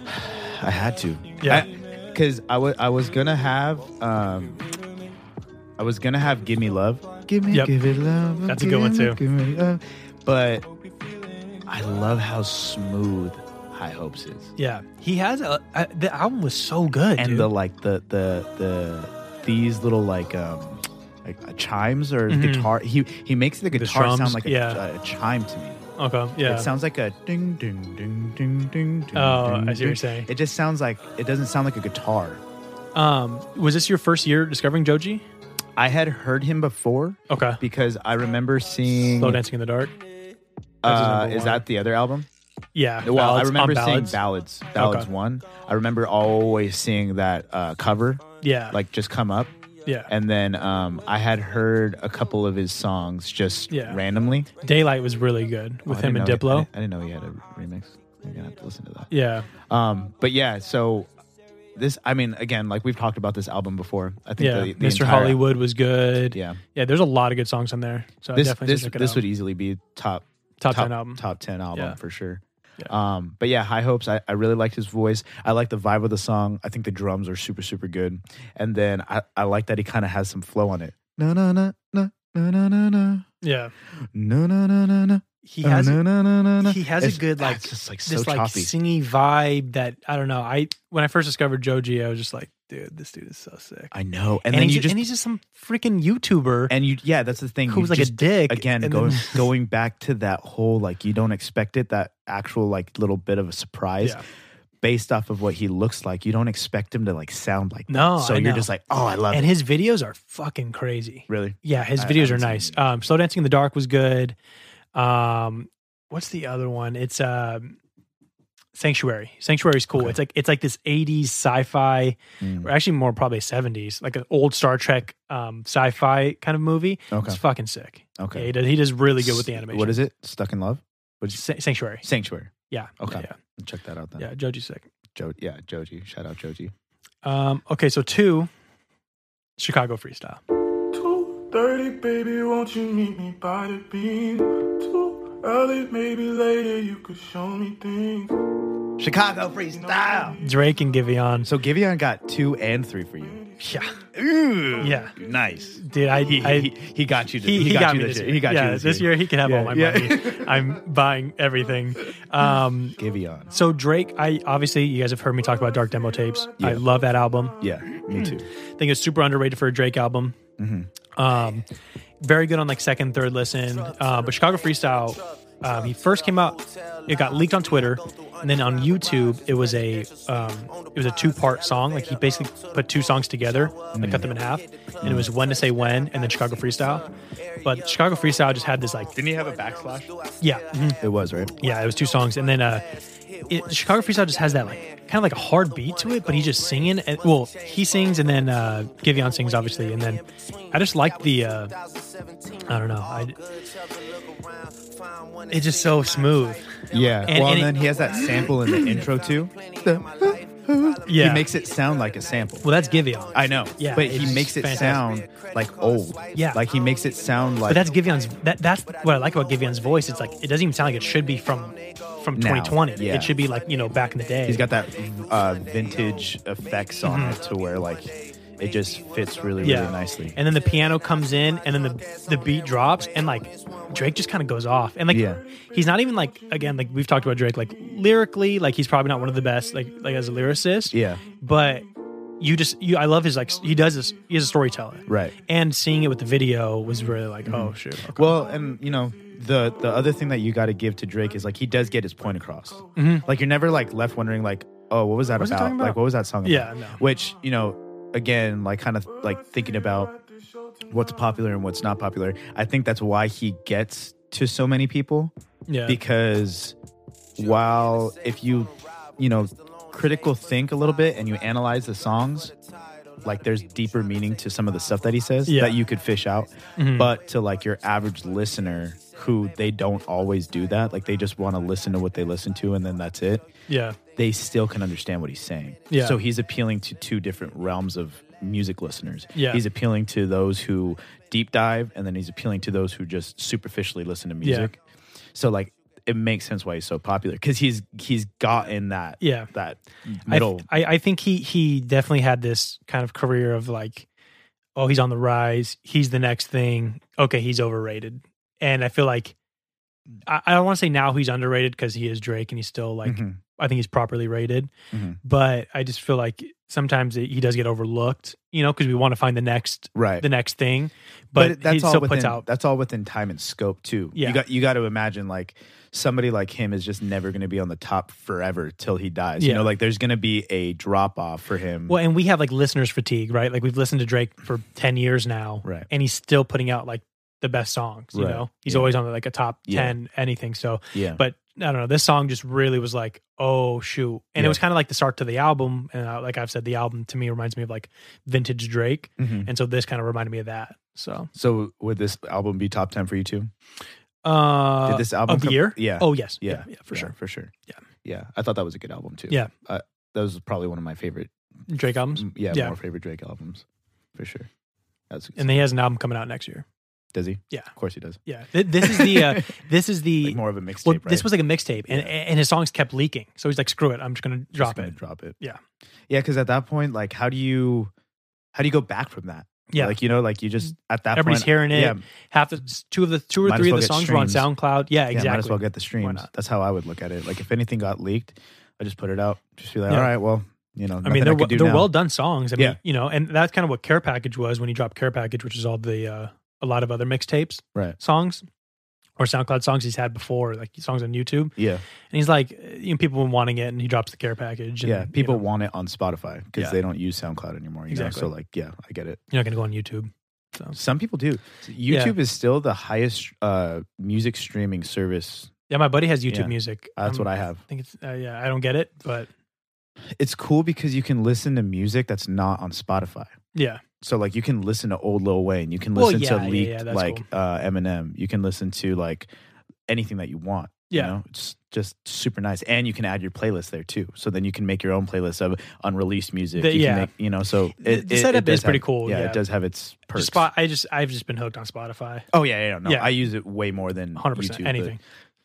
Speaker 1: I had to.
Speaker 2: Yeah.
Speaker 1: Because I wa- I was gonna have um, I was gonna have Give Me Love. Give me,
Speaker 2: Yep.
Speaker 1: give it love.
Speaker 2: That's a
Speaker 1: give
Speaker 2: good one,
Speaker 1: me love,
Speaker 2: too.
Speaker 1: give me love. But I love how smooth High Hopes is,
Speaker 2: Yeah, he has a. I, the album was so good,
Speaker 1: and
Speaker 2: dude.
Speaker 1: the like the the the these little like um like uh, chimes or guitar. He he makes the guitar sound
Speaker 2: strums,
Speaker 1: like a,
Speaker 2: Mm-hmm. yeah.
Speaker 1: a chime to me.
Speaker 2: okay, yeah,
Speaker 1: It sounds like a ding ding ding ding ding. ding
Speaker 2: Oh, I
Speaker 1: ding,
Speaker 2: see what you're
Speaker 1: ding.
Speaker 2: saying.
Speaker 1: It just sounds like it doesn't sound like a guitar.
Speaker 2: um, was this your first year discovering Joji?
Speaker 1: I had heard him before
Speaker 2: Okay,
Speaker 1: because I remember seeing.
Speaker 2: Slow Dancing in the Dark. That's his
Speaker 1: uh,
Speaker 2: number
Speaker 1: is
Speaker 2: one.
Speaker 1: that the other album?
Speaker 2: Yeah,
Speaker 1: Well, I
Speaker 2: Ballads- on
Speaker 1: remember seeing
Speaker 2: ballads.
Speaker 1: ballads. Ballads
Speaker 2: Okay.
Speaker 1: one. I remember always seeing that uh, cover,
Speaker 2: Yeah,
Speaker 1: like just come up,
Speaker 2: yeah.
Speaker 1: and then um, I had heard a couple of his songs just
Speaker 2: Yeah.
Speaker 1: randomly
Speaker 2: Daylight was really good with
Speaker 1: Oh, I
Speaker 2: him
Speaker 1: didn't
Speaker 2: and
Speaker 1: know he- I
Speaker 2: Diplo.
Speaker 1: didn't- I didn't know he had a remix. I'm gonna have to listen to that.
Speaker 2: yeah,
Speaker 1: Um, but yeah, so this, I mean, again, like we've talked about this album before. I think
Speaker 2: yeah.
Speaker 1: the, the
Speaker 2: Mr.
Speaker 1: entire-
Speaker 2: Hollywood was good.
Speaker 1: Yeah.
Speaker 2: yeah. There's a lot of good songs on there, so I
Speaker 1: This
Speaker 2: definitely
Speaker 1: this
Speaker 2: should check it
Speaker 1: this
Speaker 2: out.
Speaker 1: would easily be top
Speaker 2: top, ten album.
Speaker 1: top ten album
Speaker 2: Yeah.
Speaker 1: for sure.
Speaker 2: Yeah.
Speaker 1: Um, but yeah, High Hopes. I, I really liked his voice. I like the vibe of the song. I think the drums are super super good, and then I, I like that he kind of has some flow on it. No no no no no no no no
Speaker 2: Yeah,
Speaker 1: no no no no no.
Speaker 2: he has
Speaker 1: no, no, no, no, no.
Speaker 2: he has a
Speaker 1: It's-
Speaker 2: good, like,
Speaker 1: it's just like Mm-hmm. so
Speaker 2: this like
Speaker 1: choppy.
Speaker 2: singy vibe that I don't know. I when I first discovered Joji, I was just like, dude, this dude is so sick.
Speaker 1: I know, and,
Speaker 2: and,
Speaker 1: then
Speaker 2: he's
Speaker 1: you
Speaker 2: just,
Speaker 1: just
Speaker 2: and he's just some freaking YouTuber
Speaker 1: and you yeah that's the thing
Speaker 2: who's
Speaker 1: you
Speaker 2: like a
Speaker 1: just,
Speaker 2: dick.
Speaker 1: again
Speaker 2: and
Speaker 1: going
Speaker 2: then-
Speaker 1: going back to that whole like you don't expect it that actual like little bit of a surprise
Speaker 2: Yeah.
Speaker 1: based off of what he looks like you don't expect him to like sound like that.
Speaker 2: No,
Speaker 1: so
Speaker 2: I
Speaker 1: you're
Speaker 2: know.
Speaker 1: just like oh I love
Speaker 2: and
Speaker 1: it
Speaker 2: his videos are fucking crazy.
Speaker 1: really
Speaker 2: Yeah, his
Speaker 1: I- I
Speaker 2: videos are
Speaker 1: haven't seen
Speaker 2: nice.
Speaker 1: any.
Speaker 2: Um, Slow Dancing in the Dark was good. Um, what's the other one? It's um, Sanctuary. Sanctuary's cool.
Speaker 1: Okay.
Speaker 2: It's like it's like this '80s sci-fi,
Speaker 1: Mm.
Speaker 2: or actually more probably '70s, like an old Star Trek um, sci-fi kind of movie.
Speaker 1: okay
Speaker 2: It's fucking sick.
Speaker 1: okay
Speaker 2: Yeah, he does. He does really good with the animation.
Speaker 1: what is it stuck in love
Speaker 2: Sa- Sanctuary?
Speaker 1: sanctuary
Speaker 2: Yeah.
Speaker 1: Okay.
Speaker 2: Yeah.
Speaker 1: check that out then
Speaker 2: Yeah. yeah Joji's sick.
Speaker 1: jo- yeah Joji shout out Joji
Speaker 2: Um, okay, so two, Chicago freestyle.
Speaker 9: 2.30, baby, won't you meet me by the beam? Too early, maybe later, you could show me things.
Speaker 1: Chicago freestyle
Speaker 2: Drake and Giveon.
Speaker 1: so Giveon got two and three for you
Speaker 2: Yeah,
Speaker 1: Ooh,
Speaker 2: Yeah.
Speaker 1: nice
Speaker 2: dude, I,
Speaker 1: he,
Speaker 2: I
Speaker 1: he, he got you to-
Speaker 2: he, he, got,
Speaker 1: you
Speaker 2: me this year.
Speaker 1: he got
Speaker 2: yeah,
Speaker 1: you this,
Speaker 2: year. he can have
Speaker 1: Yeah,
Speaker 2: all my
Speaker 1: yeah.
Speaker 2: money. I'm buying everything. Um,
Speaker 1: Giveon
Speaker 2: so Drake, I obviously you guys have heard me talk about Dark Demo Tapes. I
Speaker 1: Yeah.
Speaker 2: love that album.
Speaker 1: Yeah,
Speaker 2: Hmm.
Speaker 1: me too.
Speaker 2: I think it's super underrated for a Drake album. Um, very good on like second, third listen. Uh, but Chicago Freestyle Um, he first came out. It got leaked on Twitter, and then on YouTube, it was a um, it was a two part song. Like he basically put two songs together, like cut them in half, and it was "When to Say When" and then "Chicago Freestyle." But Chicago Freestyle just had this like
Speaker 10: Didn't he have a backslash?
Speaker 2: yeah, mhm.
Speaker 1: It was right.
Speaker 2: yeah, it was two songs, and then uh, it, Chicago Freestyle just has that like kind of like a hard beat to it, but he's just singing. And, well, he sings, and then uh, Giveon sings, obviously, and then I just like the uh, I don't know, I, it's just so smooth.
Speaker 1: Yeah.
Speaker 2: And-
Speaker 1: well, and,
Speaker 2: and it-
Speaker 1: then he has that sample in the intro too.
Speaker 2: Yeah,
Speaker 1: He makes it sound like a sample.
Speaker 2: well. That's Giveon.
Speaker 1: I know.
Speaker 2: Yeah,
Speaker 1: But he
Speaker 2: it's
Speaker 1: makes it
Speaker 2: fantastic.
Speaker 1: sound like old.
Speaker 2: Yeah.
Speaker 1: Like he makes it sound like
Speaker 2: But that's Giveon's. That, that's what I like about Giveon's voice. It's like it doesn't even sound like it should be from from
Speaker 1: Now,
Speaker 2: 2020.
Speaker 1: yeah.
Speaker 2: It should be like you know back in the day.
Speaker 1: he's got that uh, vintage effects
Speaker 2: Mm-hmm.
Speaker 1: on it to where like it just fits really really nicely.
Speaker 2: And then the piano comes in, and then the the beat drops, and like Drake just kind of goes off, and like
Speaker 1: Yeah.
Speaker 2: he's not even like again like we've talked about Drake like lyrically like he's probably not one of the best like like as a lyricist.
Speaker 1: Yeah.
Speaker 2: but you just you I love his like s- he does this he's a storyteller
Speaker 1: Right.
Speaker 2: and seeing it with the video was really like oh shoot okay.
Speaker 1: Well, and you know the the other thing that you got to give to Drake is like he does get his point across. Like you're never like left wondering like oh what was that
Speaker 2: Mm-hmm. What was he
Speaker 1: about?
Speaker 2: talking
Speaker 1: like
Speaker 2: about?
Speaker 1: what was that song?
Speaker 2: Yeah,
Speaker 1: about?
Speaker 2: no.
Speaker 1: which you know again like kind of like thinking about what's popular and what's not popular. I think that's why he gets to so many people
Speaker 2: yeah
Speaker 1: because while if you you know critical think a little bit and you analyze the songs like there's deeper meaning to some of the stuff that he says
Speaker 2: Yeah. Mm-hmm.
Speaker 1: that you could fish out but to like your average listener who they don't always do that like they just want to listen to what they listen to and then that's it
Speaker 2: yeah
Speaker 1: they still can understand what he's saying
Speaker 2: Yeah.
Speaker 1: so he's appealing to two different realms of music listeners
Speaker 2: Yeah.
Speaker 1: he's appealing to those who deep dive and then he's appealing to those who just superficially listen to
Speaker 2: Yeah.
Speaker 1: music so like it makes sense why he's so popular because he's he's gotten that
Speaker 2: Yeah.
Speaker 1: that
Speaker 2: I,
Speaker 1: middle
Speaker 2: I I think he he definitely had this kind of career of like, oh, he's on the rise. He's the next thing. Okay, he's overrated. And I feel like I, I don't want to say now he's underrated because he is Drake and he's still like
Speaker 1: Mhm.
Speaker 2: I think he's properly rated.
Speaker 1: Mhm.
Speaker 2: But I just feel like sometimes it, he does get overlooked, you know, because we want to find the next
Speaker 1: right
Speaker 2: the next thing. But,
Speaker 1: that's
Speaker 2: he
Speaker 1: all
Speaker 2: still
Speaker 1: within,
Speaker 2: puts out.
Speaker 1: that's all within time and scope too
Speaker 2: Yeah.
Speaker 1: you got you got to imagine like somebody like him is just never going to be on the top forever till he dies you
Speaker 2: Yeah.
Speaker 1: know like there's going to be a drop off for him
Speaker 2: Well, and we have like listeners fatigue, right? Like we've listened to Drake for ten years now,
Speaker 1: Right.
Speaker 2: And he's still putting out like the best songs. You
Speaker 1: Right.
Speaker 2: know, he's
Speaker 1: Yeah.
Speaker 2: always on like a top
Speaker 1: Yeah.
Speaker 2: ten anything. So,
Speaker 1: yeah
Speaker 2: but I don't know. This song just really was like, oh shoot, and
Speaker 1: Yeah.
Speaker 2: it was kind of like the start to the album. And uh, like I've said, the album to me reminds me of like vintage Drake,
Speaker 1: Mhm.
Speaker 2: and so this kind of reminded me of that. So,
Speaker 1: so would this album be top 10 for you too
Speaker 2: uh,
Speaker 1: Did this album
Speaker 2: of the
Speaker 1: come-
Speaker 2: year?
Speaker 1: Yeah.
Speaker 2: Oh yes.
Speaker 1: Yeah.
Speaker 2: Yeah. Yeah. for
Speaker 1: Yeah,
Speaker 2: sure.
Speaker 1: for sure.
Speaker 2: Yeah.
Speaker 1: yeah. I thought that was a good album too.
Speaker 2: Yeah.
Speaker 1: uh, that was probably one of my favorite.
Speaker 2: Drake albums.
Speaker 1: m- Yeah,
Speaker 2: Yeah.
Speaker 1: more favorite Drake albums, for sure. That's
Speaker 2: And then he has an album coming out next year.
Speaker 1: does he?
Speaker 2: Yeah.
Speaker 1: of course he does.
Speaker 2: Yeah. Th- This is the uh, this is the
Speaker 1: Like more of a mixtape.
Speaker 2: Well,
Speaker 1: right?
Speaker 2: this was like a mixtape, and
Speaker 1: Yeah.
Speaker 2: and his songs kept leaking. So he's like, "Screw it, I'm just gonna
Speaker 1: Just
Speaker 2: drop
Speaker 1: gonna
Speaker 2: it."
Speaker 1: Drop it.
Speaker 2: Yeah.
Speaker 1: yeah. Because at that point, like, how do you, how do you go back from that?
Speaker 2: Yeah,
Speaker 1: like you know, like you just at that
Speaker 2: everybody's
Speaker 1: point,
Speaker 2: hearing it.
Speaker 1: Yeah,
Speaker 2: Half the two of the two or
Speaker 1: Might as
Speaker 2: three
Speaker 1: well
Speaker 2: of the
Speaker 1: get
Speaker 2: songs were on
Speaker 1: streams.
Speaker 2: SoundCloud. Yeah, exactly.
Speaker 1: yeah, might as well get the streams.
Speaker 2: not?
Speaker 1: That's how I would look at it. Like if anything got leaked, I just put it out. Just be like,
Speaker 2: Yeah.
Speaker 1: all right, well, you know,
Speaker 2: I mean,
Speaker 1: nothing
Speaker 2: they're
Speaker 1: could do
Speaker 2: they're
Speaker 1: now.
Speaker 2: well done songs. I mean,
Speaker 1: Yeah.
Speaker 2: you know, and that's kind of what Care Package was when he dropped Care Package, which is all the uh, a lot of other mixtapes
Speaker 1: right?
Speaker 2: songs or SoundCloud songs he's had before, like songs on YouTube. And
Speaker 1: Yeah,
Speaker 2: he's like, uh, you know, people have been wanting it, and he drops the Care Package. And,
Speaker 1: yeah. People
Speaker 2: you know,
Speaker 1: want it on Spotify because
Speaker 2: Yeah.
Speaker 1: they don't use SoundCloud anymore. You
Speaker 2: Exactly.
Speaker 1: know, so like, yeah, I get it.
Speaker 2: you're not gonna go on YouTube.
Speaker 1: Some people do.
Speaker 2: Yeah.
Speaker 1: YouTube is still the highest uh, music streaming service.
Speaker 2: Yeah, my buddy has YouTube
Speaker 1: Yeah.
Speaker 2: Music.
Speaker 1: That's
Speaker 2: I'm-
Speaker 1: what I have.
Speaker 2: I think it's uh, yeah. I don't get it, but
Speaker 1: It's cool because you can listen to music that's not on Spotify.
Speaker 2: yeah,
Speaker 1: So like you can listen to old Lil Wayne, you can
Speaker 2: Well,
Speaker 1: listen
Speaker 2: yeah,
Speaker 1: to
Speaker 2: yeah,
Speaker 1: leaked
Speaker 2: yeah, that's
Speaker 1: like
Speaker 2: cool.
Speaker 1: uh, Eminem, you can listen to like anything that you want.
Speaker 2: Yeah.
Speaker 1: you know? it's just super nice, and you can add your playlist there too. So then you can make your own playlist of unreleased music.
Speaker 2: The-
Speaker 1: you
Speaker 2: yeah.
Speaker 1: can make, you know. So
Speaker 2: The-
Speaker 1: it,
Speaker 2: the
Speaker 1: it- it
Speaker 2: setup
Speaker 1: does
Speaker 2: is pretty
Speaker 1: have-
Speaker 2: cool,
Speaker 1: Yeah,
Speaker 2: yeah.
Speaker 1: it does have its perks.
Speaker 2: Just spot. I just I've just been hooked on Spotify.
Speaker 1: Oh yeah, yeah, yeah, no,
Speaker 2: Yeah.
Speaker 1: I use it way more than
Speaker 2: 100
Speaker 1: YouTube,
Speaker 2: percent
Speaker 1: but-
Speaker 2: anything.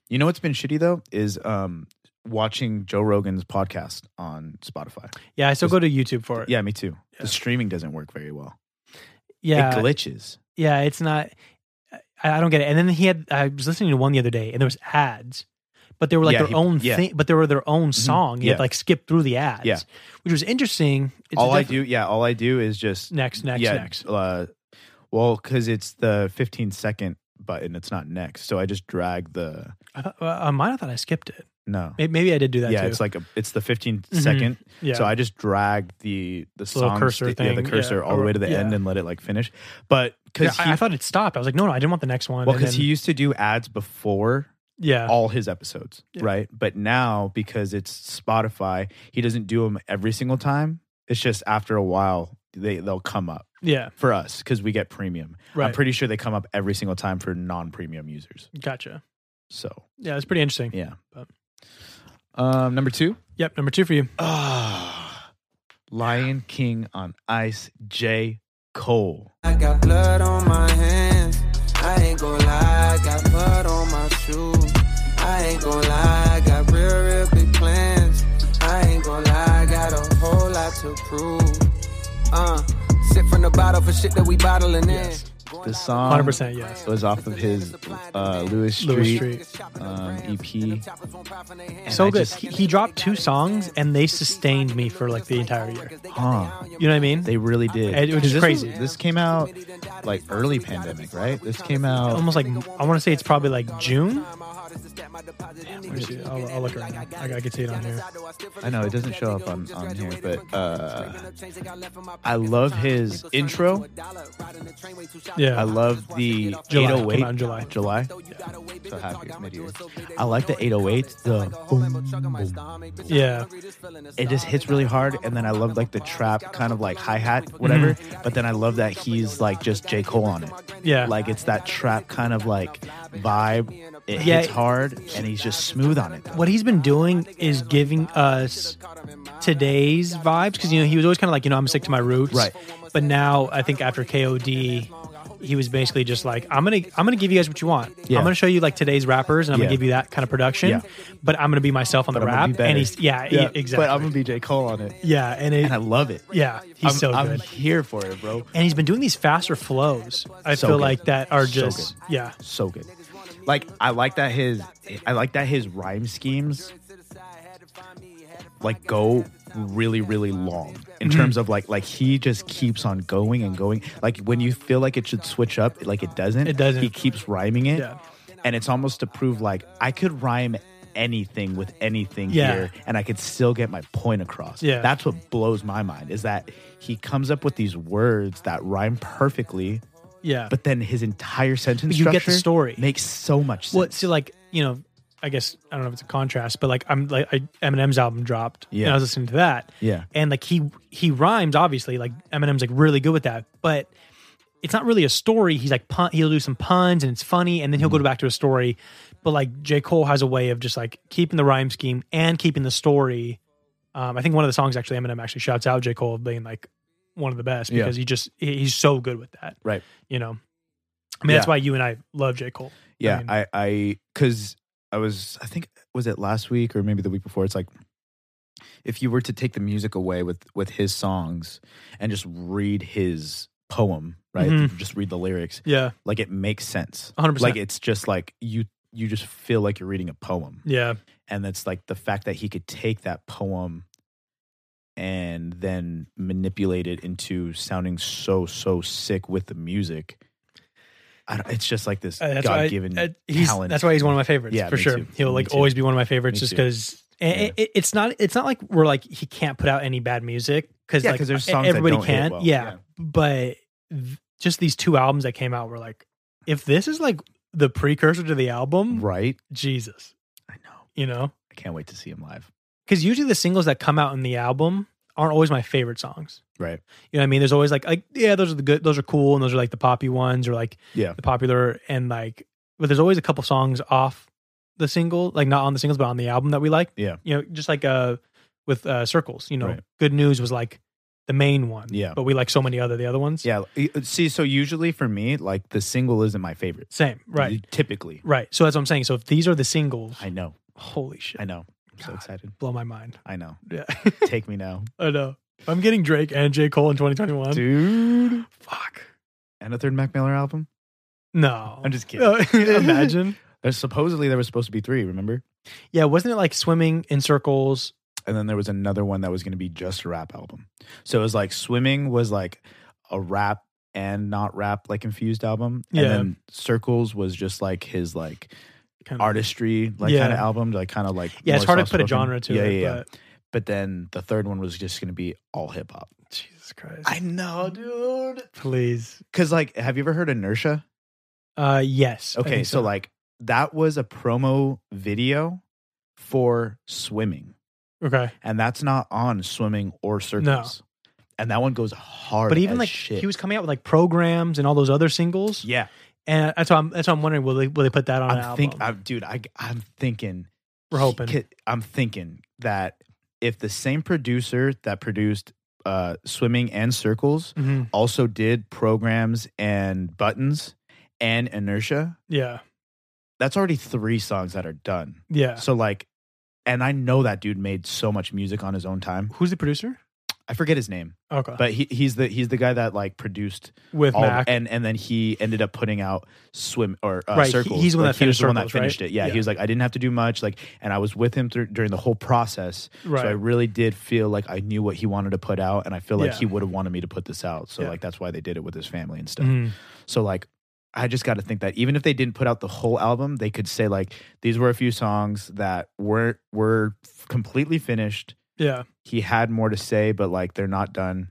Speaker 1: You know what's been shitty though is um watching Joe Rogan's podcast on Spotify.
Speaker 2: Yeah, I still go to YouTube for it.
Speaker 1: Yeah, me too.
Speaker 2: Yeah.
Speaker 1: The streaming doesn't work very well.
Speaker 2: yeah,
Speaker 1: It glitches.
Speaker 2: yeah. It's not. I, I don't get it. And then he had. I was listening to one the other day, and there was ads, but they were like
Speaker 1: Yeah,
Speaker 2: their
Speaker 1: he-
Speaker 2: own
Speaker 1: yeah. Mm-hmm.
Speaker 2: thing. But they were their own song. You had
Speaker 1: Yeah.
Speaker 2: to like skip through the ads.
Speaker 1: Yeah.
Speaker 2: which was interesting. It's
Speaker 1: all I
Speaker 2: definitely-
Speaker 1: do, yeah, all I do is just
Speaker 2: next, next,
Speaker 1: yeah,
Speaker 2: next.
Speaker 1: Uh, well, because it's the 15 second button. It's not next. So I just drag the
Speaker 2: I thought, uh, on mine, I thought I skipped it.
Speaker 1: no.
Speaker 2: May- Maybe I did do that
Speaker 1: yeah,
Speaker 2: too.
Speaker 1: it's like a it's the 15
Speaker 2: Mhm.
Speaker 1: second.
Speaker 2: yeah.
Speaker 1: So I just drag the the
Speaker 2: little
Speaker 1: song
Speaker 2: cursor
Speaker 1: yeah, the
Speaker 2: thing,
Speaker 1: cursor
Speaker 2: yeah.
Speaker 1: all the way to the
Speaker 2: Yeah.
Speaker 1: end and let it like finish. But
Speaker 2: Yeah,
Speaker 1: because
Speaker 2: I,
Speaker 1: he
Speaker 2: I thought it stopped. I was like, no, no, I didn't want the next one.
Speaker 1: well
Speaker 2: And
Speaker 1: because
Speaker 2: then-
Speaker 1: he used to do ads before
Speaker 2: yeah,
Speaker 1: all his episodes,
Speaker 2: Yeah.
Speaker 1: right? But now because it's Spotify, he doesn't do them every single time. It's just after a while they they'll come up
Speaker 2: yeah,
Speaker 1: for us because we get premium. I'm
Speaker 2: right.
Speaker 1: pretty sure they come up every single time for non-premium users.
Speaker 2: gotcha.
Speaker 1: So
Speaker 2: Yeah, it's pretty interesting.
Speaker 1: yeah.
Speaker 2: But-
Speaker 1: Um, number two,
Speaker 2: Yep, number two for you.
Speaker 1: Ah, Lion King on Ice, J. Cole.
Speaker 8: I got blood on my hands. I ain't gon' lie, I got blood on my shoes. I ain't gon' lie, I got real, real big plans. I ain't gon' lie, I got a whole lot to prove. Uh, sip from the bottle for shit that we bottling
Speaker 1: Yes.
Speaker 8: in.
Speaker 1: The song
Speaker 2: 100% yes.
Speaker 1: was off of his uh, Lewis Street.
Speaker 2: Lewis Street.
Speaker 1: um, EP. And
Speaker 2: E so
Speaker 1: I
Speaker 2: good.
Speaker 1: just-
Speaker 2: He, he dropped two songs and they sustained me for like the entire year.
Speaker 1: Huh.
Speaker 2: You know what I mean?
Speaker 1: They really did.
Speaker 2: It- which
Speaker 1: 'Cause
Speaker 2: is
Speaker 1: this
Speaker 2: crazy.
Speaker 1: was- this came out like early pandemic, right? This came out
Speaker 2: Almost like I want to say it's probably like June.
Speaker 1: me see.
Speaker 2: I'll, I'll look right now. I, I can see it on here.
Speaker 1: I know it doesn't show up on, on here, but uh, I love his intro.
Speaker 2: Yeah,
Speaker 1: I love the
Speaker 2: July.
Speaker 1: 808.
Speaker 2: Come out in July.
Speaker 1: July. So happy it's mid-years. I like the 808. The boom, boom.
Speaker 2: Yeah,
Speaker 1: It just hits really hard, and then I love like the trap kind of like hi hat, whatever. But then I love that he's like just J Cole on it.
Speaker 2: Mm-hmm. yeah.
Speaker 1: Like it's that trap kind of like vibe. It
Speaker 2: Yeah.
Speaker 1: hits hard, and he's just smooth on it. though.
Speaker 2: what he's been doing is giving us Uh, today's vibes because you know he was always kind of like you know I'm sick to my roots,
Speaker 1: Right.
Speaker 2: But now I think after KOD, he was basically just like I'm gonna I'm gonna give you guys what you want.
Speaker 1: Yeah.
Speaker 2: I'm gonna show you like today's rappers and I'm
Speaker 1: Yeah.
Speaker 2: gonna give you that kind of production,
Speaker 1: Yeah.
Speaker 2: but I'm gonna be myself on
Speaker 1: But
Speaker 2: the
Speaker 1: I'm gonna
Speaker 2: rap.
Speaker 1: be better.
Speaker 2: and he's yeah,
Speaker 1: Yeah,
Speaker 2: he- exactly.
Speaker 1: But I'm gonna be J Cole on it,
Speaker 2: yeah, and it
Speaker 1: and I love it.
Speaker 2: yeah
Speaker 1: I'm,
Speaker 2: he's so good.
Speaker 1: I'm here for it, bro.
Speaker 2: and he's been doing these faster flows. I
Speaker 1: So
Speaker 2: feel
Speaker 1: good.
Speaker 2: like that are
Speaker 1: So
Speaker 2: just
Speaker 1: good.
Speaker 2: yeah.
Speaker 1: so good. Like I like that his I like that his rhyme schemes like go really really long in terms
Speaker 2: Mm-hmm.
Speaker 1: of like like he just keeps on going and going like when you feel like it should switch up like it doesn't
Speaker 2: It doesn't.
Speaker 1: he keeps rhyming it
Speaker 2: Yeah.
Speaker 1: and it's almost to prove like I could rhyme anything with anything
Speaker 2: Yeah.
Speaker 1: here and I could still get my point across
Speaker 2: Yeah.
Speaker 1: that's what blows my mind is that he comes up with these words that rhyme perfectly
Speaker 2: Yeah.
Speaker 1: but then his entire sentence
Speaker 2: But you get the
Speaker 1: structure
Speaker 2: story.
Speaker 1: makes so much sense.
Speaker 2: Well, see, like you know, I guess I don't know if it's a contrast, but like I'm like I, Eminem's album dropped,
Speaker 1: Yeah.
Speaker 2: and I was listening to that,
Speaker 1: yeah,
Speaker 2: and like he he rhymes obviously, like Eminem's like really good with that, but it's not really a story. He's like pun, he'll do some puns and it's funny, and then
Speaker 1: Mm-hmm.
Speaker 2: he'll go back to a story, but like J Cole has a way of just like keeping the rhyme scheme and keeping the story. Um, I think one of the songs actually Eminem actually shouts out J Cole of being like one of the best
Speaker 1: Yeah.
Speaker 2: because he just he- he's so good with that,
Speaker 1: Right.
Speaker 2: You know, I mean that's
Speaker 1: Yeah.
Speaker 2: why you and I love J Cole.
Speaker 1: yeah.
Speaker 2: mean-
Speaker 1: I, I, because I was, I think, was it last week or maybe the week before? It's like if you were to take the music away with with his songs and just read his poem, right?
Speaker 2: Mhm.
Speaker 1: Just read the lyrics.
Speaker 2: Yeah,
Speaker 1: Like it makes sense.
Speaker 2: 100%.
Speaker 1: Like it's just like you you just feel like you're reading a poem,
Speaker 2: yeah.
Speaker 1: and it's like the fact that he could take that poem and then manipulate it into sounding so so sick with the music. I don't, it's just like this
Speaker 2: Uh, that's why
Speaker 1: God
Speaker 2: I-
Speaker 1: given
Speaker 2: uh, he's-
Speaker 1: talent.
Speaker 2: That's why he's one of my favorites
Speaker 1: Yeah,
Speaker 2: for
Speaker 1: me
Speaker 2: sure.
Speaker 1: too.
Speaker 2: He'll
Speaker 1: Me
Speaker 2: like
Speaker 1: too.
Speaker 2: always be one of my favorites
Speaker 1: Me
Speaker 2: just
Speaker 1: too.
Speaker 2: because it, it, it's not it's not like we're like he can't put out any bad music because
Speaker 1: Yeah,
Speaker 2: like
Speaker 1: 'cause there's
Speaker 2: e-
Speaker 1: songs that
Speaker 2: everybody
Speaker 1: don't hit
Speaker 2: can.
Speaker 1: well.
Speaker 2: Yeah,
Speaker 1: Yeah.
Speaker 2: but th- just these two albums that came out were like, if this is like the precursor to the album,
Speaker 1: right.
Speaker 2: Jesus,
Speaker 1: I know.
Speaker 2: you know,
Speaker 1: I can't wait to see him live.
Speaker 2: because usually the singles that come out in the album aren't always my favorite songs.
Speaker 1: Right.
Speaker 2: You know what I mean? There's always like like yeah, those are the good, those are cool, and those are like the poppy ones, or like
Speaker 1: Yeah.
Speaker 2: the popular and like. But there's always a couple songs off the single, like not on the singles, but on the album that we like.
Speaker 1: Yeah.
Speaker 2: you know, just like uh with uh circles. You know,
Speaker 1: Right.
Speaker 2: good news was like the main one.
Speaker 1: Yeah.
Speaker 2: but we like so many other the other ones.
Speaker 1: Yeah. y- uh, See, so usually for me, like the single isn't my favorite.
Speaker 2: same, right,
Speaker 1: Typically.
Speaker 2: right. So that's what I'm saying. So if these are the singles,
Speaker 1: I know.
Speaker 2: holy shit,
Speaker 1: I know. I'm so
Speaker 2: God.
Speaker 1: excited.
Speaker 2: blow my mind.
Speaker 1: I know.
Speaker 2: Yeah,
Speaker 1: Take me now.
Speaker 2: I know. If I'm getting Drake and J Cole in 2021.
Speaker 1: Dude.
Speaker 2: Fuck.
Speaker 1: And a third Mac Miller album?
Speaker 2: No,
Speaker 1: I'm just kidding.
Speaker 2: Imagine.
Speaker 1: There's supposedly there was supposed to be three, remember?
Speaker 2: Yeah, wasn't it like swimming in circles?
Speaker 1: and then there was another one that was going to be just a rap album. So it was like swimming was like a rap and not rap like infused album.
Speaker 2: Yeah.
Speaker 1: And then Circles was just like his like
Speaker 2: Kind
Speaker 1: artistry like
Speaker 2: Yeah.
Speaker 1: kind of album, like kind of like
Speaker 2: Yeah, it's
Speaker 1: more
Speaker 2: hard to put a
Speaker 1: soft-spoken.
Speaker 2: genre to
Speaker 1: yeah,
Speaker 2: it.
Speaker 1: Yeah, yeah.
Speaker 2: But
Speaker 1: But then the third one was just going to be all hip hop.
Speaker 2: Jesus Christ.
Speaker 1: I know, dude.
Speaker 2: Please.
Speaker 1: Cuz like have you ever heard Inertia?
Speaker 2: Uh, yes. I
Speaker 1: Okay,
Speaker 2: think
Speaker 1: so like that was a promo video for Swimming.
Speaker 2: okay,
Speaker 1: and that's not on swimming or circles. And that one goes hard.
Speaker 2: but even
Speaker 1: as
Speaker 2: like
Speaker 1: shit.
Speaker 2: he was coming out with like programs and all those other singles,
Speaker 1: yeah.
Speaker 2: and that's why I'm that's why I'm wondering will they will they put that on an
Speaker 1: I'm
Speaker 2: album?
Speaker 1: think, I'm, dude. I, I'm thinking.
Speaker 2: We're hoping.
Speaker 1: he could- I'm thinking that if the same producer that produced uh, swimming and circles
Speaker 2: Mhm.
Speaker 1: also did programs and buttons and inertia,
Speaker 2: Yeah,
Speaker 1: that's already three songs that are done.
Speaker 2: yeah.
Speaker 1: So like, and I know that dude made so much music on his own time.
Speaker 2: Who's the producer?
Speaker 1: I forget his name,
Speaker 2: Okay,
Speaker 1: but he, he's the he's the guy that like produced
Speaker 2: with
Speaker 1: all-
Speaker 2: Mac.
Speaker 1: and and then he ended up putting out swim or uh,
Speaker 2: Right, he-
Speaker 1: circles.
Speaker 2: he's the one
Speaker 1: Like,
Speaker 2: that
Speaker 1: he was
Speaker 2: finished
Speaker 1: the one that
Speaker 2: Circles, right?
Speaker 1: finished it. Yeah,
Speaker 2: Yeah.
Speaker 1: he was like, I didn't have to do much. Like, and I was with him through, during the whole process,
Speaker 2: right.
Speaker 1: so I really did feel like I knew what he wanted to put out, and I feel like
Speaker 2: Yeah.
Speaker 1: he would have wanted me to put this out. So
Speaker 2: Yeah.
Speaker 1: like that's why they did it with his family and stuff.
Speaker 2: Mhm.
Speaker 1: So like. I just got to think that even if they didn't put out the whole album, they could say like these were a few songs that weren't were completely finished
Speaker 2: Yeah,
Speaker 1: he had more to say, but like they're not done.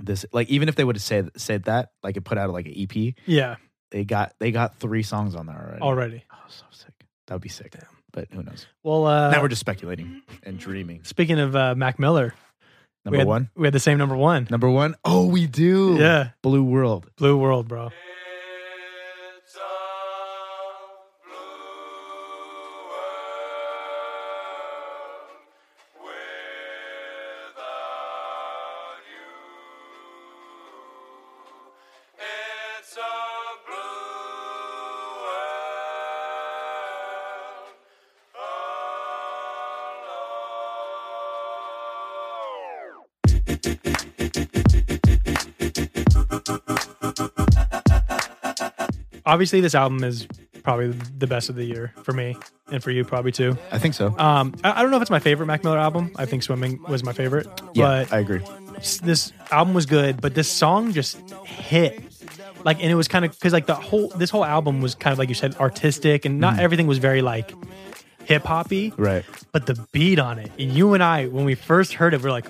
Speaker 1: This like even if they would have said said that, like it put out like an EP,
Speaker 2: yeah.
Speaker 1: they got they got three songs on there already.
Speaker 2: Already.
Speaker 1: oh, so sick. That would be sick. But who knows?
Speaker 2: Well, uh,
Speaker 1: now we're just speculating and dreaming.
Speaker 2: speaking of uh, Mac Miller, we
Speaker 1: Number
Speaker 2: had,
Speaker 1: one,
Speaker 2: we had the same number one.
Speaker 1: number one. Oh, we do.
Speaker 2: Yeah,
Speaker 1: Blue World.
Speaker 2: Blue World, bro. Obviously, this album is probably the best of the year for me and for you probably too.
Speaker 1: I think so.
Speaker 2: Um, I, I don't know if it's my favorite Mac Miller album. I think Swimming was my favorite.
Speaker 1: yeah,
Speaker 2: but
Speaker 1: I agree.
Speaker 2: s- this album was good, but this song just hit. Like, and it was kind of because like the whole this whole album was kind of like you said artistic, and not everything was very like hip hoppy,
Speaker 1: Mm. Right.
Speaker 2: but the beat on it. And you and I, when we first heard it, we are like,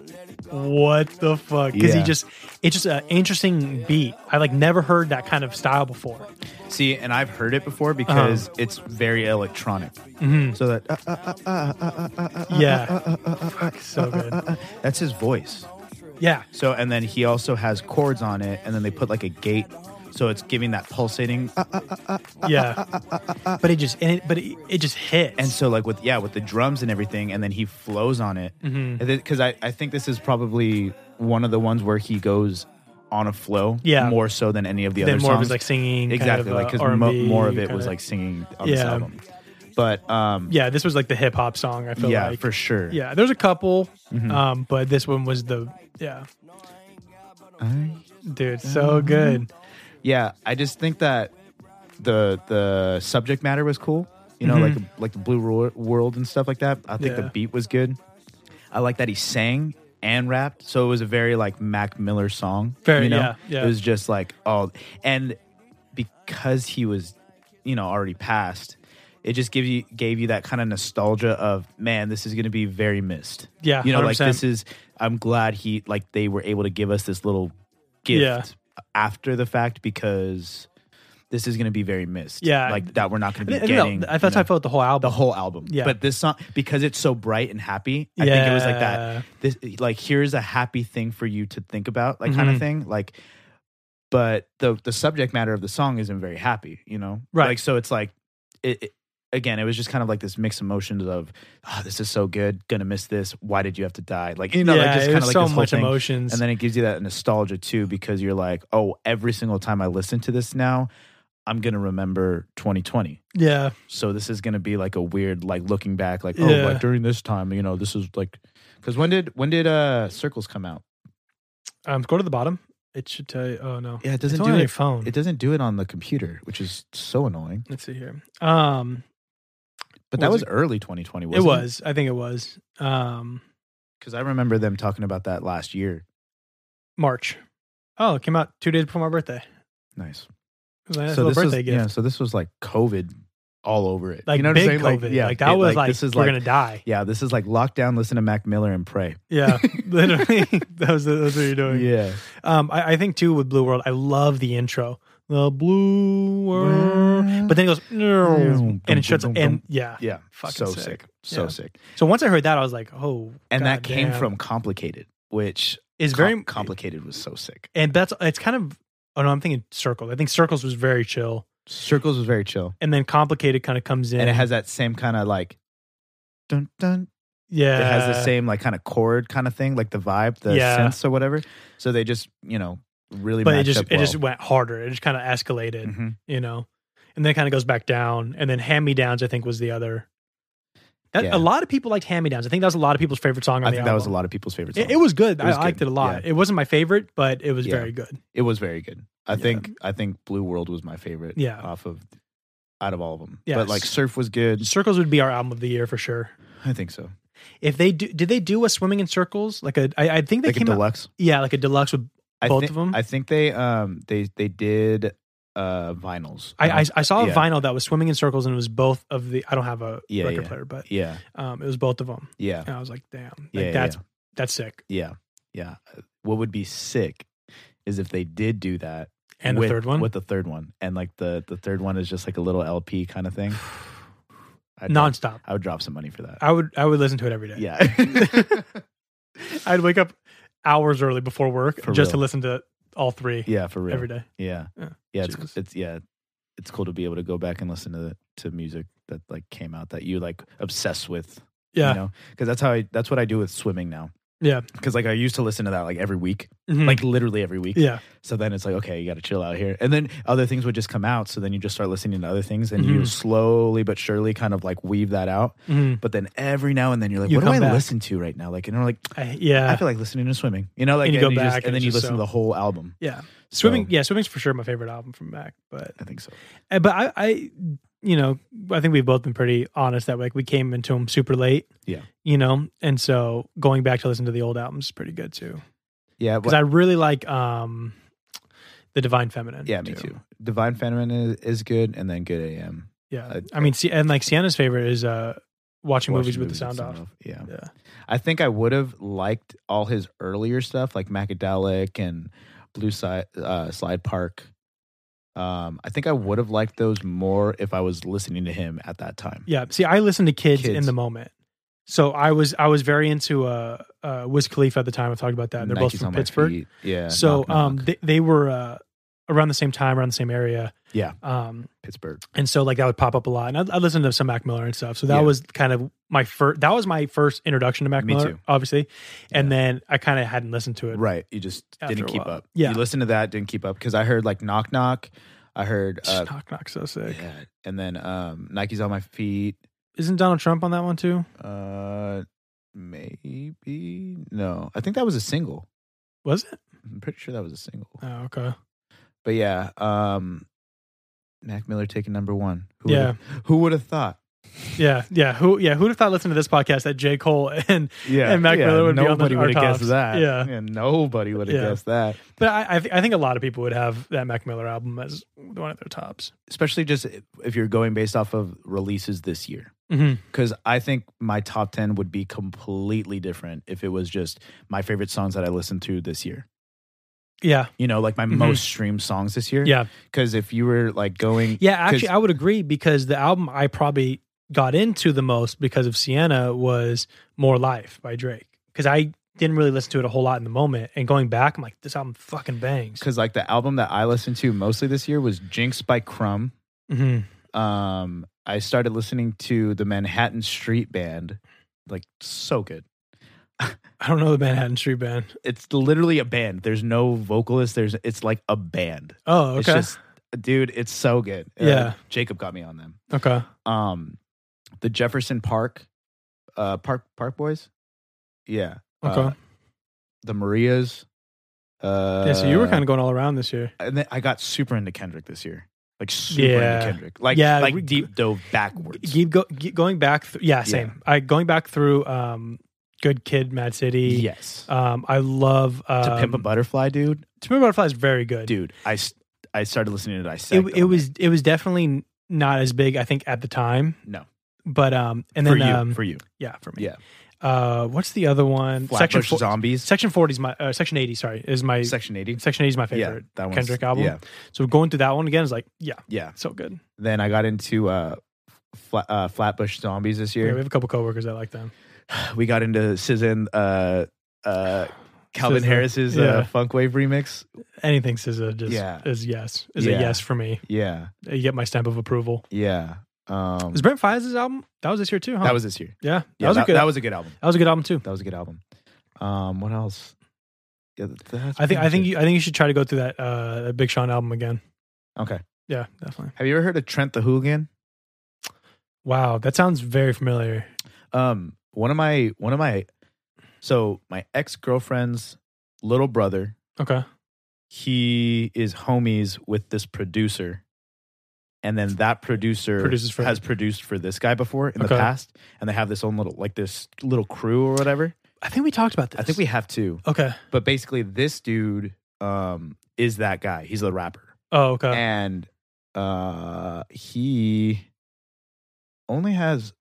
Speaker 2: "What the fuck?" Because
Speaker 1: Yeah.
Speaker 2: he just it's just an interesting beat. I like never heard that kind of style before.
Speaker 1: See, and I've heard it
Speaker 2: Uh-huh.
Speaker 1: before because it's very electronic.
Speaker 2: Mm-hmm.
Speaker 1: So that uh, uh, uh, uh, uh, uh, uh,
Speaker 2: Yeah, Fuck, so good.
Speaker 1: uh, that's his voice.
Speaker 2: Yeah,
Speaker 1: So and then he also has chords on it, and then they put like a gate, so it's giving that pulsating.
Speaker 2: yeah. But it just and it, but it, it just hits.
Speaker 1: And so like with yeah with the drums and everything, and then he flows on it
Speaker 2: Mm-hmm.
Speaker 1: because I I think this is probably one of the ones where he goes on a flow
Speaker 2: Yeah.
Speaker 1: more so than any of the
Speaker 2: then
Speaker 1: other
Speaker 2: more
Speaker 1: songs
Speaker 2: of his like singing,
Speaker 1: exactly
Speaker 2: kind of,
Speaker 1: like
Speaker 2: uh,
Speaker 1: because mo-
Speaker 2: R&B
Speaker 1: more of it
Speaker 2: kind
Speaker 1: was
Speaker 2: of-
Speaker 1: like singing on this
Speaker 2: Yeah.
Speaker 1: album, but um
Speaker 2: yeah, this was like the hip hop song. I feel
Speaker 1: yeah
Speaker 2: like
Speaker 1: for sure Mm-hmm.
Speaker 2: yeah. There's a couple, um, but this one was the yeah, dude, so good.
Speaker 1: yeah I just think that the the subject matter was cool you know like like the blue Ro- world and stuff like that I think
Speaker 2: Mm-hmm. Yeah.
Speaker 1: the beat was good I like that he sang and rapped so it was a very like Mac Miller song
Speaker 2: Very-
Speaker 1: you know?
Speaker 2: yeah, yeah.
Speaker 1: it was just like oh and because he was you know already passed it just give you gave you that kind of nostalgia of man this is going to be very missed
Speaker 2: Yeah,
Speaker 1: you know like
Speaker 2: 100%.
Speaker 1: this is I'm glad he like they were able to give us this little gift
Speaker 2: Yeah.
Speaker 1: after the fact because this is going to be very missed.
Speaker 2: Yeah.
Speaker 1: like that we're not going to
Speaker 2: I
Speaker 1: be
Speaker 2: think-
Speaker 1: getting.
Speaker 2: I thought
Speaker 1: you know,
Speaker 2: I felt the whole
Speaker 1: the
Speaker 2: album.
Speaker 1: whole album.
Speaker 2: Yeah.
Speaker 1: but this song because it's so bright and happy. I think it was like
Speaker 2: Yeah.
Speaker 1: that. This like here's a happy thing for you to think about, like kind
Speaker 2: Mhm.
Speaker 1: of thing. Like, but the the subject matter of the song isn't very happy. You know,
Speaker 2: Right.
Speaker 1: Like so, it's like it. it Again, it was just kind of like this mixed emotions of, oh, this is so good, gonna miss this. Why did you have to die? Like you know,
Speaker 2: yeah,
Speaker 1: like just
Speaker 2: it
Speaker 1: kind
Speaker 2: was
Speaker 1: of like
Speaker 2: so
Speaker 1: this whole
Speaker 2: much
Speaker 1: thing.
Speaker 2: emotions.
Speaker 1: And then it gives you that nostalgia too, because you're like, oh, every single time I listen to this now, I'm gonna remember 2020.
Speaker 2: yeah,
Speaker 1: So this is gonna be like a weird, like looking back, like oh,
Speaker 2: Yeah.
Speaker 1: like during this time, you know, this is like, because when did when did uh Circles come out?
Speaker 2: um, go to the bottom. It should tell you. Oh no,
Speaker 1: Yeah, it
Speaker 2: it's
Speaker 1: doesn't
Speaker 2: only
Speaker 1: do
Speaker 2: on your
Speaker 1: it.
Speaker 2: phone.
Speaker 1: It doesn't do it on the computer, which is so annoying.
Speaker 2: Let's see here. Um,
Speaker 1: But that
Speaker 2: Was
Speaker 1: was early 2020.
Speaker 2: it
Speaker 1: Wasn't
Speaker 2: was. I think it was. Um,
Speaker 1: because I remember them talking about that last year.
Speaker 2: March. Oh, it came out two days before my birthday. It
Speaker 1: Nice.
Speaker 2: was a nice
Speaker 1: so
Speaker 2: little
Speaker 1: this
Speaker 2: birthday
Speaker 1: was
Speaker 2: gift.
Speaker 1: yeah. So this was like COVID all over it.
Speaker 2: Like
Speaker 1: you know what
Speaker 2: big
Speaker 1: I'm saying?
Speaker 2: COVID. Like, that
Speaker 1: it-
Speaker 2: was like,
Speaker 1: this is
Speaker 2: we're
Speaker 1: like
Speaker 2: gonna die.
Speaker 1: yeah. This is like lockdown. Listen to Mac Miller and pray.
Speaker 2: Yeah, literally. that was that's what you're doing.
Speaker 1: Yeah.
Speaker 2: Um, I, I think too with Blue World, I love the intro. The Blue World, but then it goes and it shuts and yeah,
Speaker 1: Yeah. so
Speaker 2: Fucking
Speaker 1: sick.
Speaker 2: sick.
Speaker 1: So
Speaker 2: Yeah.
Speaker 1: sick.
Speaker 2: So once I heard that, I was like, oh,
Speaker 1: And that
Speaker 2: God
Speaker 1: came
Speaker 2: damn.
Speaker 1: from complicated, which
Speaker 2: is
Speaker 1: com-
Speaker 2: very
Speaker 1: complicated was so sick.
Speaker 2: and that's it's kind of. Oh no, I'm thinking circles. I think circles was very chill,
Speaker 1: Circles was very chill.
Speaker 2: and then complicated kind of comes in
Speaker 1: And it has that same kind of like dun dun.
Speaker 2: yeah,
Speaker 1: it has the same like kind of chord kind of thing, like the vibe, the
Speaker 2: Yeah.
Speaker 1: sense or whatever. So they just, you know, really
Speaker 2: but it
Speaker 1: matched
Speaker 2: just
Speaker 1: up
Speaker 2: it just went harder. It just kind of escalated,
Speaker 1: hmm
Speaker 2: you know, and then it kind of goes back down, and then hand me downs. I think was the other. That,
Speaker 1: Yeah.
Speaker 2: A lot of people liked hand me downs. I think that was a lot of people's favorite song. On
Speaker 1: I
Speaker 2: the
Speaker 1: think that was a
Speaker 2: album.
Speaker 1: lot of people's favorite song.
Speaker 2: It, it was good.
Speaker 1: It was
Speaker 2: I liked
Speaker 1: good.
Speaker 2: it a lot.
Speaker 1: Yeah.
Speaker 2: It wasn't my favorite, but it was
Speaker 1: Yeah.
Speaker 2: very good.
Speaker 1: It was very good. I
Speaker 2: Yeah.
Speaker 1: think I think Blue World was my favorite.
Speaker 2: Yeah.
Speaker 1: off of out of all of them.
Speaker 2: Yeah,
Speaker 1: but like
Speaker 2: s-
Speaker 1: Surf was good.
Speaker 2: Circles would be our album of the year for sure.
Speaker 1: I think so.
Speaker 2: If they do, did they do a swimming in circles? Like a, I, I think they
Speaker 1: Like a
Speaker 2: came out-
Speaker 1: deluxe.
Speaker 2: yeah, like a deluxe with.
Speaker 1: I
Speaker 2: Both
Speaker 1: thi-
Speaker 2: of 'em?
Speaker 1: I think they um they they did uh vinyls.
Speaker 2: I, I, I saw a
Speaker 1: Yeah.
Speaker 2: vinyl that was swimming in circles and it was both of the. I don't have a
Speaker 1: Yeah,
Speaker 2: record
Speaker 1: yeah.
Speaker 2: player, but
Speaker 1: Yeah,
Speaker 2: um, it was both of them,
Speaker 1: yeah,
Speaker 2: and I was like, damn, like
Speaker 1: Yeah,
Speaker 2: that's that's sick.
Speaker 1: yeah, yeah. What would be sick is if they did do that.
Speaker 2: And
Speaker 1: with-
Speaker 2: the third one,
Speaker 1: with the third one, and like the the third one is just like a little LP kind of thing. I'd drop,
Speaker 2: nonstop.
Speaker 1: I would drop some money for that.
Speaker 2: I would I would listen to it every day.
Speaker 1: yeah,
Speaker 2: I'd wake up hours early before work
Speaker 1: For
Speaker 2: just to
Speaker 1: real.
Speaker 2: listen to all three
Speaker 1: yeah, for real.
Speaker 2: every day.
Speaker 1: Yeah.
Speaker 2: Yeah.
Speaker 1: Yeah. It's,
Speaker 2: Jesus.
Speaker 1: it's yeah. It's cool to be able to go back and listen to the, to music that like came out that you like obsessed with.
Speaker 2: Yeah,
Speaker 1: You know, because that's how I that's what I do with swimming now.
Speaker 2: Yeah.
Speaker 1: Because like I used to listen to that like every week,
Speaker 2: Mhm.
Speaker 1: like literally every week.
Speaker 2: yeah,
Speaker 1: So then it's like okay, you got to chill out here, and then other things would just come out. So then you just start listening to other things, and you
Speaker 2: Mhm.
Speaker 1: slowly but surely kind of like weave that out.
Speaker 2: Mhm.
Speaker 1: But then every now and then you're like,
Speaker 2: You
Speaker 1: what do
Speaker 2: come
Speaker 1: I
Speaker 2: back.
Speaker 1: listen to right now? Like, and I'm like,
Speaker 2: I, yeah.
Speaker 1: I feel like listening to swimming. You know, like
Speaker 2: And you go
Speaker 1: just-
Speaker 2: back and
Speaker 1: and then
Speaker 2: it's
Speaker 1: you
Speaker 2: just
Speaker 1: listen
Speaker 2: so-
Speaker 1: to the whole album.
Speaker 2: Yeah. Swimming,
Speaker 1: So-
Speaker 2: yeah, swimming's for sure my favorite album from Mac, but
Speaker 1: I think so.
Speaker 2: uh, but I, I, you know, I think we've both been pretty honest that like we came into them super late,
Speaker 1: Yeah.
Speaker 2: you know, and so going back to listen to the old albums is pretty good too
Speaker 1: Yeah.
Speaker 2: because I really like um the Divine Feminine.
Speaker 1: Yeah, me too. Divine Feminine is, is good, and then Good AM.
Speaker 2: Yeah,
Speaker 1: I-
Speaker 2: I mean, see, and like Sienna's favorite is uh watching, movies
Speaker 1: Watching
Speaker 2: with the sound off.
Speaker 1: Yeah.
Speaker 2: Yeah,
Speaker 1: I think I would have liked all his earlier stuff, like Macadelic and Blue Side, uh, Slide Park. Um, I think I would have liked those more if I was listening to him at that time.
Speaker 2: yeah. See, I listened to kids, in
Speaker 1: Kids.
Speaker 2: the moment. So I was I was very into uh, uh Wiz Khalifa at the time. I've talked about that. And they're both
Speaker 1: Nike's
Speaker 2: from
Speaker 1: on my
Speaker 2: Pittsburgh.
Speaker 1: feet. Yeah.
Speaker 2: so
Speaker 1: Knock
Speaker 2: um
Speaker 1: Knock,
Speaker 2: They, they were uh around the same time around the same area
Speaker 1: Yeah.
Speaker 2: um
Speaker 1: Pittsburgh.
Speaker 2: and so like that would pop up a lot and i, I listened to some mac miller and stuff so that
Speaker 1: Yeah.
Speaker 2: was kind of my first that was my first introduction to mac
Speaker 1: Me
Speaker 2: miller
Speaker 1: too.
Speaker 2: obviously and
Speaker 1: Yeah.
Speaker 2: then i kind of hadn't listened to it
Speaker 1: Right. You just
Speaker 2: After
Speaker 1: didn't
Speaker 2: a
Speaker 1: keep
Speaker 2: while.
Speaker 1: up.
Speaker 2: Yeah.
Speaker 1: You listened to that, didn't keep up because I heard like Knock Knock. I heard uh,
Speaker 2: knock knock so sick
Speaker 1: yeah, and then um, Nike's on my feet.
Speaker 2: isn't donald trump on that one too
Speaker 1: Uh, maybe no. I think that was a single.
Speaker 2: was it
Speaker 1: I'm pretty sure that was a single.
Speaker 2: oh okay
Speaker 1: But yeah, um, Mac Miller taking number one. Who
Speaker 2: Yeah.
Speaker 1: would've- who would have thought?
Speaker 2: yeah yeah who yeah who'd have thought listening to this podcast that j cole and
Speaker 1: Yeah,
Speaker 2: And Mac Miller would be on the-
Speaker 1: nobody
Speaker 2: our
Speaker 1: would have
Speaker 2: tops.
Speaker 1: guessed that.
Speaker 2: Yeah.
Speaker 1: nobody would have
Speaker 2: Yeah.
Speaker 1: guessed that.
Speaker 2: but i I, th- I think a lot of people would have that mac miller album as one of their tops
Speaker 1: Especially just if you're going based off of releases this year.
Speaker 2: mm-hmm.
Speaker 1: because I think my top 10 would be completely different if it was just my favorite songs that I listened to this year.
Speaker 2: yeah
Speaker 1: You know, like my
Speaker 2: Mhm.
Speaker 1: most streamed songs this year.
Speaker 2: yeah
Speaker 1: Because if you were like going,
Speaker 2: Yeah,
Speaker 1: 'Cause-
Speaker 2: actually, I would agree because the album I probably got into the most because of Sienna was More Life by Drake. Because I didn't really listen to it a whole lot in the moment. And going back, I'm like, this album fucking bangs.
Speaker 1: because like the album that I listened to mostly this year was Jinx by Crumb. Mm-hmm.
Speaker 2: hmm
Speaker 1: Um, I started listening to the Manhattan Street Band. Like, so good.
Speaker 2: I don't know the Manhattan Street Band.
Speaker 1: It's literally a band. There's no vocalist. There's, it's like a band.
Speaker 2: Oh,
Speaker 1: It's
Speaker 2: okay.
Speaker 1: just, dude, it's so good. Uh,
Speaker 2: Yeah.
Speaker 1: Jacob got me on them.
Speaker 2: okay.
Speaker 1: um the Jefferson Park uh Park Park Boys. Yeah.
Speaker 2: Okay.
Speaker 1: Uh, the Marias. Uh
Speaker 2: yeah, so you were kind of going all around this year.
Speaker 1: and then I got super into Kendrick this year. Like super
Speaker 2: Yeah.
Speaker 1: into Kendrick. Like
Speaker 2: Yeah,
Speaker 1: like
Speaker 2: we-
Speaker 1: deep dove backwards.
Speaker 2: Keep go, keep going back. Th- yeah, same. I going back through um, Good Kid, Mad City.
Speaker 1: yes.
Speaker 2: Um, I love um,
Speaker 1: to pimp a butterfly, dude.
Speaker 2: To Remember Butterfly is very good.
Speaker 1: dude. I s- I started listening to it. I
Speaker 2: it,
Speaker 1: said
Speaker 2: it was it was definitely not as big, I think, at the time.
Speaker 1: No.
Speaker 2: But um and
Speaker 1: for
Speaker 2: then
Speaker 1: you
Speaker 2: um
Speaker 1: for you.
Speaker 2: yeah, for me.
Speaker 1: Yeah.
Speaker 2: Uh what's the other one? section
Speaker 1: Flatbush
Speaker 2: fo-
Speaker 1: Zombies,
Speaker 2: Section 40 is my uh, section 80, sorry, is my
Speaker 1: Section Eighty.
Speaker 2: section 80 is my
Speaker 1: Yeah,
Speaker 2: favorite
Speaker 1: that one.
Speaker 2: Kendrick album.
Speaker 1: Yeah,
Speaker 2: So going through that one again is like, yeah,
Speaker 1: yeah.
Speaker 2: so good.
Speaker 1: Then I got into uh, fla- uh, Flatbush Zombies this
Speaker 2: Yeah,
Speaker 1: year.
Speaker 2: we have a couple coworkers that like them.
Speaker 1: we got into SZA, uh, uh, Calvin
Speaker 2: SZA,
Speaker 1: Harris's
Speaker 2: yeah.
Speaker 1: uh, Funk Wave remix.
Speaker 2: Anything SZA just
Speaker 1: Yeah.
Speaker 2: is yes. Is
Speaker 1: Yeah.
Speaker 2: a yes for me.
Speaker 1: Yeah,
Speaker 2: You get my stamp of approval.
Speaker 1: yeah. Um,
Speaker 2: Is Brent Fires' album? That was this year too, huh?
Speaker 1: that was this year.
Speaker 2: yeah. That
Speaker 1: Yeah,
Speaker 2: was
Speaker 1: that,
Speaker 2: a good
Speaker 1: that was a good album.
Speaker 2: that was a good album too.
Speaker 1: That was a good album. Um, what else? Yeah, th- that's
Speaker 2: I think
Speaker 1: pretty
Speaker 2: I think
Speaker 1: much it.
Speaker 2: you I think you should try to go through that uh that Big Sean album again.
Speaker 1: okay.
Speaker 2: Yeah, definitely.
Speaker 1: Have you ever heard of Trent the Hooligan?
Speaker 2: Wow, that sounds very familiar.
Speaker 1: Um, one of my one of my so my ex girlfriend's little brother.
Speaker 2: Okay.
Speaker 1: He is homies with this producer, and then that producer
Speaker 2: Produces for-
Speaker 1: has produced for this guy before in
Speaker 2: Okay.
Speaker 1: the past, and they have this own little like this little crew or whatever.
Speaker 2: I think we talked about this.
Speaker 1: I think we have two,
Speaker 2: Okay.
Speaker 1: but basically this dude um is that guy. He's the rapper.
Speaker 2: Oh, okay.
Speaker 1: and uh he only has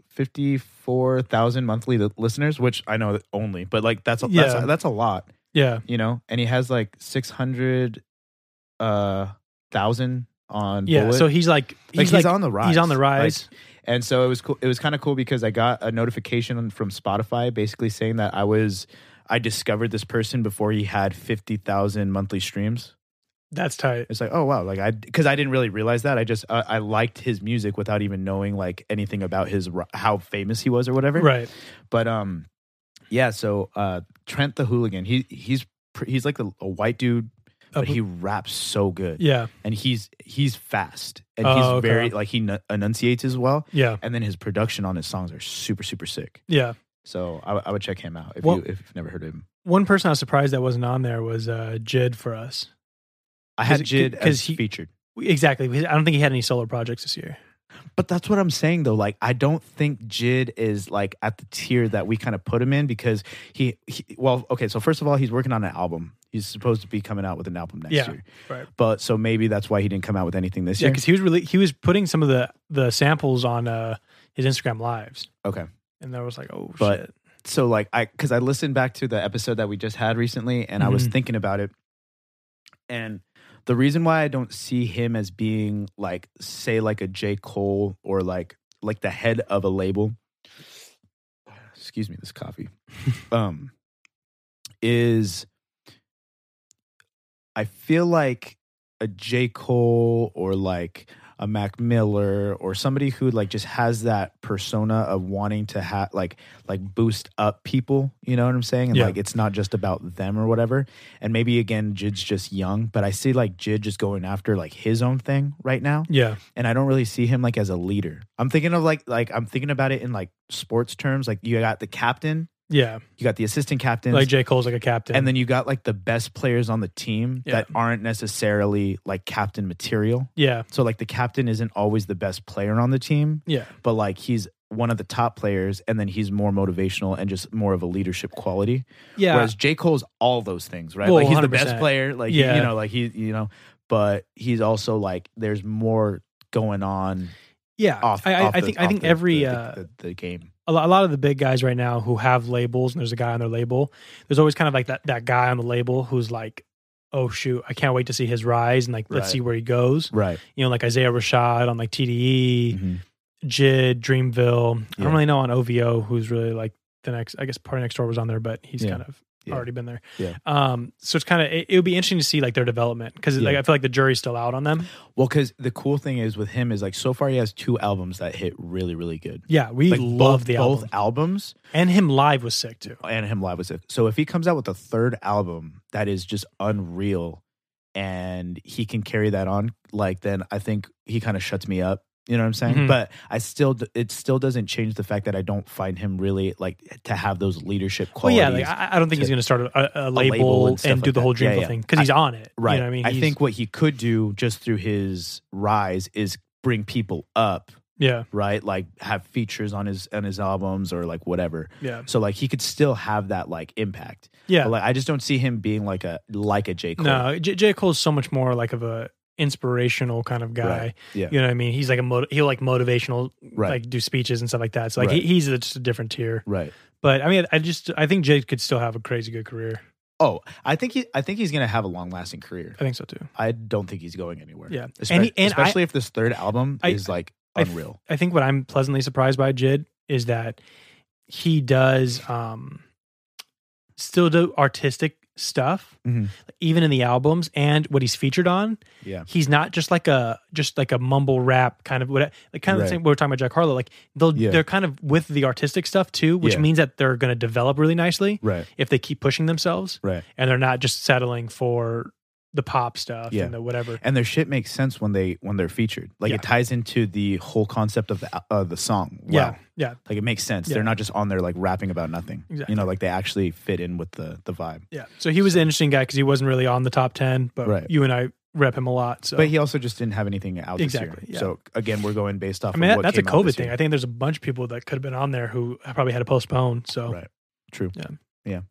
Speaker 1: 54,000 monthly li- listeners which I know that only but like that's a,
Speaker 2: Yeah.
Speaker 1: that's that's a lot
Speaker 2: yeah.
Speaker 1: you know and he has like 600 uh thousand on
Speaker 2: Yeah.
Speaker 1: Bullet.
Speaker 2: So he's like he's,
Speaker 1: like, he's
Speaker 2: like
Speaker 1: on the rise
Speaker 2: he's on the
Speaker 1: Like,
Speaker 2: rise.
Speaker 1: and so it was cool it was kind of cool because I got a notification from Spotify basically saying that I was I discovered this person before he had 50,000 monthly streams
Speaker 2: That's tight.
Speaker 1: it's like oh wow like i because i didn't really realize that i just uh, i liked his music without even knowing like anything about his r- how famous he was or whatever
Speaker 2: Right.
Speaker 1: but um yeah so uh trent the hooligan he he's pr- he's like a, a white dude but
Speaker 2: Up-
Speaker 1: he raps so good
Speaker 2: Yeah.
Speaker 1: and he's he's fast and
Speaker 2: Oh,
Speaker 1: he's
Speaker 2: okay.
Speaker 1: very like he nu- enunciates as well
Speaker 2: Yeah.
Speaker 1: and then his production on his songs are super super sick
Speaker 2: Yeah.
Speaker 1: so i, I would check him out if
Speaker 2: Well-
Speaker 1: you if you've never heard of him
Speaker 2: One person I was surprised that wasn't on there was uh Jid for us.
Speaker 1: i had
Speaker 2: 'Cause-
Speaker 1: jid
Speaker 2: 'cause
Speaker 1: as
Speaker 2: he-
Speaker 1: featured
Speaker 2: Exactly. because I don't think he had any solo projects this year.
Speaker 1: But that's what I'm saying though. Like I don't think Jid is like at the tier that we kind of put him in because he, he well, okay, so first of all, he's working on an album. He's supposed to be coming out with an album next
Speaker 2: Yeah,
Speaker 1: year.
Speaker 2: right.
Speaker 1: But so maybe that's why he didn't come out with anything this
Speaker 2: Yeah,
Speaker 1: year.
Speaker 2: because he was really he was putting some of the the samples on uh his Instagram lives,
Speaker 1: Okay.
Speaker 2: and there was like, oh
Speaker 1: But-
Speaker 2: shit.
Speaker 1: So like I cuz I listened back to the episode that we just had recently and I was
Speaker 2: Mhm.
Speaker 1: thinking about it. And the reason why I don't see him as being like say like a J. Cole or like like the head of a label excuse me this coffee um is I feel like a J. Cole or like a Mac Miller or somebody who like just has that persona of wanting to have like like boost up people, you know what I'm saying? And
Speaker 2: Yeah.
Speaker 1: like it's not just about them or whatever. And maybe again Jid's just young, but I see like Jid just going after like his own thing right now
Speaker 2: Yeah.
Speaker 1: and I don't really see him like as a leader. I'm thinking of like like I'm thinking about it in like sports terms like you got the captain,
Speaker 2: Yeah.
Speaker 1: you got the assistant captain,
Speaker 2: Like J Cole's like a captain,
Speaker 1: and then you got like the best players on the team
Speaker 2: Yeah.
Speaker 1: that aren't necessarily like captain material.
Speaker 2: yeah,
Speaker 1: So like the captain isn't always the best player on the team,
Speaker 2: yeah,
Speaker 1: but like he's one of the top players and then he's more motivational and just more of a leadership quality.
Speaker 2: yeah.
Speaker 1: Whereas J. Cole's all those things, right?
Speaker 2: Well,
Speaker 1: like he's the best
Speaker 2: 100%.
Speaker 1: player. Like
Speaker 2: Yeah.
Speaker 1: you know, like he you know, but he's also like there's more going on
Speaker 2: Yeah,
Speaker 1: off.
Speaker 2: I, I,
Speaker 1: off
Speaker 2: I
Speaker 1: the-
Speaker 2: think I
Speaker 1: off
Speaker 2: think
Speaker 1: the-
Speaker 2: every
Speaker 1: the,
Speaker 2: uh,
Speaker 1: the, the game.
Speaker 2: a lo- a lot of the big guys right now who have labels and there's a guy on their label. There's always kind of like that that guy on the label who's like, oh shoot, I can't wait to see his rise and like let's
Speaker 1: Right.
Speaker 2: see where he goes.
Speaker 1: Right. Mm-hmm.
Speaker 2: You know, like Isaiah Rashad on like TDE, Jid, Dreamville. I
Speaker 1: Yeah.
Speaker 2: don't really know on OVO who's really like the next. I guess Party Next Door was on there, but he's
Speaker 1: Yeah.
Speaker 2: kind of.
Speaker 1: Yeah.
Speaker 2: Already been there,
Speaker 1: Yeah.
Speaker 2: Um, so it's kind of it, it would be interesting to see like their development because like
Speaker 1: Yeah.
Speaker 2: I feel like the jury's still out on them.
Speaker 1: Well, because the cool thing is with him is like so far he has two albums that hit really really good.
Speaker 2: Yeah, we
Speaker 1: like
Speaker 2: love
Speaker 1: both,
Speaker 2: the album,
Speaker 1: both albums
Speaker 2: and him live was sick too.
Speaker 1: and him live was it. So if he comes out with a third album that is just unreal, and he can carry that on, like then I think he kind of shuts me up. You know what I'm saying?
Speaker 2: Mhm.
Speaker 1: But I still, d- it still doesn't change the fact that I don't find him really like to have those leadership
Speaker 2: Well,
Speaker 1: qualities.
Speaker 2: yeah, like, I, I don't think he's
Speaker 1: to-
Speaker 2: going to start a, a, label,
Speaker 1: label and
Speaker 2: and,
Speaker 1: stuff
Speaker 2: do
Speaker 1: like
Speaker 2: the whole
Speaker 1: that. Yeah,
Speaker 2: Dreamville
Speaker 1: yeah.
Speaker 2: thing because he's on it.
Speaker 1: Right.
Speaker 2: You know what I mean?
Speaker 1: I
Speaker 2: He's-
Speaker 1: think what he could do just through his rise is bring people up
Speaker 2: Yeah.
Speaker 1: right? Like have features on his on his albums or like whatever.
Speaker 2: Yeah.
Speaker 1: So like he could still have that like impact.
Speaker 2: Yeah.
Speaker 1: But, like I just don't see him being like a like a J Cole.
Speaker 2: No, J. J. Cole's so much more like of a inspirational kind of guy.
Speaker 1: Right. Yeah.
Speaker 2: You know what I mean? He's like a moti- he'll like motivational,
Speaker 1: Right.
Speaker 2: like do speeches and stuff like that. So like
Speaker 1: Right.
Speaker 2: he, he's a, just a different tier.
Speaker 1: Right.
Speaker 2: But I mean, I just I think Jay could still have a crazy good career.
Speaker 1: Oh, I think he I think he's gonna have a long lasting career.
Speaker 2: I think so too.
Speaker 1: I don't think he's going anywhere.
Speaker 2: Yeah.
Speaker 1: Espe-
Speaker 2: And he- and I-
Speaker 1: especially if this third album
Speaker 2: I-
Speaker 1: is like
Speaker 2: I-
Speaker 1: unreal.
Speaker 2: I think what I'm pleasantly surprised by Jid is that he does um still do artistic stuff
Speaker 1: Mhm.
Speaker 2: even in the albums and what he's featured on
Speaker 1: yeah.
Speaker 2: he's not just like a just like a mumble rap kind of what like kind of
Speaker 1: Right.
Speaker 2: the same we were talking about Jack Harlow like they'll
Speaker 1: Yeah.
Speaker 2: they're kind of with the artistic stuff too which
Speaker 1: Yeah.
Speaker 2: means that they're going to develop really nicely
Speaker 1: Right.
Speaker 2: if they keep pushing themselves
Speaker 1: Right.
Speaker 2: and they're not just settling for the pop stuff
Speaker 1: Yeah.
Speaker 2: and the whatever
Speaker 1: And their shit makes sense when they when they're featured. Like
Speaker 2: Yeah.
Speaker 1: it ties into the whole concept of the uh, the song. Wow.
Speaker 2: yeah yeah
Speaker 1: Like it makes sense.
Speaker 2: Yeah.
Speaker 1: They're not just on there like rapping about nothing.
Speaker 2: Exactly.
Speaker 1: You know, like they actually fit in with the the vibe.
Speaker 2: yeah so he was an interesting guy cuz he wasn't really on the top 10 but
Speaker 1: Right.
Speaker 2: you and I rep him a lot so
Speaker 1: But he also just didn't have anything out this year.
Speaker 2: Exactly, yeah.
Speaker 1: So again, we're going based off.
Speaker 2: I mean
Speaker 1: of
Speaker 2: that,
Speaker 1: what
Speaker 2: that's a
Speaker 1: came out
Speaker 2: covid
Speaker 1: this
Speaker 2: thing
Speaker 1: year.
Speaker 2: I think there's a bunch of people that could have been on there who probably had to postpone so
Speaker 1: Right. True.
Speaker 2: Yeah.
Speaker 1: Yeah.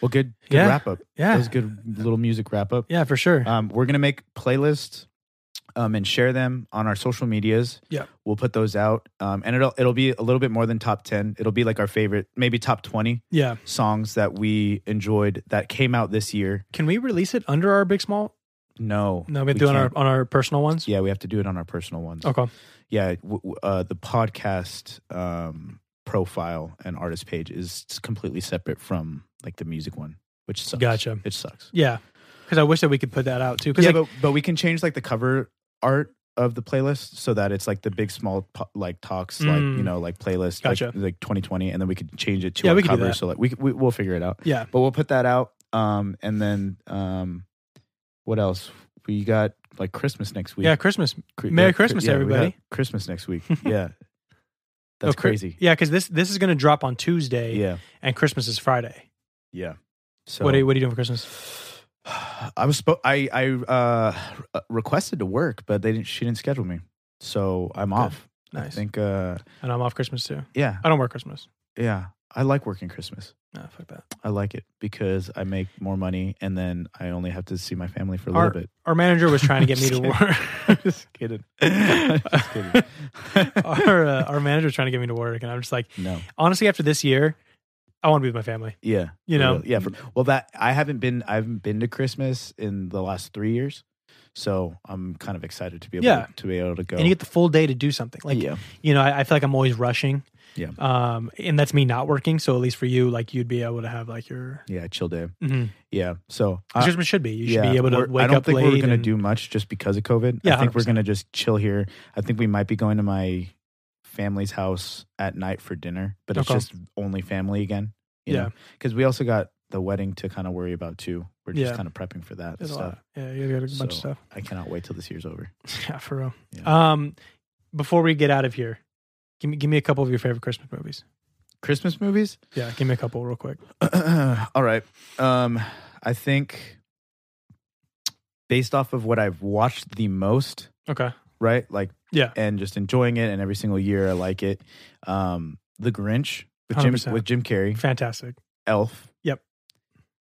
Speaker 1: Well, good. good
Speaker 2: Yeah.
Speaker 1: Wrap up. That
Speaker 2: yeah
Speaker 1: was a good little music wrap up.
Speaker 2: yeah for sure
Speaker 1: Um, we're gonna make playlists um, and share them on our social medias.
Speaker 2: Yeah.
Speaker 1: we'll put those out, um, and it'll it'll be a little bit more than top ten. It'll be like our favorite, maybe top twenty
Speaker 2: yeah
Speaker 1: songs that we enjoyed that came out this year.
Speaker 2: can we release it under our big small
Speaker 1: No,
Speaker 2: No, we
Speaker 1: we
Speaker 2: do on our
Speaker 1: can't.
Speaker 2: on our personal ones.
Speaker 1: Yeah, we have to do it on our personal ones.
Speaker 2: Okay.
Speaker 1: Yeah, w- w- uh, the podcast um, profile and artist page is completely separate from like the music one, which sucks.
Speaker 2: Gotcha.
Speaker 1: It sucks.
Speaker 2: Yeah. Because I wish that we could put that out too. Because
Speaker 1: Yeah,
Speaker 2: like,
Speaker 1: but, but we can change like the cover art of the playlist so that it's like the big small po- like talks like you
Speaker 2: Mm.
Speaker 1: know like playlist
Speaker 2: Gotcha.
Speaker 1: like, like 2020 and then we could change it to
Speaker 2: Yeah,
Speaker 1: our
Speaker 2: we could do
Speaker 1: cover
Speaker 2: that.
Speaker 1: so like we, c- we we'll figure it out
Speaker 2: yeah,
Speaker 1: but we'll put that out um and then um what else we got like christmas next week
Speaker 2: yeah, Christmas.
Speaker 1: Cre-
Speaker 2: Merry
Speaker 1: yeah, cr-
Speaker 2: Christmas,
Speaker 1: yeah, we got
Speaker 2: everybody.
Speaker 1: christmas next week yeah that's
Speaker 2: Oh, cri-
Speaker 1: crazy
Speaker 2: Yeah, because this this is gonna drop on Tuesday,
Speaker 1: yeah
Speaker 2: and Christmas is Friday.
Speaker 1: yeah so
Speaker 2: What are you, what are you doing for Christmas?
Speaker 1: I was spo- I I uh, requested to work, but they didn't. She didn't schedule me, so I'm
Speaker 2: Okay.
Speaker 1: off. I
Speaker 2: Nice.
Speaker 1: think. Uh,
Speaker 2: And I'm off Christmas too.
Speaker 1: yeah,
Speaker 2: I don't work Christmas.
Speaker 1: yeah. I like working Christmas.
Speaker 2: No, fuck that.
Speaker 1: I like it because I make more money, and then I only have to see my family for a
Speaker 2: Our,
Speaker 1: little bit.
Speaker 2: our manager was trying to get me to
Speaker 1: Just
Speaker 2: work.
Speaker 1: Just kidding. Just kidding.
Speaker 2: our uh, our manager was trying to get me to work, and I'm just like,
Speaker 1: no.
Speaker 2: honestly, after this year, I want to be with my family.
Speaker 1: Yeah.
Speaker 2: You know?
Speaker 1: Really. Yeah. For, well, that I haven't been. I haven't been to Christmas in the last three years, so I'm kind of excited to be able
Speaker 2: Yeah.
Speaker 1: to, to be able to go.
Speaker 2: And you get the full day to do something. Like
Speaker 1: yeah.
Speaker 2: you know, I, I feel like I'm always rushing.
Speaker 1: Yeah.
Speaker 2: Um, and that's me not working. So at least for you, like you'd be able to have like your
Speaker 1: Yeah. Chill day.
Speaker 2: Mhm.
Speaker 1: Yeah. So I-
Speaker 2: Christmas should be. You should be able to
Speaker 1: we're-
Speaker 2: wake
Speaker 1: I don't
Speaker 2: up
Speaker 1: think
Speaker 2: late.
Speaker 1: we're gonna
Speaker 2: and-
Speaker 1: do much just because of COVID.
Speaker 2: Yeah,
Speaker 1: I think we are
Speaker 2: 100%.
Speaker 1: gonna just chill here. I think we might be going to my family's house at night for dinner, but it's
Speaker 2: Okay.
Speaker 1: just only family again.
Speaker 2: Yeah.
Speaker 1: because we also got the wedding to kind of worry about too. We're just
Speaker 2: Yeah.
Speaker 1: kind of prepping for that
Speaker 2: There's a
Speaker 1: stuff.
Speaker 2: lot. Yeah, you got a bunch of
Speaker 1: So-
Speaker 2: stuff.
Speaker 1: I cannot wait till this year's over.
Speaker 2: Yeah, for real.
Speaker 1: Yeah.
Speaker 2: Um, before we get out of here, give me give me a couple of your favorite Christmas movies.
Speaker 1: Christmas movies.
Speaker 2: Yeah, give me a couple real quick.
Speaker 1: All right. Um, I think based off of what I've watched the most,
Speaker 2: Okay.
Speaker 1: right? Like
Speaker 2: Yeah.
Speaker 1: and just enjoying it. And every single year, I like it. Um, the Grinch with Jim
Speaker 2: 100%.
Speaker 1: with Jim Carrey,
Speaker 2: Fantastic.
Speaker 1: Elf.
Speaker 2: Yep.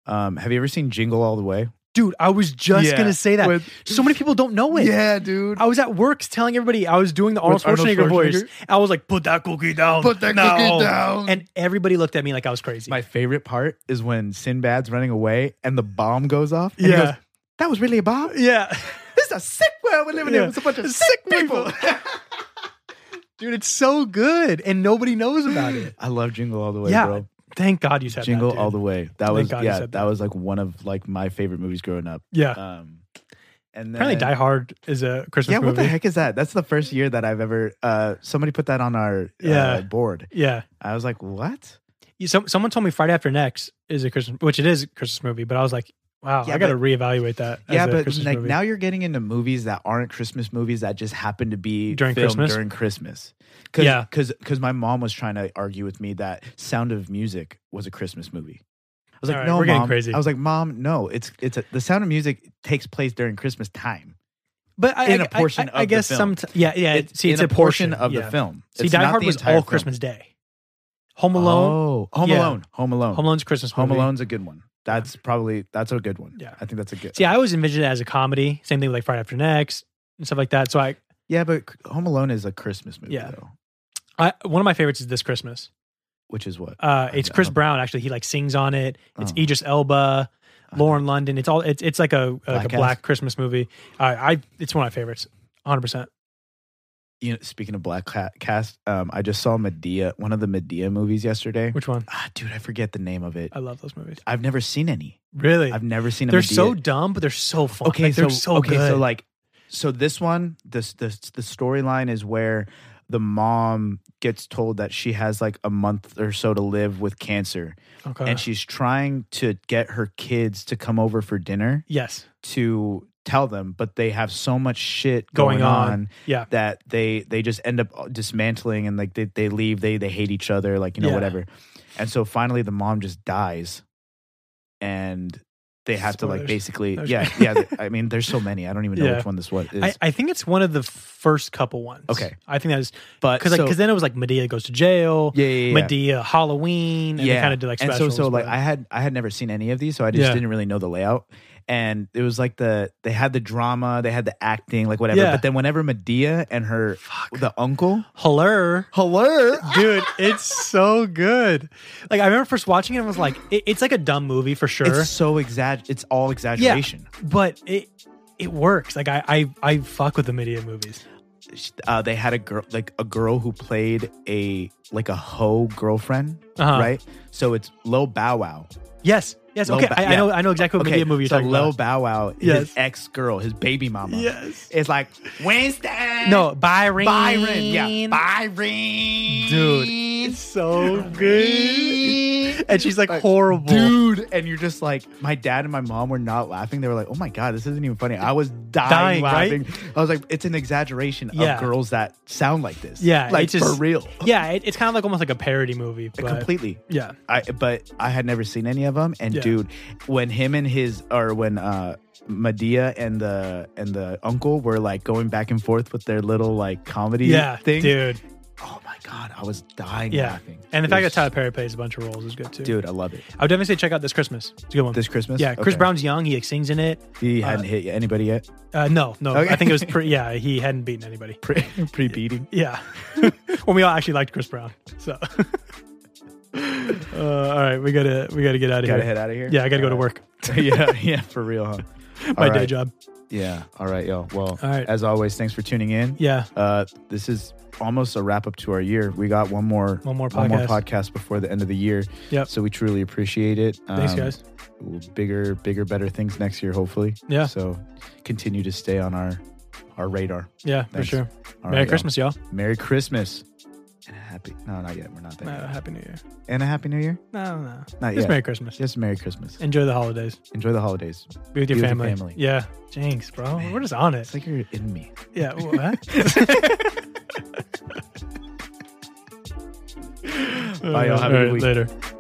Speaker 1: Um, have you ever seen Jingle All the Way?
Speaker 2: Dude, I was just
Speaker 1: Yeah.
Speaker 2: gonna say that.
Speaker 1: With-
Speaker 2: so many people don't know it.
Speaker 1: Yeah, dude.
Speaker 2: I was at work telling everybody I was doing the Arnold
Speaker 1: With Arnold
Speaker 2: Schwarzenegger, voice.
Speaker 1: Schwarzenegger?
Speaker 2: I was like, "Put that cookie down,
Speaker 1: Put that cookie
Speaker 2: now."
Speaker 1: down.
Speaker 2: and everybody looked at me like I was crazy.
Speaker 1: My favorite part is when Sinbad's running away and the bomb goes off. and he
Speaker 2: Yeah.
Speaker 1: goes, that was really a bomb.
Speaker 2: yeah,
Speaker 1: This is a sick world we're living in.
Speaker 2: Yeah.
Speaker 1: It's a bunch of
Speaker 2: Sick
Speaker 1: sick people.
Speaker 2: dude, it's so good, and nobody knows about it.
Speaker 1: I love Jingle All the Way,
Speaker 2: yeah,
Speaker 1: bro.
Speaker 2: thank God you said
Speaker 1: Jingle
Speaker 2: that, dude.
Speaker 1: All the Way. That
Speaker 2: Thank
Speaker 1: was
Speaker 2: God you
Speaker 1: yeah.
Speaker 2: said
Speaker 1: That.
Speaker 2: that.
Speaker 1: was like one of like my favorite movies growing up.
Speaker 2: Yeah,
Speaker 1: Um, and then
Speaker 2: apparently Die Hard is a Christmas
Speaker 1: yeah,
Speaker 2: movie.
Speaker 1: what the heck is that? That's the first year that I've ever. Uh, somebody put that on our
Speaker 2: Yeah.
Speaker 1: uh, board.
Speaker 2: Yeah,
Speaker 1: I was like, what?
Speaker 2: You- some, someone told me Friday After Next is a Christmas, which it is a Christmas movie. But I was like, wow,
Speaker 1: Yeah,
Speaker 2: I got to reevaluate that. as
Speaker 1: yeah,
Speaker 2: a
Speaker 1: but
Speaker 2: Christmas
Speaker 1: like
Speaker 2: movie.
Speaker 1: now you're getting into movies that aren't Christmas movies that just happen to be
Speaker 2: During
Speaker 1: filmed
Speaker 2: Christmas?
Speaker 1: During Christmas, Cause,
Speaker 2: Yeah.
Speaker 1: because my mom was trying to argue with me that Sound of Music was a Christmas movie. I was like,
Speaker 2: All right,
Speaker 1: no,
Speaker 2: we're
Speaker 1: mom.
Speaker 2: getting crazy.
Speaker 1: I was like, mom, no, it's it's a, the Sound of Music takes place during Christmas time.
Speaker 2: But I,
Speaker 1: In
Speaker 2: I-
Speaker 1: a portion
Speaker 2: I, I, I
Speaker 1: of the
Speaker 2: guess
Speaker 1: film.
Speaker 2: some. yeah, yeah.
Speaker 1: It's
Speaker 2: see, it's
Speaker 1: in
Speaker 2: a portion,
Speaker 1: of
Speaker 2: yeah.
Speaker 1: the film.
Speaker 2: See,
Speaker 1: It's
Speaker 2: Die
Speaker 1: not
Speaker 2: Hard
Speaker 1: the
Speaker 2: was all
Speaker 1: entire film.
Speaker 2: Christmas Day. Home Alone.
Speaker 1: Oh, Home
Speaker 2: Yeah.
Speaker 1: Alone. Home Alone.
Speaker 2: Home Alone's Christmas.
Speaker 1: Home
Speaker 2: movie.
Speaker 1: Alone's a good one. That's probably that's a good one.
Speaker 2: Yeah.
Speaker 1: I think that's a good.
Speaker 2: See, I always envisioned it as a comedy. Same thing with like Friday After Next and stuff like that. So I,
Speaker 1: yeah, but Home Alone is a Christmas movie
Speaker 2: Yeah.
Speaker 1: though,
Speaker 2: I one of my favorites is This Christmas.
Speaker 1: which is what.
Speaker 2: Uh,
Speaker 1: I
Speaker 2: it's
Speaker 1: don't-
Speaker 2: Chris Brown actually. He like sings on it. It's
Speaker 1: Oh.
Speaker 2: Idris Elba, Lauren London. It's all. It's it's like a like
Speaker 1: Black
Speaker 2: a black
Speaker 1: Ass?
Speaker 2: Christmas movie. I, I it's one of my favorites. Hundred percent.
Speaker 1: you know, speaking of black ca- cast, um, I just saw Medea, one of the Medea movies yesterday.
Speaker 2: Which one?
Speaker 1: Ah, dude, I forget the name of it.
Speaker 2: I love those movies.
Speaker 1: I've never seen any.
Speaker 2: Really,
Speaker 1: I've never seen. A
Speaker 2: they're
Speaker 1: Madea.
Speaker 2: so dumb, but they're so fun.
Speaker 1: okay.
Speaker 2: Like,
Speaker 1: so
Speaker 2: they're so
Speaker 1: okay,
Speaker 2: good.
Speaker 1: so like, so this one, this this the storyline is where the mom gets told that she has like a month or so to live with cancer,
Speaker 2: okay.
Speaker 1: and she's trying to get her kids to come over for dinner
Speaker 2: yes,
Speaker 1: to tell them, but they have so much shit
Speaker 2: Going
Speaker 1: going,
Speaker 2: on.
Speaker 1: on.
Speaker 2: Yeah.
Speaker 1: that they they just end up uh, dismantling and like they, they leave. They they hate each other, like you know
Speaker 2: Yeah.
Speaker 1: whatever. And so finally, the mom just dies, and they have to
Speaker 2: Spoilers.
Speaker 1: like basically
Speaker 2: No,
Speaker 1: yeah
Speaker 2: just-
Speaker 1: yeah. th- I mean, there's so many. I don't even know
Speaker 2: Yeah.
Speaker 1: which one this was. Is.
Speaker 2: I, I think it's one of the first couple ones.
Speaker 1: Okay.
Speaker 2: I think that is
Speaker 1: but
Speaker 2: because like
Speaker 1: so-
Speaker 2: because then it was like Medea goes to jail,
Speaker 1: yeah yeah yeah.
Speaker 2: Medea Halloween, and they kind of did like
Speaker 1: and
Speaker 2: specials.
Speaker 1: so so like
Speaker 2: but-
Speaker 1: I had I had never seen any of these, so I just
Speaker 2: Yeah.
Speaker 1: didn't really know the layout. And it was like the they had the drama, they had the acting, like whatever.
Speaker 2: Yeah.
Speaker 1: But then whenever Medea and her the uncle,
Speaker 2: Hello.
Speaker 1: hello,
Speaker 2: Dude, it's so good. Like I remember first watching it and was like, it, it's like a dumb movie for sure.
Speaker 1: it's so exag, it's all exaggeration.
Speaker 2: but it it works. Like I I, I fuck with the Medea movies.
Speaker 1: Uh, they had a girl like a girl who played a like a hoe girlfriend,
Speaker 2: Uh-huh.
Speaker 1: right? So it's Lil Bow Wow.
Speaker 2: Yes. Yes.
Speaker 1: Lil
Speaker 2: Okay.
Speaker 1: Ba-
Speaker 2: I, I
Speaker 1: yeah.
Speaker 2: know I know exactly what Medea movie you're
Speaker 1: so
Speaker 2: talking
Speaker 1: Lil
Speaker 2: about.
Speaker 1: Bow Wow,
Speaker 2: Yes.
Speaker 1: his ex girl, his baby mama.
Speaker 2: Yes.
Speaker 1: it's like Winston.
Speaker 2: No, Byron.
Speaker 1: Byron. Yeah, Byron.
Speaker 2: Dude, it's so good. And she's like, horrible.
Speaker 1: Dude, and you're just like, my dad and my mom were not laughing. They were like, oh my God, this isn't even funny. I was dying,
Speaker 2: Dying, right?
Speaker 1: laughing. I was like, it's an exaggeration
Speaker 2: Yeah.
Speaker 1: of girls that sound like this.
Speaker 2: Yeah,
Speaker 1: Like
Speaker 2: it's just-
Speaker 1: for real.
Speaker 2: Yeah, it, it's kind of like almost like a parody movie. But
Speaker 1: Completely.
Speaker 2: Yeah.
Speaker 1: I but I had never seen any of them. And
Speaker 2: Yeah.
Speaker 1: dude, when him and his or when uh Medea and the and the uncle were like going back and forth with their little like comedy
Speaker 2: Yeah,
Speaker 1: thing.
Speaker 2: dude.
Speaker 1: Oh my god, I was dying
Speaker 2: Yeah,
Speaker 1: laughing.
Speaker 2: and the
Speaker 1: It
Speaker 2: fact that
Speaker 1: was-
Speaker 2: Tyler Perry plays a bunch of roles is good too.
Speaker 1: Dude, I love it.
Speaker 2: I would definitely say check out this Christmas. It's a good one.
Speaker 1: This Christmas?
Speaker 2: yeah, Chris
Speaker 1: Okay.
Speaker 2: Brown's young. He sings in it.
Speaker 1: He
Speaker 2: Uh,
Speaker 1: hadn't hit anybody yet.
Speaker 2: Uh, no, no,
Speaker 1: Okay.
Speaker 2: I think it was pre- yeah. He hadn't beaten anybody.
Speaker 1: Pre pre beating.
Speaker 2: Yeah, when we all actually liked Chris Brown. So, uh, all right, we gotta we gotta get out of
Speaker 1: Gotta
Speaker 2: here.
Speaker 1: head out of here.
Speaker 2: Yeah, I gotta go to work.
Speaker 1: yeah, yeah, for real, huh?
Speaker 2: My
Speaker 1: All
Speaker 2: day
Speaker 1: right.
Speaker 2: job.
Speaker 1: Yeah. All right, yo. Well,
Speaker 2: All right.
Speaker 1: as always, thanks for tuning in.
Speaker 2: Yeah,
Speaker 1: Uh, this is almost a wrap up to our year. We got one more
Speaker 2: One more
Speaker 1: one more
Speaker 2: podcast.
Speaker 1: podcast before the end of the year.
Speaker 2: Yep.
Speaker 1: So we truly appreciate it.
Speaker 2: Thanks,
Speaker 1: Um,
Speaker 2: guys.
Speaker 1: we'll- Bigger, bigger, better things next year, hopefully.
Speaker 2: Yeah.
Speaker 1: So continue to stay on our our radar.
Speaker 2: yeah, for
Speaker 1: Thanks. All
Speaker 2: sure. Merry
Speaker 1: right, y'all.
Speaker 2: Christmas, y'all.
Speaker 1: Merry Christmas. And a happy no, not yet. We're not there.
Speaker 2: Uh,
Speaker 1: yet.
Speaker 2: Happy New Year.
Speaker 1: And a happy new year.
Speaker 2: No, no,
Speaker 1: Not
Speaker 2: just
Speaker 1: yet.
Speaker 2: Merry Christmas.
Speaker 1: Just Merry Christmas.
Speaker 2: Enjoy the holidays.
Speaker 1: Enjoy the holidays.
Speaker 2: Be with your,
Speaker 1: Be with your
Speaker 2: family.
Speaker 1: family.
Speaker 2: Yeah, jinx, bro. We're just on it.
Speaker 1: It's like you're in me.
Speaker 2: Yeah. What?
Speaker 1: Bye, y'all. Have a good
Speaker 2: Alright,
Speaker 1: week.
Speaker 2: Later.